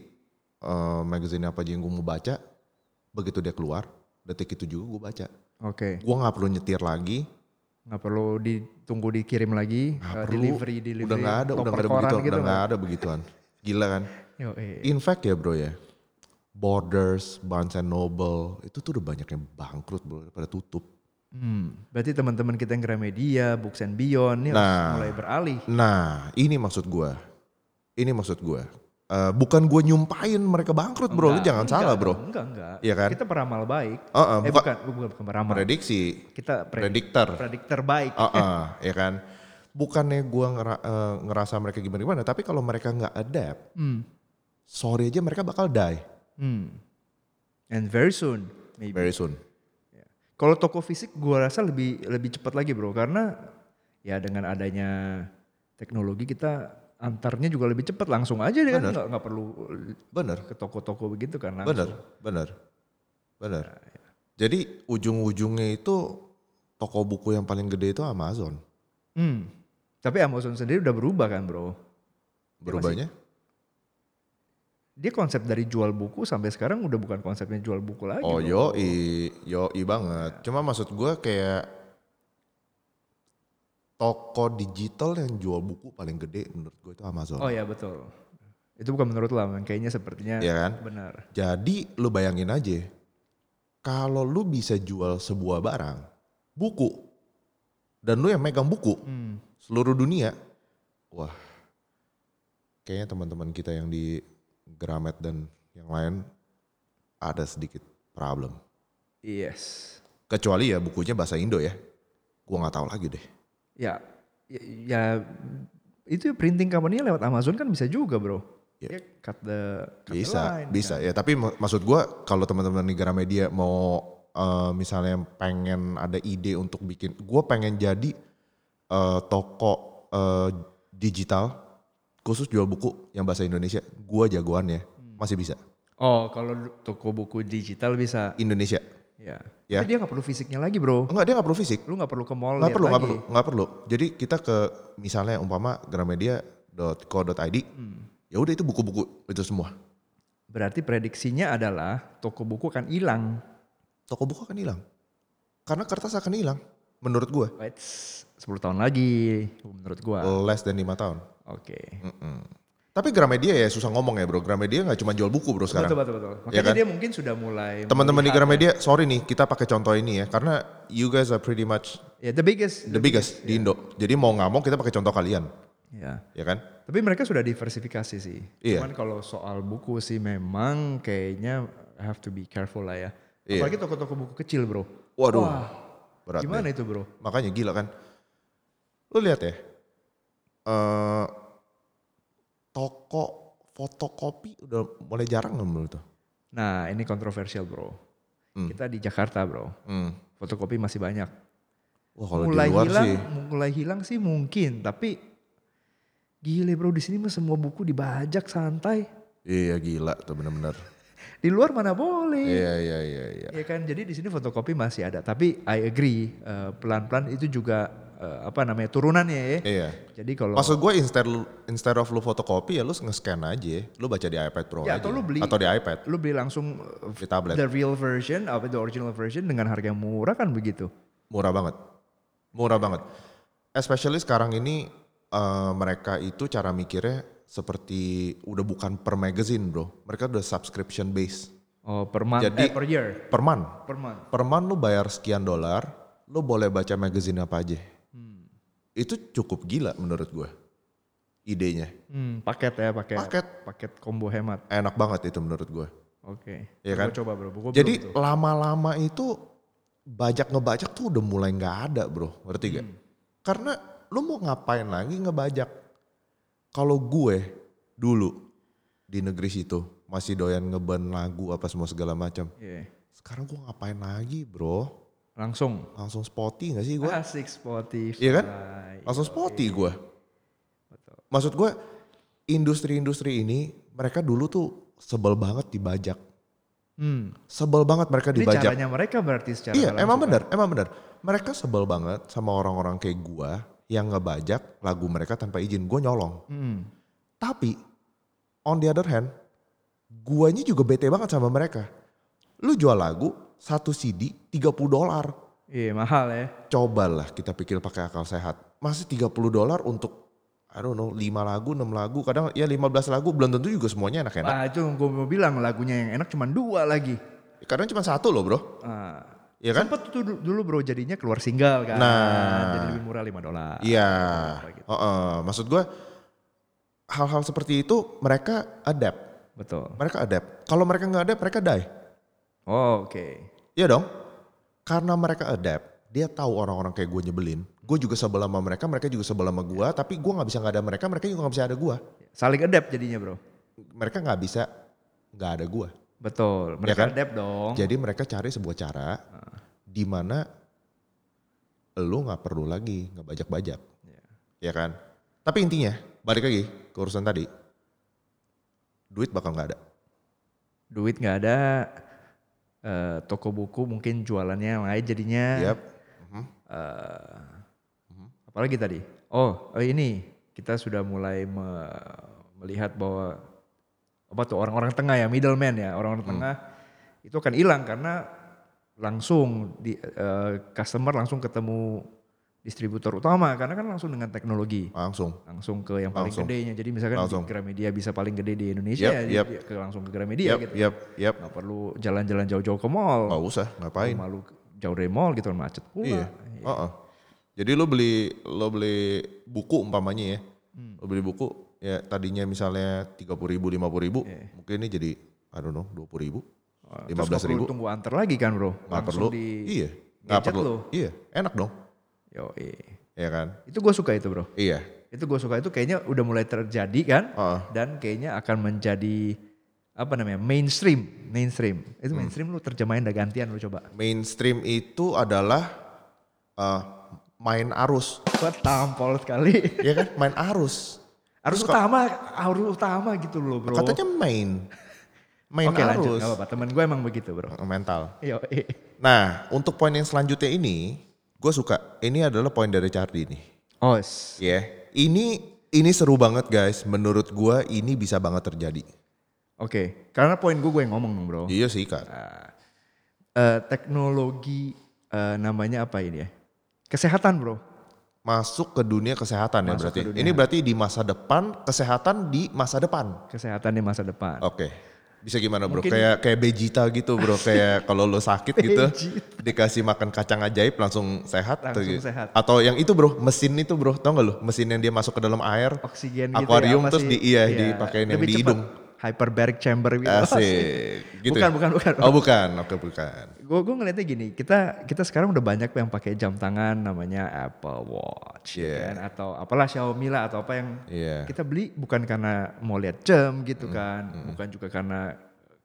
Speaker 1: eh, magazine apa aja yang gue mau baca, begitu dia keluar, detik itu juga gue baca.
Speaker 2: Oke,
Speaker 1: Gue nggak perlu nyetir lagi,
Speaker 2: nggak perlu ditunggu dikirim lagi
Speaker 1: nggak
Speaker 2: eh,
Speaker 1: perlu.
Speaker 2: delivery delivery.
Speaker 1: udah nggak ada, udah
Speaker 2: topper
Speaker 1: nggak ada
Speaker 2: koran
Speaker 1: begituan,
Speaker 2: gitu.
Speaker 1: udah nggak ada begituan. Gila kan?
Speaker 2: Yo, eh.
Speaker 1: In fact ya bro ya, Borders, Barnes and Noble, itu tuh udah banyak yang bangkrut bro, pada tutup.
Speaker 2: Hmm, berarti teman-teman kita yang Gramedia, Books and Beyond ini
Speaker 1: Nah.
Speaker 2: mulai beralih.
Speaker 1: Nah, ini maksud gua. Ini maksud gua. Eh, bukan gua nyumpahin mereka bangkrut bro, lu
Speaker 2: Enggak,
Speaker 1: jangan
Speaker 2: enggak
Speaker 1: salah
Speaker 2: dong,
Speaker 1: bro.
Speaker 2: Enggak, enggak.
Speaker 1: Iya kan?
Speaker 2: Kita peramal baik.
Speaker 1: Oh, oh,
Speaker 2: eh
Speaker 1: bukan-
Speaker 2: bukan, bukan, bukan peramal.
Speaker 1: prediksi
Speaker 2: Kita pred-
Speaker 1: prediktor
Speaker 2: prediktor baik.
Speaker 1: Ah, ah, ya kan bukannya gua ngera- eh, ngerasa mereka gimana gimana tapi kalau mereka nggak adapt
Speaker 2: Hmm.
Speaker 1: sorry aja mereka bakal die
Speaker 2: Hmm. And very soon maybe.
Speaker 1: very soon
Speaker 2: Kalau toko fisik gua rasa lebih lebih cepat lagi, Bro, karena ya dengan adanya teknologi kita antarnya juga lebih cepat langsung aja deh kan nggak nggak perlu eh,
Speaker 1: bener
Speaker 2: ke toko-toko begitu kan
Speaker 1: bener
Speaker 2: langsung. Ya,
Speaker 1: bener bener jadi ujung-ujungnya itu toko buku yang paling gede itu Amazon
Speaker 2: Hmm. Tapi Amazon sendiri udah berubah kan, Bro.
Speaker 1: berubahnya
Speaker 2: Dia konsep dari jual buku sampai sekarang udah bukan konsepnya jual buku lagi.
Speaker 1: oh
Speaker 2: Bro.
Speaker 1: yoi yoi
Speaker 2: Ya.
Speaker 1: banget cuma maksud gua kayak toko digital yang jual buku paling gede menurut gue itu Amazon
Speaker 2: Oh ya betul. Itu bukan menurut lo, memang kayaknya sepertinya
Speaker 1: Iya kan?
Speaker 2: benar.
Speaker 1: Jadi lu bayangin aja, kalau lu bisa jual sebuah barang, buku, dan lu yang megang buku
Speaker 2: Hmm.
Speaker 1: seluruh dunia, wah, kayaknya teman-teman kita yang di Gramet dan yang lain ada sedikit problem.
Speaker 2: Yes.
Speaker 1: Kecuali ya bukunya bahasa Indo ya, gua nggak tahu lagi deh.
Speaker 2: Ya, ya, ya, itu printing company lewat Amazon kan bisa juga bro.
Speaker 1: Ya.
Speaker 2: Dia cut the cut the
Speaker 1: Bisa,
Speaker 2: line,
Speaker 1: bisa
Speaker 2: kan.
Speaker 1: ya. Tapi mak- maksud gua kalau teman-teman di Gramedia mau eh, misalnya pengen ada ide untuk bikin, gua pengen jadi eh, toko eh, digital khusus jual buku yang bahasa Indonesia. Gua jagoan ya,
Speaker 2: Hmm.
Speaker 1: masih bisa.
Speaker 2: Oh kalau du- toko buku digital bisa.
Speaker 1: Indonesia.
Speaker 2: Ya.
Speaker 1: Ya.
Speaker 2: Tapi dia nggak perlu fisiknya lagi bro.
Speaker 1: Enggak dia nggak perlu fisik,
Speaker 2: Lu nggak perlu ke mall.
Speaker 1: nggak
Speaker 2: lihat
Speaker 1: perlu, nggak
Speaker 2: lagi.
Speaker 1: perlu, nggak perlu. Jadi kita ke misalnya umpama gramedia.co.id,
Speaker 2: Hmm.
Speaker 1: ya udah itu buku-buku itu semua.
Speaker 2: Berarti prediksinya adalah toko buku akan hilang.
Speaker 1: Toko buku akan hilang, karena kertas akan hilang. Menurut gua,
Speaker 2: Wait, 10 tahun lagi menurut gua.
Speaker 1: less than lima tahun.
Speaker 2: Oke.
Speaker 1: Tapi Gramedia ya susah ngomong ya bro. Gramedia nggak cuma jual buku bro
Speaker 2: Betul
Speaker 1: sekarang.
Speaker 2: betul betul. Makanya
Speaker 1: kan?
Speaker 2: dia mungkin sudah mulai.
Speaker 1: Teman-teman di
Speaker 2: melihat-
Speaker 1: Gramedia, sorry nih kita pakai contoh ini ya, karena you guys are pretty much
Speaker 2: Ya the biggest.
Speaker 1: the biggest di Indo. Jadi mau nggak mau kita pakai contoh kalian.
Speaker 2: Ya.
Speaker 1: ya kan?
Speaker 2: Tapi mereka sudah diversifikasi sih.
Speaker 1: Iya.
Speaker 2: Cuman kalau soal buku sih memang kayaknya have to be careful lah ya.
Speaker 1: Iya.
Speaker 2: Apalagi toko-toko buku kecil bro.
Speaker 1: Waduh,
Speaker 2: Wah,
Speaker 1: berat
Speaker 2: gimana
Speaker 1: deh.
Speaker 2: itu bro?
Speaker 1: Makanya gila kan. Lu lihat ya, eh toko fotokopi udah mulai jarang nggak menurut tuh?
Speaker 2: Nah ini kontroversial bro. Kita di Jakarta bro.
Speaker 1: Hmm.
Speaker 2: Fotokopi masih banyak.
Speaker 1: Wah kalau di
Speaker 2: mulai
Speaker 1: luar
Speaker 2: hilang,
Speaker 1: sih,
Speaker 2: mulai hilang sih mungkin. Tapi gile bro di sini mah semua buku dibajak santai.
Speaker 1: iya gila tuh bener-bener.
Speaker 2: Di luar mana boleh.
Speaker 1: Iya iya iya iya.
Speaker 2: Ya kan, jadi di sini fotokopi masih ada. Tapi I agree, eh, pelan-pelan itu juga eh, apa namanya turunannya ya.
Speaker 1: Iya.
Speaker 2: Jadi kalau
Speaker 1: Maksud gue instead instead of lu fotokopi ya lu nge-scan aja, lu baca di iPad Pro
Speaker 2: Ya,
Speaker 1: aja.
Speaker 2: atau lu beli-
Speaker 1: atau di iPad,
Speaker 2: lu beli langsung eh,
Speaker 1: di tablet.
Speaker 2: the real version apa the original version dengan harga yang murah kan begitu.
Speaker 1: murah banget murah banget especially sekarang ini eh, mereka itu cara mikirnya seperti udah bukan per magazine bro mereka udah subscription base
Speaker 2: Oh, per month,
Speaker 1: Jadi-
Speaker 2: eh, per year,
Speaker 1: per month
Speaker 2: per month.
Speaker 1: per month lu bayar sekian dolar lu boleh baca magazine apa aja
Speaker 2: Hmm.
Speaker 1: itu cukup gila menurut gue idenya
Speaker 2: Hmm, paket ya, paket.
Speaker 1: Paket.
Speaker 2: Paket combo hemat.
Speaker 1: enak banget itu menurut gue
Speaker 2: Oke.
Speaker 1: Iya
Speaker 2: Gua
Speaker 1: kan?
Speaker 2: Coba bro. Gua
Speaker 1: jadi
Speaker 2: belum tuh.
Speaker 1: lama-lama itu bajak ngebajak tuh udah mulai nggak ada bro ngerti gak? karena lu mau ngapain lagi ngebajak kalau gue dulu di negeri situ masih doyan ngeban lagu apa semua segala macam
Speaker 2: Iya.
Speaker 1: sekarang gue ngapain lagi bro
Speaker 2: Langsung.
Speaker 1: langsung spotty gak sih gue
Speaker 2: Asik Spotify.
Speaker 1: Iya kan? langsung spotty gue maksud gue industri-industri ini mereka dulu tuh sebel banget dibajak
Speaker 2: Hmm.
Speaker 1: sebel banget mereka
Speaker 2: Ini
Speaker 1: dibajak
Speaker 2: caranya mereka berarti secara
Speaker 1: Iya,
Speaker 2: langsung. kan?
Speaker 1: emang benar, emang benar. Mereka sebel banget sama orang-orang kayak gua yang ngebajak lagu mereka tanpa izin. Gua nyolong.
Speaker 2: Hmm.
Speaker 1: Tapi on the other hand, guanya juga bete banget sama mereka. Lu jual lagu satu CD 30 dolar.
Speaker 2: Iya, mahal ya.
Speaker 1: Cobalah kita pikir pakai akal sehat. Masih 30 dolar untuk I don't know, 5 lagu, 6 lagu, kadang ya 15 lagu belum tentu juga semuanya enak-enak.
Speaker 2: Nah, itu gue mau bilang lagunya yang enak cuma dua lagi.
Speaker 1: Kadang cuma satu loh, Bro.
Speaker 2: Ah.
Speaker 1: Iya kan?
Speaker 2: Sempet tuh du- dulu bro jadinya keluar single kan.
Speaker 1: Nah.
Speaker 2: Jadi lebih murah 5 dolar.
Speaker 1: Iya,
Speaker 2: apa gitu.
Speaker 1: Heeh, maksud gue hal-hal seperti itu mereka adapt,
Speaker 2: Betul.
Speaker 1: mereka adapt. Kalau mereka nggak adapt, mereka die.
Speaker 2: Oh, Oke.
Speaker 1: Iya dong, karena mereka adapt, dia tahu orang-orang kayak gue nyebelin. Gue juga sebel sama mereka, mereka juga sebel sama
Speaker 2: Iya.
Speaker 1: gue. Tapi gue nggak bisa nggak ada mereka, mereka juga nggak bisa ada gue.
Speaker 2: Saling adapt jadinya bro.
Speaker 1: Mereka nggak bisa nggak ada gue.
Speaker 2: Betul.
Speaker 1: Iya
Speaker 2: Mereka
Speaker 1: kan?
Speaker 2: adapt dong.
Speaker 1: Jadi mereka cari sebuah cara
Speaker 2: Ah.
Speaker 1: di mana lu nggak perlu lagi ngebajak-bajak.
Speaker 2: Iya.
Speaker 1: ya kan? Tapi intinya balik lagi ke urusan tadi, duit bakal nggak ada.
Speaker 2: Duit nggak ada. eh, toko buku mungkin jualannya yang lain jadinya.
Speaker 1: Yap. Mhm,
Speaker 2: eh, apalagi tadi. Oh, oh ini kita sudah mulai me- melihat bahwa apa tuh orang-orang tengah ya middleman ya orang-orang
Speaker 1: Hmm.
Speaker 2: tengah itu akan hilang karena langsung di eh, customer langsung ketemu distributor utama karena kan langsung dengan teknologi
Speaker 1: Langsung.
Speaker 2: langsung ke yang paling
Speaker 1: Langsung.
Speaker 2: gedenya jadi misalkan
Speaker 1: Langsung.
Speaker 2: di Gramedia bisa paling gede di
Speaker 1: Yep,
Speaker 2: Indonesia ya
Speaker 1: yep.
Speaker 2: dia ke langsung ke Gramedia
Speaker 1: Yap,
Speaker 2: gitu
Speaker 1: yap, yap.
Speaker 2: nggak perlu jalan-jalan jauh-jauh ke mall
Speaker 1: Nggak usah, ngapain?
Speaker 2: malu jauh dari mall gitu kan macet pula
Speaker 1: Iya. Heeh. Jadi lo beli lo beli buku umpamanya ya,
Speaker 2: Hmm.
Speaker 1: lo beli buku ya tadinya misalnya tiga puluh ribu, lima puluh ribu, mungkin ini jadi I don't know dua puluh ribu, lima
Speaker 2: Iya. Oh, Terus nggak
Speaker 1: belas
Speaker 2: perlu
Speaker 1: ribu,
Speaker 2: tunggu antar lagi kan bro
Speaker 1: nggak
Speaker 2: Langsung
Speaker 1: perlu.
Speaker 2: di
Speaker 1: Iya, nggak
Speaker 2: gadget
Speaker 1: perlu.
Speaker 2: lo.
Speaker 1: Iya, enak dong,
Speaker 2: Yoi.
Speaker 1: ya kan?
Speaker 2: itu gue suka itu bro
Speaker 1: Iya.
Speaker 2: itu gue suka itu kayaknya udah mulai terjadi kan
Speaker 1: Heeh.
Speaker 2: dan kayaknya akan menjadi apa namanya mainstream mainstream itu
Speaker 1: Hmm.
Speaker 2: mainstream lu terjemahin dah gantian lu coba
Speaker 1: Mainstream itu adalah eh, main arus.
Speaker 2: gue tampol sekali
Speaker 1: ya kan main arus Terus
Speaker 2: harus
Speaker 1: kok-
Speaker 2: utama harus utama gitu loh bro
Speaker 1: katanya main main
Speaker 2: Oke
Speaker 1: arus
Speaker 2: lanjut,
Speaker 1: Eh,
Speaker 2: gak apa-apa. Temen gue emang begitu
Speaker 1: [laughs]
Speaker 2: bro.
Speaker 1: mental
Speaker 2: Yo,
Speaker 1: nah untuk poin yang selanjutnya ini gue suka ini adalah poin dari Charlie nih
Speaker 2: Os.
Speaker 1: ya ini ini seru banget guys menurut gue ini bisa banget terjadi
Speaker 2: Oke, karena poin gue gue yang ngomong dong bro.
Speaker 1: iya sih kak
Speaker 2: Eh, teknologi eh, namanya apa ini ya? Kesehatan bro.
Speaker 1: masuk ke dunia kesehatan ya
Speaker 2: Masuk
Speaker 1: berarti
Speaker 2: ke dunia.
Speaker 1: ini berarti di masa depan kesehatan di masa depan Oh.
Speaker 2: Kesehatan di masa depan.
Speaker 1: oke Bisa gimana bro?
Speaker 2: Mungkin-
Speaker 1: Kayak kayak Vegeta gitu
Speaker 2: [laughs]
Speaker 1: bro. kayak kalau lo sakit gitu
Speaker 2: Vegeta.
Speaker 1: dikasih makan kacang ajaib langsung sehat. atau
Speaker 2: Langsung
Speaker 1: gitu.
Speaker 2: sehat.
Speaker 1: Atau yang itu bro, mesin itu bro, tau gak lo? Mesin yang dia masuk ke dalam air.
Speaker 2: Oksigen gitu
Speaker 1: Akuarium
Speaker 2: ya, apa
Speaker 1: terus
Speaker 2: sih?
Speaker 1: di iya, dipakein yang
Speaker 2: Lebih
Speaker 1: di
Speaker 2: cepat.
Speaker 1: hidung.
Speaker 2: Hyperbaric chamber gitu.
Speaker 1: Asik. Gitu.
Speaker 2: Bukan,
Speaker 1: ya?
Speaker 2: bukan, bukan.
Speaker 1: Oh bukan. Oke bukan.
Speaker 2: Gue gue ngeliatnya gini, kita kita sekarang udah banyak yang pakai jam tangan namanya Apple Watch, ya
Speaker 1: Yeah.
Speaker 2: kan? atau apalah Xiaomi lah atau apa yang
Speaker 1: Iya.
Speaker 2: kita beli bukan karena mau lihat jam gitu kan, bukan juga karena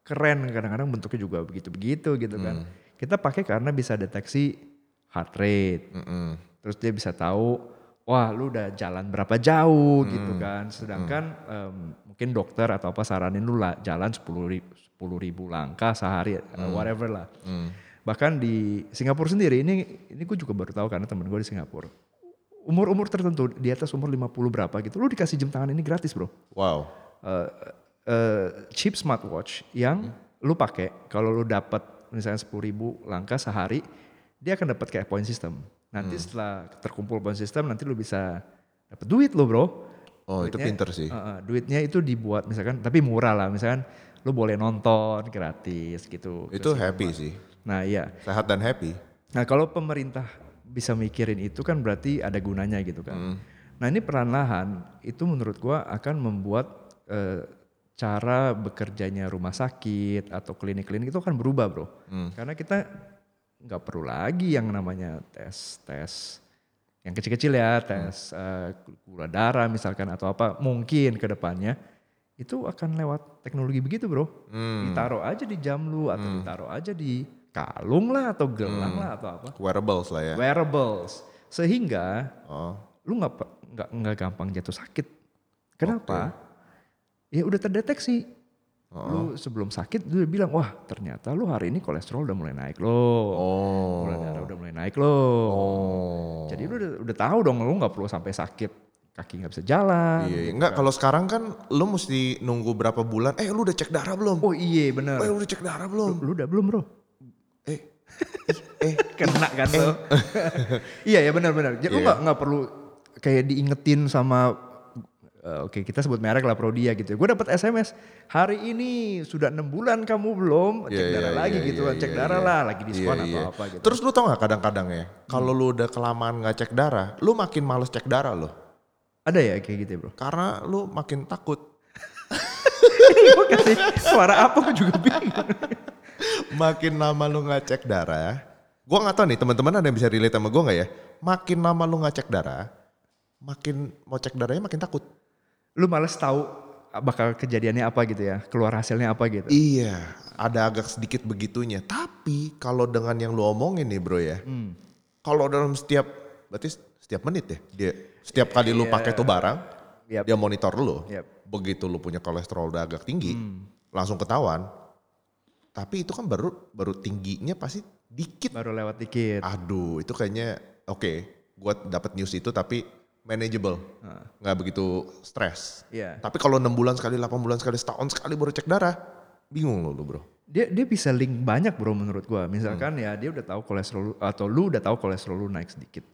Speaker 2: keren, kadang-kadang bentuknya juga begitu-begitu gitu kan. Kita pakai karena bisa deteksi heart rate,
Speaker 1: Mm-mm.
Speaker 2: terus dia bisa tahu wah lu udah jalan berapa jauh gitu kan sedangkan em, mungkin dokter atau apa saranin lu lah, jalan 10 ribu, ribu langkah sehari eh, whatever lah bahkan di Singapura sendiri ini ini gue juga baru tahu karena temen gue di Singapura umur-umur tertentu di atas umur 50 berapa gitu lu dikasih jam tangan ini gratis bro
Speaker 1: Wow.
Speaker 2: eh eh, cheap smartwatch yang lu pakai kalau lu dapat misalnya 10.000 langkah sehari dia akan dapat kayak point system nanti setelah terkumpul point system nanti lu bisa dapat duit lo bro
Speaker 1: Oh itu
Speaker 2: Duitnya-
Speaker 1: pinter sih.
Speaker 2: Eh, eh, duitnya itu dibuat misalkan tapi murah lah misalkan lu boleh nonton gratis gitu
Speaker 1: itu happy sih.
Speaker 2: nah iya
Speaker 1: Sehat dan happy.
Speaker 2: nah kalau pemerintah bisa mikirin itu kan berarti ada gunanya gitu kan
Speaker 1: Mm.
Speaker 2: Nah ini perlahan-lahan itu menurut gua akan membuat eh, cara bekerjanya rumah sakit atau klinik-klinik itu akan berubah bro.
Speaker 1: Hmm.
Speaker 2: Karena kita nggak perlu lagi yang namanya tes tes yang kecil-kecil ya tes eh, gula darah misalkan atau apa mungkin ke depannya itu akan lewat teknologi begitu bro.
Speaker 1: Hmm.
Speaker 2: Ditaruh aja di jam lu atau ditaruh aja di kalung lah atau gelang lah atau apa
Speaker 1: Wearables lah Hmm. ya.
Speaker 2: wearables sehingga
Speaker 1: Oh.
Speaker 2: lu nggak pe- nggak nggak gampang jatuh sakit. Kenapa? Ya udah terdeteksi.
Speaker 1: Oh.
Speaker 2: Lu sebelum sakit lu udah bilang wah ternyata lu hari ini kolesterol udah mulai naik loh,
Speaker 1: Oh.
Speaker 2: gula darah udah mulai naik loh.
Speaker 1: Oh.
Speaker 2: gitu. Jadi lu udah, udah tahu dong lu nggak perlu sampai sakit kaki nggak bisa jalan.
Speaker 1: Iya, iya. enggak kalau sekarang kan lu mesti nunggu berapa bulan. Eh, lu udah cek darah belum?
Speaker 2: Oh iya bener.
Speaker 1: Eh, lu udah cek darah belum?
Speaker 2: Lu udah belum bro?
Speaker 1: Eh. [laughs] eh,
Speaker 2: Kena kan lo. [laughs] iya ya benar-benar. Jadi lu nggak
Speaker 1: iya.
Speaker 2: nggak perlu kayak diingetin sama eh, oke kita sebut merek lah Prodia gitu. Gue dapat SMS hari ini sudah enam bulan kamu belum cek
Speaker 1: Iya,
Speaker 2: darah
Speaker 1: iya,
Speaker 2: lagi
Speaker 1: iya,
Speaker 2: gitu,
Speaker 1: iya,
Speaker 2: kan. cek
Speaker 1: iya,
Speaker 2: darah
Speaker 1: iya.
Speaker 2: lah lagi diskon
Speaker 1: Iya,
Speaker 2: atau
Speaker 1: iya.
Speaker 2: apa gitu. Hmm.
Speaker 1: Terus lu tau gak kadang-kadang ya, kalau lu udah kelamaan nggak cek darah, lu makin males cek darah loh.
Speaker 2: Ada ya kayak gitu ya, bro? [laughs]
Speaker 1: Karena lu makin takut. [laughs]
Speaker 2: Gue kasih suara apa gue juga bingung.
Speaker 1: Makin lama lu nggak cek darah, gua nggak tahu nih teman-teman ada yang bisa relate sama gua nggak ya? Makin lama lu nggak cek darah, makin mau cek darahnya makin takut.
Speaker 2: Lu males tahu bakal kejadiannya apa gitu ya, keluar hasilnya apa gitu.
Speaker 1: Iya, ada agak sedikit begitunya. Tapi kalau dengan yang lu omongin nih bro ya,
Speaker 2: Hmm,
Speaker 1: kalau dalam setiap berarti setiap menit ya, dia setiap kali lu pakai tuh barang,
Speaker 2: Iya. Yap.
Speaker 1: dia monitor lu.
Speaker 2: Yap. Hmm.
Speaker 1: Begitu lu punya kolesterol udah agak tinggi, langsung ketahuan. Tapi itu kan baru baru tingginya pasti dikit.
Speaker 2: Baru lewat dikit.
Speaker 1: Aduh, itu kayaknya oke. gua dapat news itu tapi manageable, nggak begitu stres.
Speaker 2: Ah. Iya.
Speaker 1: Tapi kalau enam bulan sekali, 8 bulan sekali, setahun sekali baru cek darah, bingung lo lu bro.
Speaker 2: dia dia bisa link banyak bro menurut gua misalkan ya dia udah tahu kolesterol lu- atau lu udah tahu kolesterol lu naik sedikit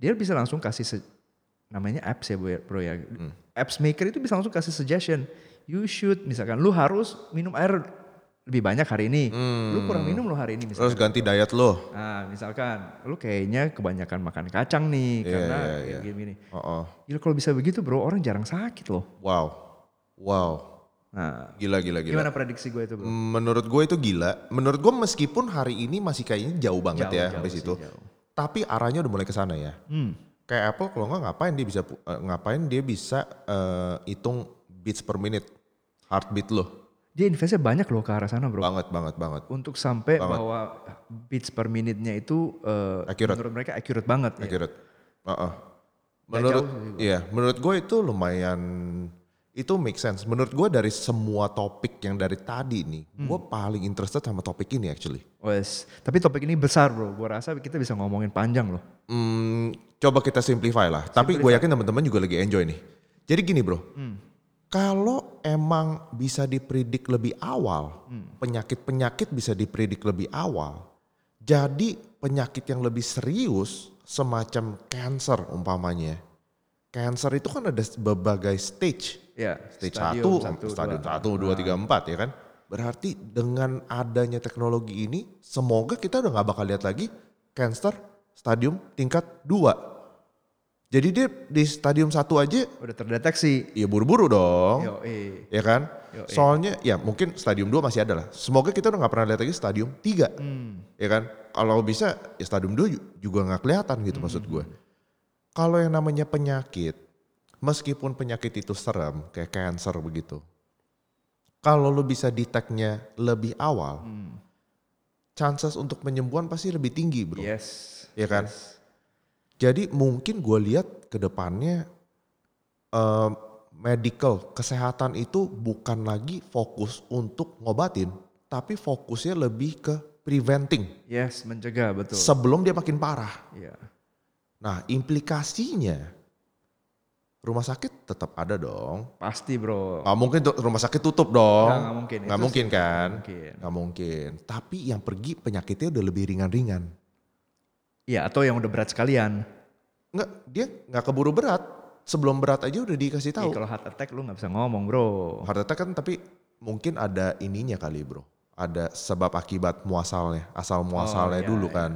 Speaker 2: dia bisa langsung kasih se- namanya apps ya bro ya- bro ya
Speaker 1: Hmm.
Speaker 2: apps maker itu bisa langsung kasih suggestion you should misalkan lu harus minum air lebih banyak hari ini
Speaker 1: Hmm.
Speaker 2: lu kurang minum lu hari ini misalkan
Speaker 1: Terus ganti diet lo.
Speaker 2: nah misalkan lu kayaknya kebanyakan makan kacang nih
Speaker 1: Iya,
Speaker 2: karena gini-gini
Speaker 1: Oh, oh.
Speaker 2: Gila, kalau bisa begitu bro orang jarang sakit loh
Speaker 1: Wow, wow,
Speaker 2: nah
Speaker 1: gila gila gila.
Speaker 2: gimana prediksi gue itu bro
Speaker 1: Menurut gue itu gila. Menurut gue meskipun hari ini masih kayaknya jauh banget
Speaker 2: Jauh,
Speaker 1: ya
Speaker 2: jauh
Speaker 1: habis
Speaker 2: sih,
Speaker 1: itu,
Speaker 2: jauh.
Speaker 1: tapi arahnya udah mulai ke sana ya.
Speaker 2: hmm.
Speaker 1: Kayak Apple kalau nggak ngapain dia bisa pu- eh, ngapain dia bisa eh, hitung beats per minute, heartbeat lo,
Speaker 2: dia investnya banyak loh ke arah sana bro
Speaker 1: banget banget banget.
Speaker 2: untuk sampai bahwa beats per minute-nya itu eh,
Speaker 1: Accurate.
Speaker 2: menurut mereka accurate banget ya.
Speaker 1: Accurate. Uh-uh. Menurut iya, menurut gue itu lumayan itu make sense. Menurut gue dari semua topik yang dari tadi nih, gue
Speaker 2: Hmm.
Speaker 1: paling interested sama topik ini actually.
Speaker 2: Wes, tapi topik ini besar bro. Gua rasa kita bisa ngomongin panjang loh.
Speaker 1: Hmm, coba kita simplify lah. Tapi gue yakin teman-teman juga lagi enjoy nih. Jadi gini bro, kalau emang bisa dipredik lebih awal, penyakit-penyakit bisa dipredik lebih awal. Jadi penyakit yang lebih serius semacam cancer umpamanya. Cancer itu kan ada berbagai stage.
Speaker 2: Ya.
Speaker 1: Stage
Speaker 2: stadium
Speaker 1: 1, stadium 1, 2, 3, 4 ya kan. Berarti dengan adanya teknologi ini, semoga kita udah nggak bakal lihat lagi cancer stadium tingkat 2. Jadi dia di stadium satu aja,
Speaker 2: Udah terdeteksi.
Speaker 1: ya buru-buru dong.
Speaker 2: Yo, eh.
Speaker 1: Ya kan?
Speaker 2: Yoi.
Speaker 1: Soalnya ya mungkin stadium 2 masih ada lah. Semoga kita udah nggak pernah lihat lagi stadium 3.
Speaker 2: Hmm.
Speaker 1: Ya kan? Kalau bisa ya stadium 2 juga nggak kelihatan gitu maksud gue. Kalau yang namanya penyakit, meskipun penyakit itu serem kayak cancer begitu. Kalau lu bisa detect-nya lebih awal,
Speaker 2: Hmm.
Speaker 1: chances untuk penyembuhan pasti lebih tinggi, Bro.
Speaker 2: Yes.
Speaker 1: Iya kan?
Speaker 2: Yes.
Speaker 1: Jadi mungkin gue lihat ke depannya eh, medical kesehatan itu bukan lagi fokus untuk ngobatin, tapi fokusnya lebih ke preventing
Speaker 2: Yes, mencegah betul.
Speaker 1: sebelum dia makin parah.
Speaker 2: Iya.
Speaker 1: Nah implikasinya rumah sakit tetap ada dong.
Speaker 2: Pasti, Bro.
Speaker 1: Gak mungkin tuh rumah sakit tutup dong.
Speaker 2: Nggak, nggak mungkin.
Speaker 1: Oh. Nggak
Speaker 2: Itu
Speaker 1: mungkin kan?
Speaker 2: Mungkin.
Speaker 1: Nggak mungkin. Tapi yang pergi penyakitnya udah lebih ringan-ringan.
Speaker 2: Iya, atau yang udah berat sekalian.
Speaker 1: Nggak, dia nggak keburu berat. Sebelum berat aja udah dikasih
Speaker 2: Ih,
Speaker 1: tahu.
Speaker 2: Iya, kalau heart attack lu nggak bisa ngomong, Bro.
Speaker 1: Heart attack kan tapi mungkin ada ininya kali bro. Ada sebab akibat muasalnya, asal muasalnya
Speaker 2: iya,
Speaker 1: dulu
Speaker 2: iya.
Speaker 1: kan.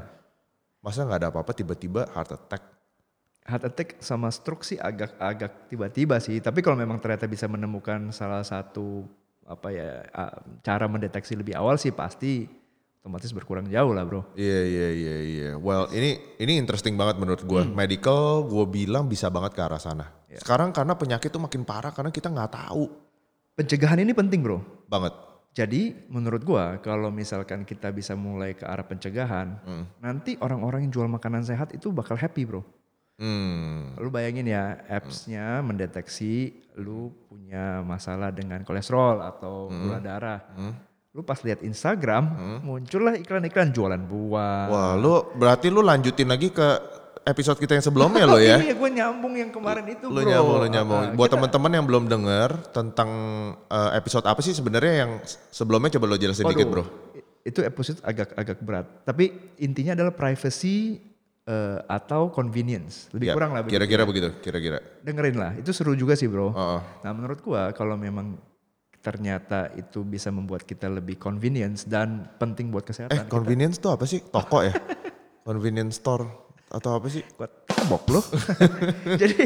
Speaker 1: Masa nggak ada apa-apa tiba-tiba heart attack.
Speaker 2: Heart attack sama stroke sih agak-agak tiba-tiba sih. Tapi kalau memang ternyata bisa menemukan salah satu apa ya a- cara mendeteksi lebih awal sih pasti otomatis berkurang jauh lah, Bro.
Speaker 1: Iya iya iya iya. Well ini ini interesting banget menurut gue.
Speaker 2: Hmm.
Speaker 1: Medical gue bilang bisa banget ke arah sana.
Speaker 2: Iya.
Speaker 1: Sekarang karena penyakit tuh makin parah karena kita nggak tahu
Speaker 2: Pencegahan ini penting, Bro.
Speaker 1: banget.
Speaker 2: Jadi menurut gua kalau misalkan kita bisa mulai ke arah pencegahan, nanti orang-orang yang jual makanan sehat itu bakal happy, Bro.
Speaker 1: Hmm.
Speaker 2: Lu bayangin ya, apps-nya mendeteksi lu punya masalah dengan kolesterol atau
Speaker 1: Hmm.
Speaker 2: gula darah. Lu pas lihat Instagram, muncullah iklan-iklan jualan buah.
Speaker 1: Wah lu berarti lu lanjutin lagi ke episode kita yang sebelumnya lo
Speaker 2: [laughs]
Speaker 1: ya.
Speaker 2: Iya, gue nyambung yang kemarin itu,
Speaker 1: Lu
Speaker 2: Iya,
Speaker 1: nyambung,
Speaker 2: Bro.
Speaker 1: lu nyambung.
Speaker 2: Ah,
Speaker 1: Buat
Speaker 2: kita-
Speaker 1: teman-teman yang belum dengar tentang eh, episode apa sih sebenarnya yang s- sebelumnya coba lo jelasin dikit, Bro.
Speaker 2: Waduh, i- Itu episode agak-agak berat. Tapi intinya adalah privacy eh, atau convenience. Lebih
Speaker 1: Ya,
Speaker 2: kurang lah. begitu.
Speaker 1: Kira-kira begitu, kira-kira.
Speaker 2: Dengerin lah. Itu seru juga sih bro.
Speaker 1: Heeh.
Speaker 2: Nah menurut gua kalau memang ternyata itu bisa membuat kita lebih convenience dan penting
Speaker 1: Eh,
Speaker 2: buat kesehatan.
Speaker 1: convenience tuh apa sih? Toko
Speaker 2: [laughs]
Speaker 1: ya? convenience store atau apa sih?
Speaker 2: Gua tembok loh. [laughs] Jadi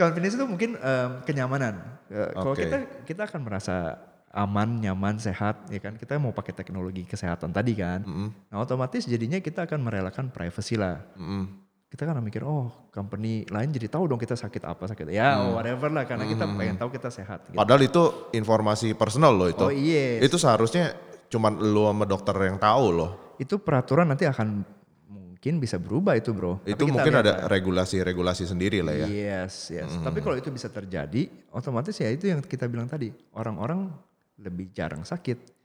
Speaker 2: convenience itu mungkin em, kenyamanan. Eh, Kalau
Speaker 1: Oke.
Speaker 2: kita kita akan merasa aman, nyaman, sehat, ya kan? Kita mau pakai teknologi kesehatan tadi kan. Nah otomatis jadinya kita akan merelakan privacy lah.
Speaker 1: Mm-mm.
Speaker 2: Kita kan mikir, oh company lain jadi tahu dong kita sakit apa sakit. Ya
Speaker 1: Hmm.
Speaker 2: whatever lah, karena kita pengen tahu kita sehat. Gitu.
Speaker 1: Padahal itu informasi personal loh itu.
Speaker 2: Oh iya.
Speaker 1: Itu seharusnya cuman lu sama dokter yang tahu loh.
Speaker 2: Itu peraturan nanti akan mungkin bisa berubah itu bro. Tapi
Speaker 1: Itu
Speaker 2: kita
Speaker 1: mungkin
Speaker 2: lihat kan. Iya.
Speaker 1: ada
Speaker 2: lah.
Speaker 1: regulasi-regulasi sendiri lah ya.
Speaker 2: Yes, yes. Tapi kalau itu bisa terjadi, otomatis ya itu yang kita bilang tadi. Orang-orang lebih jarang sakit.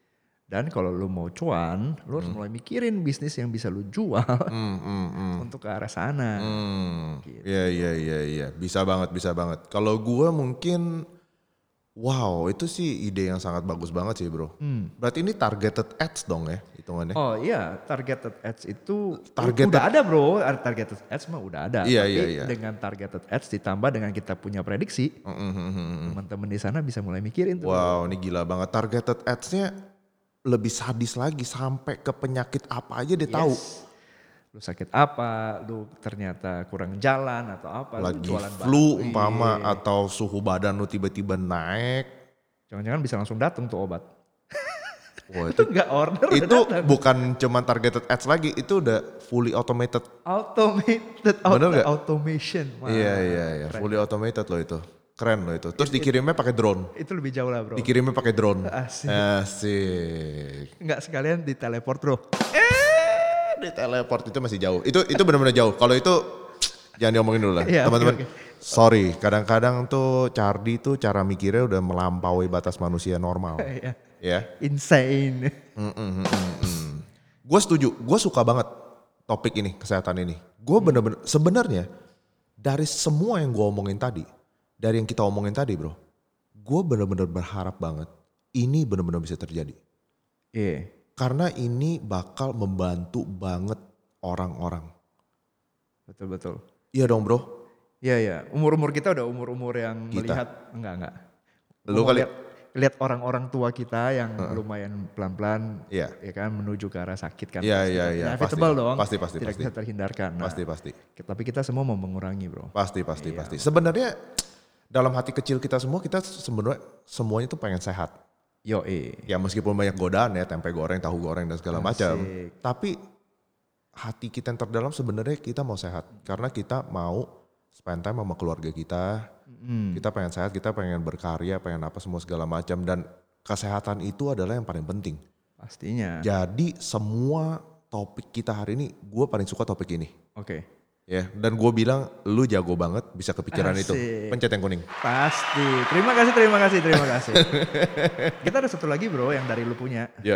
Speaker 2: Dan kalau lu mau cuan, lu harus mulai mikirin bisnis yang bisa lu jual
Speaker 1: Hmm, hmm, hmm.
Speaker 2: [laughs] untuk ke arah sana.
Speaker 1: Hmm,
Speaker 2: Gitu.
Speaker 1: iya iya iya iya, bisa banget bisa banget. Kalau gua mungkin, wow itu sih ide yang sangat bagus banget sih bro.
Speaker 2: Hmm.
Speaker 1: Berarti ini targeted ads dong ya hitungannya?
Speaker 2: Oh iya, targeted ads itu
Speaker 1: Targeted-
Speaker 2: udah ada bro. Targeted ads mah udah ada.
Speaker 1: Iya,
Speaker 2: Tapi
Speaker 1: iya, iya.
Speaker 2: dengan targeted ads ditambah dengan kita punya prediksi,
Speaker 1: Mm, mm, mm, mm.
Speaker 2: teman-teman di sana bisa mulai mikirin tuh.
Speaker 1: Wow ini gila banget. Targeted ads-nya lebih sadis lagi sampai ke penyakit apa aja dia tahu.
Speaker 2: Yes. Lu sakit apa, lu ternyata kurang jalan atau apa, lu
Speaker 1: Lagi
Speaker 2: jualan
Speaker 1: flu
Speaker 2: bahan.
Speaker 1: umpama
Speaker 2: Iya.
Speaker 1: atau suhu badan lu tiba-tiba naik.
Speaker 2: Jangan-jangan bisa langsung datang tuh obat.
Speaker 1: Wah,
Speaker 2: [laughs] Itu nggak order udah
Speaker 1: itu
Speaker 2: datang.
Speaker 1: bukan cuman targeted ads lagi, itu udah fully automated
Speaker 2: automated
Speaker 1: Bener nggak?
Speaker 2: automation. Wah,
Speaker 1: Iya iya iya,
Speaker 2: keren.
Speaker 1: fully automated loh itu. Keren loh itu. Terus dikirimnya pakai drone.
Speaker 2: Itu lebih jauh lah, Bro.
Speaker 1: Dikirimnya pakai drone.
Speaker 2: [laughs] Asik.
Speaker 1: Asik.
Speaker 2: Nggak sekalian di teleport, Bro. [laughs]
Speaker 1: Eh, di teleport itu masih jauh. Itu itu benar-benar jauh. Kalau itu jangan diomongin dulu lah,
Speaker 2: Iya, oke,
Speaker 1: teman-teman.
Speaker 2: oke.
Speaker 1: Sorry, kadang-kadang tuh Cardi tuh cara mikirnya udah melampaui batas manusia
Speaker 2: [laughs]
Speaker 1: normal.
Speaker 2: Iya.
Speaker 1: ya.
Speaker 2: Insane.
Speaker 1: Gue setuju. Gue suka banget topik ini kesehatan ini. Gue bener-bener sebenarnya dari semua yang gue omongin tadi, dari yang kita omongin tadi, bro, gue bener-bener berharap banget ini bener-bener bisa terjadi
Speaker 2: Iya.
Speaker 1: karena ini bakal membantu banget orang-orang.
Speaker 2: Betul betul.
Speaker 1: Iya dong, bro.
Speaker 2: Iya ya, umur-umur kita udah umur-umur yang
Speaker 1: Kita.
Speaker 2: melihat enggak enggak.
Speaker 1: Lu
Speaker 2: Gua mau
Speaker 1: kali-
Speaker 2: lihat- lihat orang-orang tua kita yang lumayan pelan-pelan
Speaker 1: Iya.
Speaker 2: ya kan menuju ke arah sakit kan.
Speaker 1: Iya,
Speaker 2: pasti.
Speaker 1: iya, iya, pasti.
Speaker 2: Inevitable dong.
Speaker 1: Pasti, pasti,
Speaker 2: Tidak
Speaker 1: pasti.
Speaker 2: bisa terhindarkan. Nah,
Speaker 1: Pasti pasti.
Speaker 2: Tapi kita semua mau mengurangi, Bro.
Speaker 1: Pasti pasti pasti. Sebenarnya dalam hati kecil kita semua kita sebenarnya semuanya tuh pengen sehat.
Speaker 2: Yo, eh.
Speaker 1: Ya meskipun banyak godaan ya tempe goreng, tahu goreng dan segala macam, tapi hati kita yang terdalam sebenarnya kita mau sehat karena kita mau spend time sama keluarga kita.
Speaker 2: Hmm,
Speaker 1: Kita pengen sehat, kita pengen berkarya, pengen apa semua segala macam dan kesehatan itu adalah yang paling penting.
Speaker 2: Pastinya.
Speaker 1: Jadi semua topik kita hari ini, gue paling suka topik ini.
Speaker 2: Oke.
Speaker 1: Ya, dan gue bilang lu jago banget bisa kepikiran itu.
Speaker 2: Asik.
Speaker 1: Pencet yang kuning.
Speaker 2: Pasti. Terima kasih, terima kasih, terima kasih. [laughs] kita ada satu lagi, Bro, yang dari lu punya.
Speaker 1: Ya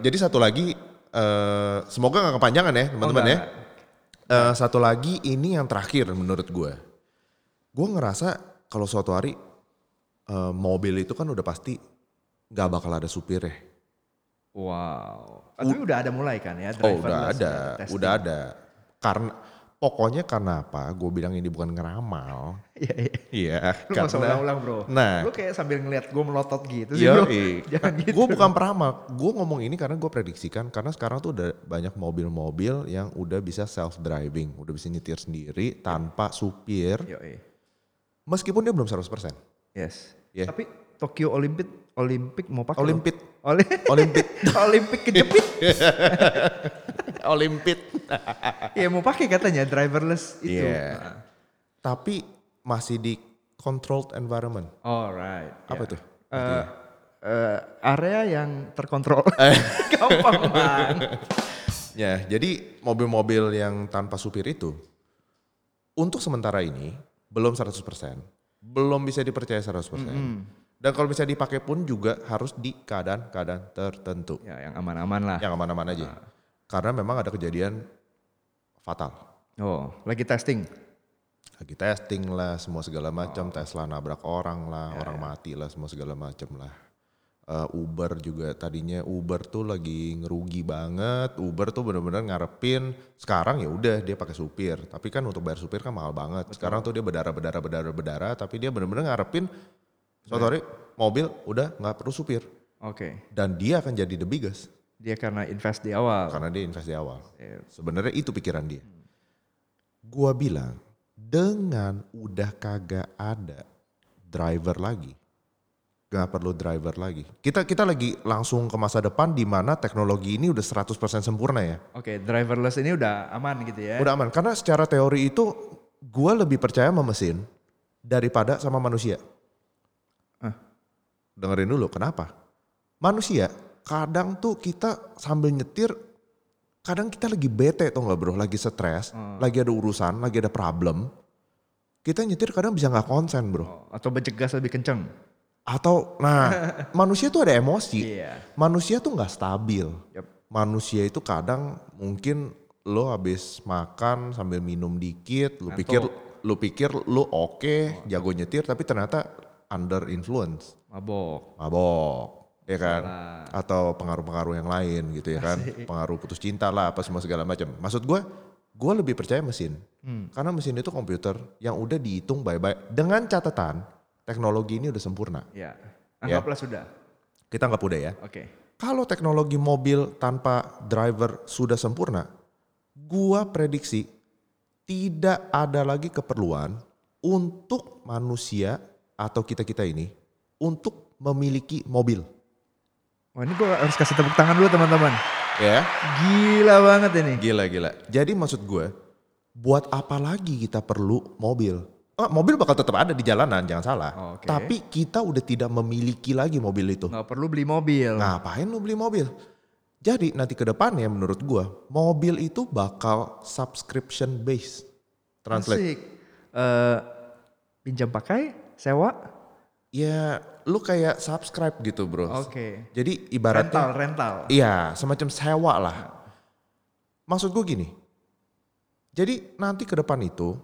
Speaker 1: jadi satu lagi, eh, semoga nggak kepanjangan ya teman-teman
Speaker 2: Oh,
Speaker 1: ya.
Speaker 2: nggak,
Speaker 1: Eh, satu lagi ini yang terakhir menurut gue. Gue ngerasa kalau suatu hari eh, mobil itu kan udah pasti nggak bakal ada supir ya.
Speaker 2: Wow. Ah, Tapi udah ada mulai kan ya?
Speaker 1: Oh udah
Speaker 2: driverless,
Speaker 1: ada,
Speaker 2: testing.
Speaker 1: udah ada. Karena pokoknya karena apa? Gue bilang ini bukan ngeramal.
Speaker 2: [laughs] Iya, iya.
Speaker 1: Iya.
Speaker 2: Lu gak usah ulang-ulang bro.
Speaker 1: Nah.
Speaker 2: Lu kayak sambil ngeliat gue melotot gitu sih bro.
Speaker 1: Yoi.
Speaker 2: [laughs] Jangan gitu.
Speaker 1: Gue bukan peramal, gue ngomong ini karena gue prediksikan karena sekarang tuh udah banyak mobil-mobil yang udah bisa self driving, udah bisa nyetir sendiri tanpa supir,
Speaker 2: Yoi.
Speaker 1: meskipun dia belum 100%.
Speaker 2: Yes.
Speaker 1: Iya.
Speaker 2: Tapi Tokyo Olympic Olympic mau pakai.
Speaker 1: Olimpit,
Speaker 2: Oli [laughs]
Speaker 1: Olimpit,
Speaker 2: Olympic kejepit.
Speaker 1: Olimpit.
Speaker 2: ya mau pakai katanya driverless itu. Nah.
Speaker 1: Iya. Tapi masih di controlled environment.
Speaker 2: Nah, Alright.
Speaker 1: Apa
Speaker 2: ya.
Speaker 1: itu?
Speaker 2: Eh, eh, area yang terkontrol. [laughs] Gampang banget.
Speaker 1: Ya, jadi mobil-mobil yang tanpa supir itu untuk sementara ini belum 100%, belum bisa dipercaya 100%. Dan kalau bisa dipakai pun juga harus di keadaan-keadaan tertentu.
Speaker 2: Ya yang aman-aman lah.
Speaker 1: Yang aman-aman aja. Karena memang ada kejadian fatal.
Speaker 2: Oh, lagi testing.
Speaker 1: Lagi testing lah, semua segala macam, Tesla nabrak orang lah, orang mati lah, semua segala macam lah. Eh, Uber juga tadinya Uber tuh lagi ngerugi banget. Uber tuh bener-bener ngarepin sekarang ya udah dia pakai supir, tapi kan untuk bayar supir kan mahal banget. Sekarang tuh dia berdarah berdarah berdarah berdarah, tapi dia bener-bener ngarepin suatu hari mobil udah nggak perlu supir
Speaker 2: Oke.
Speaker 1: dan dia akan jadi the biggest
Speaker 2: Dia karena invest di awal.
Speaker 1: karena dia invest di awal.
Speaker 2: Iya.
Speaker 1: Sebenarnya itu pikiran dia. Gua bilang dengan udah kagak ada driver lagi, gak perlu driver lagi. Kita kita lagi langsung ke masa depan di mana teknologi ini udah 100% sempurna ya.
Speaker 2: Oke, driverless ini udah aman gitu ya.
Speaker 1: Udah aman karena secara teori itu gua lebih percaya sama mesin daripada sama manusia.
Speaker 2: Ah.
Speaker 1: Dengerin dulu kenapa? Manusia kadang tuh kita sambil nyetir kadang kita lagi bete tau nggak bro, lagi stres, lagi ada urusan, lagi ada problem. Kita nyetir kadang bisa nggak konsen bro.
Speaker 2: Oh, atau berjegas lebih kenceng.
Speaker 1: Atau nah manusia tuh ada emosi.
Speaker 2: Iya.
Speaker 1: Manusia tuh nggak stabil
Speaker 2: Yap.
Speaker 1: manusia itu kadang mungkin lo habis makan sambil minum dikit, lo pikir lo pikir lo oke, jago nyetir tapi ternyata under influence,
Speaker 2: Mabok.
Speaker 1: mabok, ya kan? Atau pengaruh-pengaruh yang lain gitu ya kan? Pengaruh putus cinta lah apa semua segala macam. Maksud gue, gue lebih percaya mesin. Karena mesin itu komputer yang udah dihitung baik-baik dengan catatan teknologi ini udah sempurna.
Speaker 2: Ya. Anggaplah sudah.
Speaker 1: Kita nggak udah ya.
Speaker 2: Oke.
Speaker 1: Kalau teknologi mobil tanpa driver sudah sempurna, gua prediksi tidak ada lagi keperluan untuk manusia atau kita-kita ini untuk memiliki mobil.
Speaker 2: Wah ini gue harus kasih tepuk tangan dulu teman-teman.
Speaker 1: Ya,
Speaker 2: Gila banget ini.
Speaker 1: gila gila. Jadi maksud gue, buat apa lagi kita perlu mobil? Eh, mobil bakal tetap ada di jalanan, jangan salah.
Speaker 2: Oke.
Speaker 1: Tapi kita udah tidak memiliki lagi mobil itu.
Speaker 2: Gak perlu beli mobil.
Speaker 1: Ngapain lu beli mobil? Jadi nanti ke depannya menurut gua, mobil itu bakal subscription based. Translate.
Speaker 2: Asik. Eh, pinjam pakai, sewa.
Speaker 1: Ya, lu kayak subscribe gitu, Bro.
Speaker 2: Oke.
Speaker 1: Jadi ibaratnya
Speaker 2: Rental, rental.
Speaker 1: iya, semacam sewa lah. Maksud gua gini. Jadi nanti ke depan itu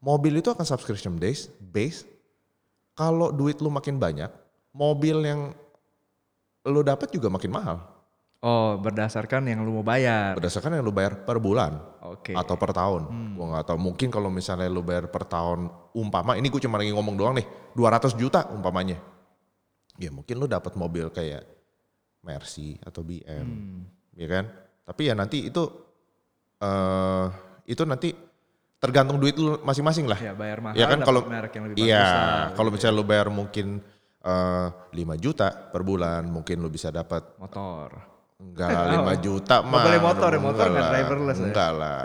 Speaker 1: mobil itu akan subscription based, based. Kalau duit lu makin banyak, mobil yang lu dapat juga makin mahal
Speaker 2: Oh berdasarkan yang lu mau bayar.
Speaker 1: berdasarkan yang lu bayar per bulan.
Speaker 2: Oke. Hmm.
Speaker 1: atau per tahun. Gua nggak tahu. Mungkin kalau misalnya lu bayar per tahun umpama ini gue cuma lagi ngomong doang nih, 200 juta umpamanya. ya mungkin lu dapat mobil kayak Mercy atau
Speaker 2: Hmm.
Speaker 1: BM ya kan tapi ya nanti itu eh itu nanti tergantung duit lu masing-masing lah
Speaker 2: Ya bayar mahal
Speaker 1: Ya kan
Speaker 2: dapat
Speaker 1: kalau-
Speaker 2: merek yang lebih bagus. lah.
Speaker 1: Iya, kalau misalnya lu bayar mungkin eh 5 juta per bulan, mungkin lu bisa dapat
Speaker 2: motor. [laughs]
Speaker 1: enggak 5 juta
Speaker 2: Oh. Nggak
Speaker 1: mah.
Speaker 2: boleh motor ya,
Speaker 1: Enggak
Speaker 2: motor nggak
Speaker 1: lah,
Speaker 2: driverless ya.
Speaker 1: Enggak lah.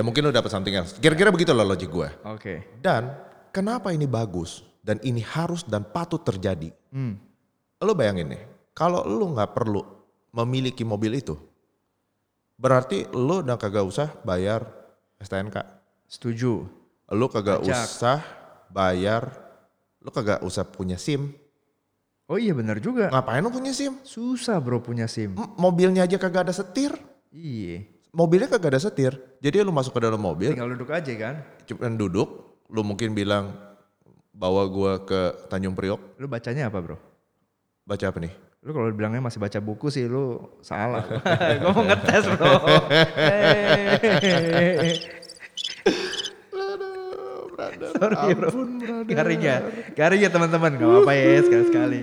Speaker 1: ya mungkin lu dapat something else. Kira-kira begitu loh logik gue.
Speaker 2: Oke.
Speaker 1: Dan kenapa ini bagus dan ini harus dan patut terjadi?
Speaker 2: Hmm.
Speaker 1: Lu bayangin nih, kalau lu nggak perlu memiliki mobil itu, berarti lu udah kagak usah bayar STNK.
Speaker 2: Setuju.
Speaker 1: lu kagak
Speaker 2: Pajak.
Speaker 1: usah bayar, lu kagak usah punya SIM.
Speaker 2: Oh iya benar juga.
Speaker 1: Ngapain lu punya SIM?
Speaker 2: Susah bro punya SIM.
Speaker 1: M- Mobilnya aja kagak ada setir.
Speaker 2: Iya.
Speaker 1: Mobilnya kagak ada setir. Jadi lu masuk ke dalam mobil,
Speaker 2: Tinggal duduk aja kan.
Speaker 1: cuma duduk, lu mungkin bilang bawa gua ke Tanjung Priok,
Speaker 2: Lu bacanya apa bro?
Speaker 1: baca apa nih?
Speaker 2: Lu kalau bilangnya masih baca buku sih lu [laughs] salah. Gue mau ngetes bro. Hey. [laughs] Sorry bro. Garing ya. Garing ya teman-teman. Gak apa-apa ya sekali-sekali.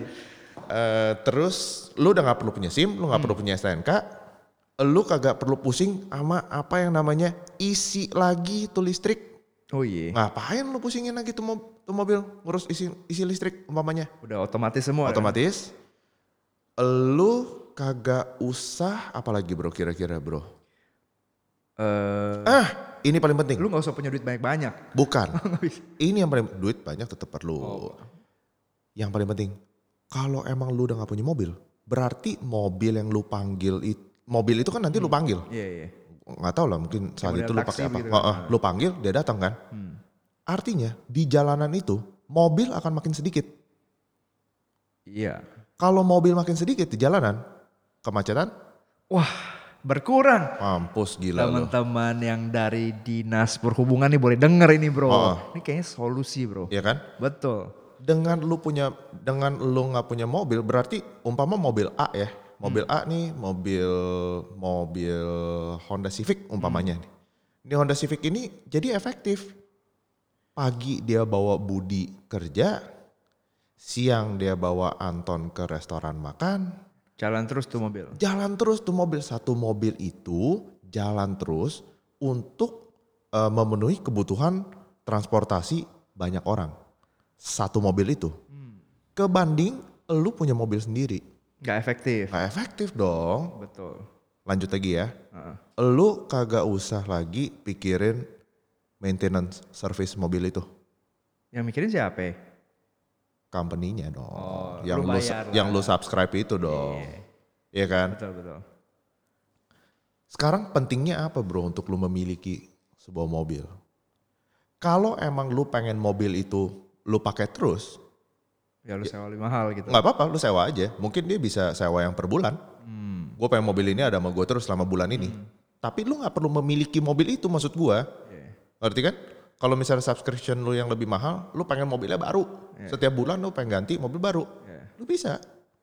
Speaker 1: Eh, terus lu udah nggak perlu punya SIM, lu nggak perlu punya STNK, lu kagak perlu pusing sama apa yang namanya isi lagi tuh listrik.
Speaker 2: Oh iya.
Speaker 1: Ngapain lu pusingin lagi tuh, mob- tuh mobil ngurus isi isi listrik umpamanya?
Speaker 2: Udah otomatis semua. kan?
Speaker 1: Otomatis lu kagak usah apalagi bro kira-kira bro.
Speaker 2: Eh,
Speaker 1: Ah, ini paling penting.
Speaker 2: lu nggak usah punya duit banyak-banyak. [laughs]
Speaker 1: Bukan.
Speaker 2: Nggak bisa.
Speaker 1: ini yang paling duit banyak tetap perlu.
Speaker 2: iya. Oh.
Speaker 1: Yang paling penting kalau emang lu udah gak punya mobil, berarti mobil yang lu panggil itu mobil itu kan nanti lu panggil.
Speaker 2: Iya iya.
Speaker 1: Nggak tahu lah mungkin saat
Speaker 2: model
Speaker 1: itu lu
Speaker 2: taksi
Speaker 1: pakai apa.
Speaker 2: gitu
Speaker 1: Heeh,
Speaker 2: kan.
Speaker 1: lu panggil dia datang kan.
Speaker 2: Hmm.
Speaker 1: Artinya di jalanan itu mobil akan makin sedikit.
Speaker 2: Iya.
Speaker 1: Kalau mobil makin sedikit di jalanan, kemacetan
Speaker 2: Wah berkurang.
Speaker 1: mampus gila lu.
Speaker 2: Teman-teman yang dari dinas perhubungan nih boleh denger ini bro.
Speaker 1: Oh.
Speaker 2: Ini kayaknya solusi bro.
Speaker 1: Iya kan?
Speaker 2: Betul.
Speaker 1: Dengan lu punya dengan lu nggak punya mobil berarti umpama mobil A ya. Mobil A nih mobil mobil Honda Civic umpamanya nih. Ini Honda Civic ini jadi efektif. Pagi dia bawa Budi kerja, siang dia bawa Anton ke restoran makan,
Speaker 2: Jalan terus tuh mobil.
Speaker 1: jalan terus tuh mobil satu mobil itu jalan terus untuk eh, memenuhi kebutuhan transportasi banyak orang satu mobil itu kebanding lu punya mobil sendiri
Speaker 2: Gak efektif.
Speaker 1: nggak efektif dong
Speaker 2: Betul.
Speaker 1: lanjut lagi ya
Speaker 2: Heeh.
Speaker 1: lu kagak usah lagi pikirin maintenance service mobil itu
Speaker 2: Yang mikirin siapa? ya?
Speaker 1: company-nya dong
Speaker 2: Oh,
Speaker 1: yang
Speaker 2: lu
Speaker 1: lu,
Speaker 2: bayar lah.
Speaker 1: yang lu subscribe itu dong Iya kan
Speaker 2: Betul betul.
Speaker 1: Sekarang pentingnya apa bro untuk lu memiliki sebuah mobil? Kalau emang lu pengen mobil itu lu pakai terus, Iya.
Speaker 2: Ya lu sewa lebih mahal gitu.
Speaker 1: nggak apa-apa lu sewa aja. Mungkin dia bisa sewa yang per bulan.
Speaker 2: Hmm.
Speaker 1: Gue pengen mobil ini ada sama gue terus selama bulan ini. Tapi lu nggak perlu memiliki mobil itu maksud gue.
Speaker 2: Iya.
Speaker 1: Ngerti kan? Kalau misalnya subscription lu yang lebih mahal, lu pengen mobilnya baru. Setiap bulan lu pengen ganti mobil baru.
Speaker 2: Iya.
Speaker 1: Lu bisa.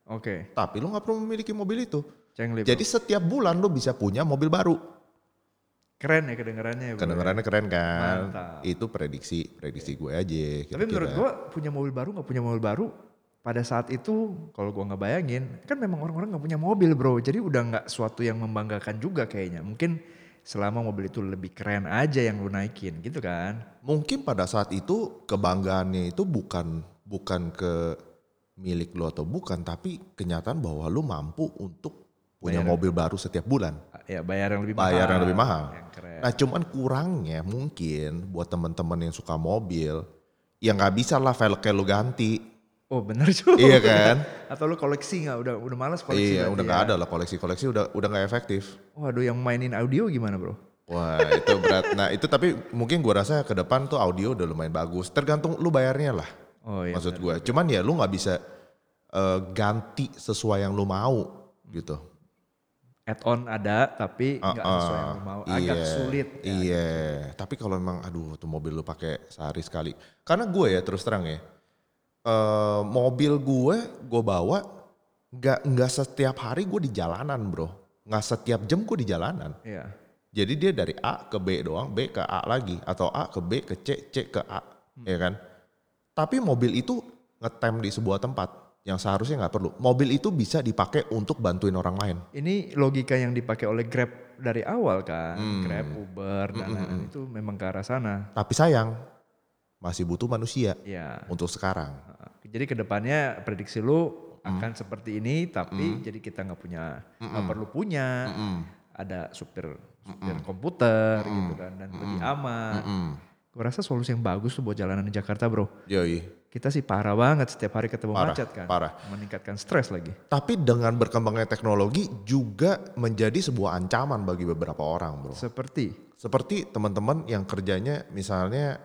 Speaker 2: Oke.
Speaker 1: Tapi lu nggak perlu memiliki mobil itu.
Speaker 2: Cengli. Iya, bro.
Speaker 1: Jadi setiap bulan lu bisa punya mobil baru.
Speaker 2: keren ya kedengarannya. ya, bro.
Speaker 1: Kedengarannya keren kan?
Speaker 2: Mantap.
Speaker 1: Itu prediksi prediksi gue aja.
Speaker 2: ya.
Speaker 1: kira-kira.
Speaker 2: Tapi menurut gua punya mobil baru nggak punya mobil baru pada saat itu kalau gua nggak bayangin kan memang orang-orang nggak punya mobil bro jadi udah nggak suatu yang membanggakan juga kayaknya mungkin selama mobil itu lebih keren aja yang lu naikin gitu kan
Speaker 1: mungkin pada saat itu kebanggaannya itu bukan bukan ke milik lo atau bukan, tapi kenyataan bahwa lu mampu untuk punya mobil baru setiap bulan,
Speaker 2: ya bayar yang lebih mahal
Speaker 1: bayar yang lebih mahal.
Speaker 2: yang keren
Speaker 1: Nah cuman kurangnya mungkin buat temen-temen yang suka mobil, ya nggak bisa lah velgnya lu ganti,
Speaker 2: [laughs] oh bener juga
Speaker 1: iya kan?
Speaker 2: [laughs] atau lu koleksi nggak udah udah malas koleksi
Speaker 1: Iya,
Speaker 2: berarti
Speaker 1: udah
Speaker 2: ya.
Speaker 1: nggak ada lah koleksi-koleksi udah udah nggak efektif.
Speaker 2: waduh yang mainin audio gimana bro
Speaker 1: Wah itu berat. Nah itu tapi mungkin gua rasa ke depan tuh audio udah lumayan bagus. Tergantung lu bayarnya lah.
Speaker 2: oh iya
Speaker 1: maksud gua. Cuman ya lu nggak bisa eh, ganti sesuai yang lu mau gitu.
Speaker 2: add on ada tapi Iya,
Speaker 1: Ah,
Speaker 2: nggak sesuai yang lu mau agak
Speaker 1: iya,
Speaker 2: sulit ya.
Speaker 1: Iya. Tapi kalau memang aduh tuh mobil lu pakai sehari sekali. Karena gue ya terus terang ya. eh, mobil gue gue bawa nggak nggak setiap hari gue di jalanan bro. Nggak setiap jam gue di jalanan.
Speaker 2: Iya.
Speaker 1: Jadi dia dari A ke B doang, B ke A lagi atau A ke B ke C, C ke A, ya kan? Tapi mobil itu ngetem di sebuah tempat. yang seharusnya nggak perlu. Mobil itu bisa dipakai untuk bantuin orang lain.
Speaker 2: Ini logika yang dipakai oleh Grab dari awal kan,
Speaker 1: Hmm.
Speaker 2: Grab, Uber, dan lain-lain itu memang ke arah sana.
Speaker 1: Tapi sayang masih butuh manusia
Speaker 2: Ya.
Speaker 1: untuk sekarang.
Speaker 2: Jadi kedepannya prediksi lu
Speaker 1: Hmm.
Speaker 2: akan seperti ini, tapi jadi kita nggak punya, nggak perlu punya.
Speaker 1: Hmm.
Speaker 2: Ada supir, supir komputer gitu kan, dan lebih aman.
Speaker 1: Hmm.
Speaker 2: Gue rasa solusi yang bagus tuh buat jalanan di Jakarta bro.
Speaker 1: Yoi.
Speaker 2: Kita sih parah banget setiap hari ketemu
Speaker 1: Parah,
Speaker 2: macet kan.
Speaker 1: parah.
Speaker 2: Meningkatkan stres lagi.
Speaker 1: Tapi dengan berkembangnya teknologi juga menjadi sebuah ancaman bagi beberapa orang, bro.
Speaker 2: Seperti,
Speaker 1: Seperti teman-teman yang kerjanya misalnya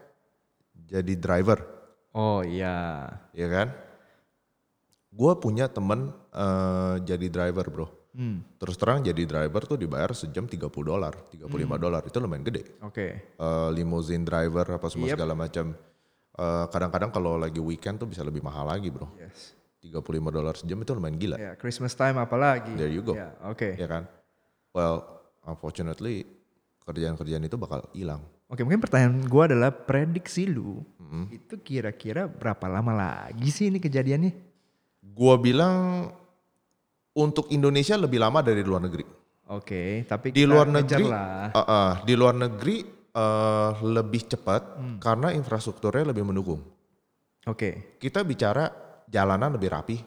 Speaker 1: jadi driver,
Speaker 2: oh iya,
Speaker 1: ya kan? Gue punya temen eh, jadi driver, bro.
Speaker 2: hmm,
Speaker 1: Terus terang jadi driver tuh dibayar sejam 30 dolar, 35
Speaker 2: Hmm.
Speaker 1: dolar. Itu lumayan gede.
Speaker 2: oke.
Speaker 1: eh limousine driver apa semua
Speaker 2: Yep.
Speaker 1: segala macam. Eh, Kadang-kadang kalau lagi weekend tuh bisa lebih mahal lagi bro.
Speaker 2: Yes.
Speaker 1: 35 dolar sejam itu lumayan gila,
Speaker 2: Ya, Christmas time apalagi.
Speaker 1: There you go.
Speaker 2: Ya, oke.
Speaker 1: ya kan? Well, unfortunately kerjaan-kerjaan itu bakal hilang.
Speaker 2: Oke, mungkin pertanyaan gua adalah prediksi lu
Speaker 1: Hmm.
Speaker 2: itu kira-kira berapa lama lagi sih ini kejadiannya?
Speaker 1: Gua bilang untuk Indonesia lebih lama dari luar negeri.
Speaker 2: Oke, tapi
Speaker 1: Di
Speaker 2: kita
Speaker 1: luar
Speaker 2: kejar
Speaker 1: negeri,
Speaker 2: lah.
Speaker 1: eh, eh, di luar negeri eh, lebih cepat karena infrastrukturnya lebih mendukung.
Speaker 2: Oke,
Speaker 1: Kita bicara jalanan lebih rapi,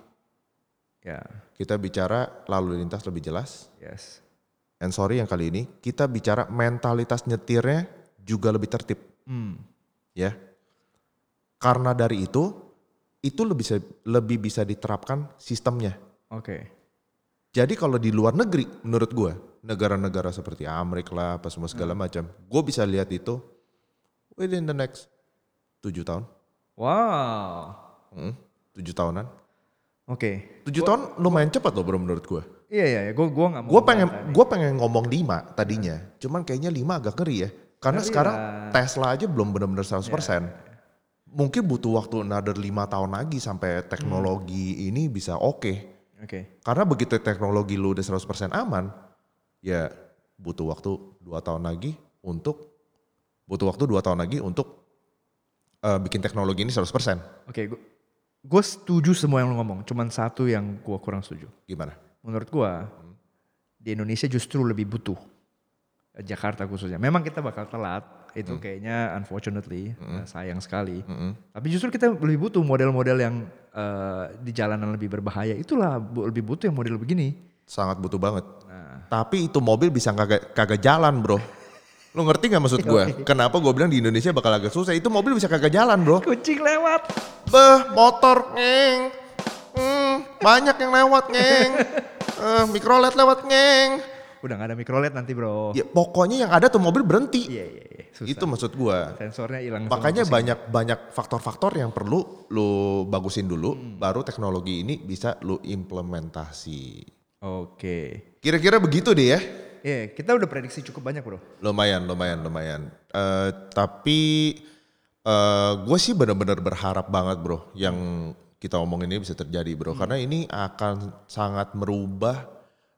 Speaker 2: ya,
Speaker 1: kita bicara lalu lintas lebih jelas,
Speaker 2: yes.
Speaker 1: And sorry yang kali ini kita bicara mentalitas nyetirnya juga lebih tertib,
Speaker 2: Hmm,
Speaker 1: ya. Karena dari itu itu lebih bisa, lebih bisa diterapkan sistemnya.
Speaker 2: oke.
Speaker 1: Jadi kalau di luar negeri menurut gua, negara-negara seperti Amerika lah apa semua segala
Speaker 2: Hmm.
Speaker 1: macam, gua bisa lihat itu within the next 7 tahun.
Speaker 2: Wow.
Speaker 1: Mm, 7 tahunan.
Speaker 2: Oke.
Speaker 1: 7 tahun lumayan cepat loh bro menurut gua.
Speaker 2: Iya iya, ya, gua gua nggak mau.
Speaker 1: Gue pengen gue pengen ngomong 5 tadinya, cuman kayaknya 5 agak ngeri ya. Karena
Speaker 2: Ngeri
Speaker 1: sekarang
Speaker 2: lah. Iya.
Speaker 1: Tesla aja belum benar-benar 100%. Mungkin butuh waktu another 5 tahun lagi sampai teknologi
Speaker 2: Hmm.
Speaker 1: ini bisa oke.
Speaker 2: Oke.
Speaker 1: Karena begitu teknologi lu udah 100% aman, ya butuh waktu 2 tahun lagi untuk butuh waktu 2 tahun lagi untuk eh, bikin teknologi ini 100%.
Speaker 2: Oke, gua gua setuju semua yang lu ngomong, cuman satu yang gua kurang setuju.
Speaker 1: Gimana?
Speaker 2: Menurut gua
Speaker 1: Hmm.
Speaker 2: di Indonesia justru lebih butuh Eh, Jakarta khususnya. Memang kita bakal telat, itu
Speaker 1: Hmm.
Speaker 2: kayaknya unfortunately, eh, sayang sekali.
Speaker 1: Mm-mm.
Speaker 2: Tapi justru kita lebih butuh model-model yang eh, di jalanan lebih berbahaya. Itulah bu- lebih butuh yang model begini.
Speaker 1: Sangat butuh banget.
Speaker 2: Nah,
Speaker 1: Tapi itu mobil bisa kagak kagak jalan bro. Lu ngerti gak maksud gue? Kenapa gue bilang di Indonesia bakal agak susah? Itu mobil bisa kagak jalan bro.
Speaker 2: kucing lewat.
Speaker 1: Beh, motor ngeng. Hmm, banyak yang lewat ngeng. Eh, mikrolet lewat ngeng.
Speaker 2: Udah gak ada mikrolet nanti bro. Iya
Speaker 1: Ya pokoknya yang ada tuh mobil berhenti.
Speaker 2: iya iya. Susah.
Speaker 1: Itu maksud gue.
Speaker 2: Sensornya hilang. semua.
Speaker 1: Makanya banyak banyak faktor-faktor yang perlu lu bagusin dulu, baru teknologi ini bisa lu implementasi.
Speaker 2: Oke.
Speaker 1: Kira-kira begitu deh ya.
Speaker 2: Iya kita udah prediksi cukup banyak bro.
Speaker 1: Lumayan, lumayan, lumayan. Eh, tapi gue sih benar-benar berharap banget bro, yang kita omongin ini bisa terjadi bro, karena ini akan sangat merubah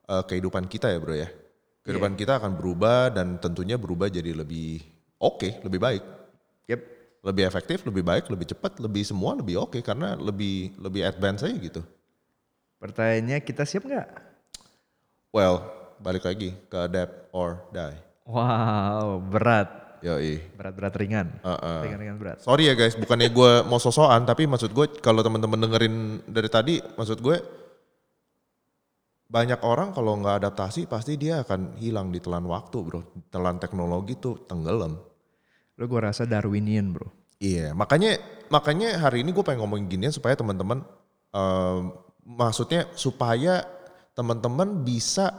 Speaker 1: eh, kehidupan kita ya bro ya. Kehidupan kita akan berubah dan tentunya berubah jadi lebih oke, lebih baik,
Speaker 2: Yep.
Speaker 1: lebih efektif, lebih baik, lebih cepat, lebih semua lebih oke karena lebih lebih advance aja gitu.
Speaker 2: Pertanyaannya kita siap nggak?
Speaker 1: Well, balik lagi ke adapt or die.
Speaker 2: Wow berat.
Speaker 1: Yoi.
Speaker 2: Berat-berat ringan.
Speaker 1: Uh-uh.
Speaker 2: Ringan-ringan berat.
Speaker 1: Sorry ya guys, bukannya gue mau sosokan, tapi maksud gue kalau teman-teman dengerin dari tadi, maksud gue banyak orang kalau nggak adaptasi pasti dia akan hilang di telan waktu bro, telan teknologi tuh tenggelam.
Speaker 2: Lo gua rasa Darwinian bro.
Speaker 1: Iya, makanya makanya hari ini gue pengen ngomongin ginian supaya teman-teman, em, maksudnya supaya teman-teman bisa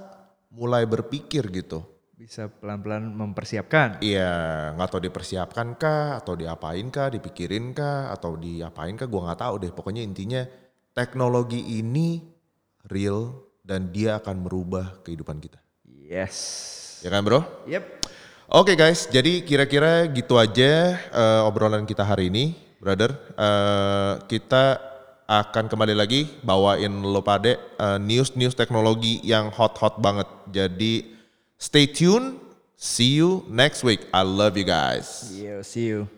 Speaker 1: mulai berpikir gitu.
Speaker 2: Bisa pelan-pelan mempersiapkan.
Speaker 1: Iya, nggak tahu dipersiapkan kah, atau diapain kah, dipikirin kah, atau diapain kah, gua nggak tahu deh. Pokoknya intinya teknologi ini real dan dia akan merubah kehidupan kita.
Speaker 2: Yes.
Speaker 1: Ya kan bro?
Speaker 2: Yep.
Speaker 1: Oke guys, jadi kira-kira gitu aja eh, obrolan kita hari ini, brother. Eh, kita akan kembali lagi bawain lo pade eh, news-news teknologi yang hot-hot banget. Jadi stay tune, see you next week. I love you guys.
Speaker 2: Yeah, see you.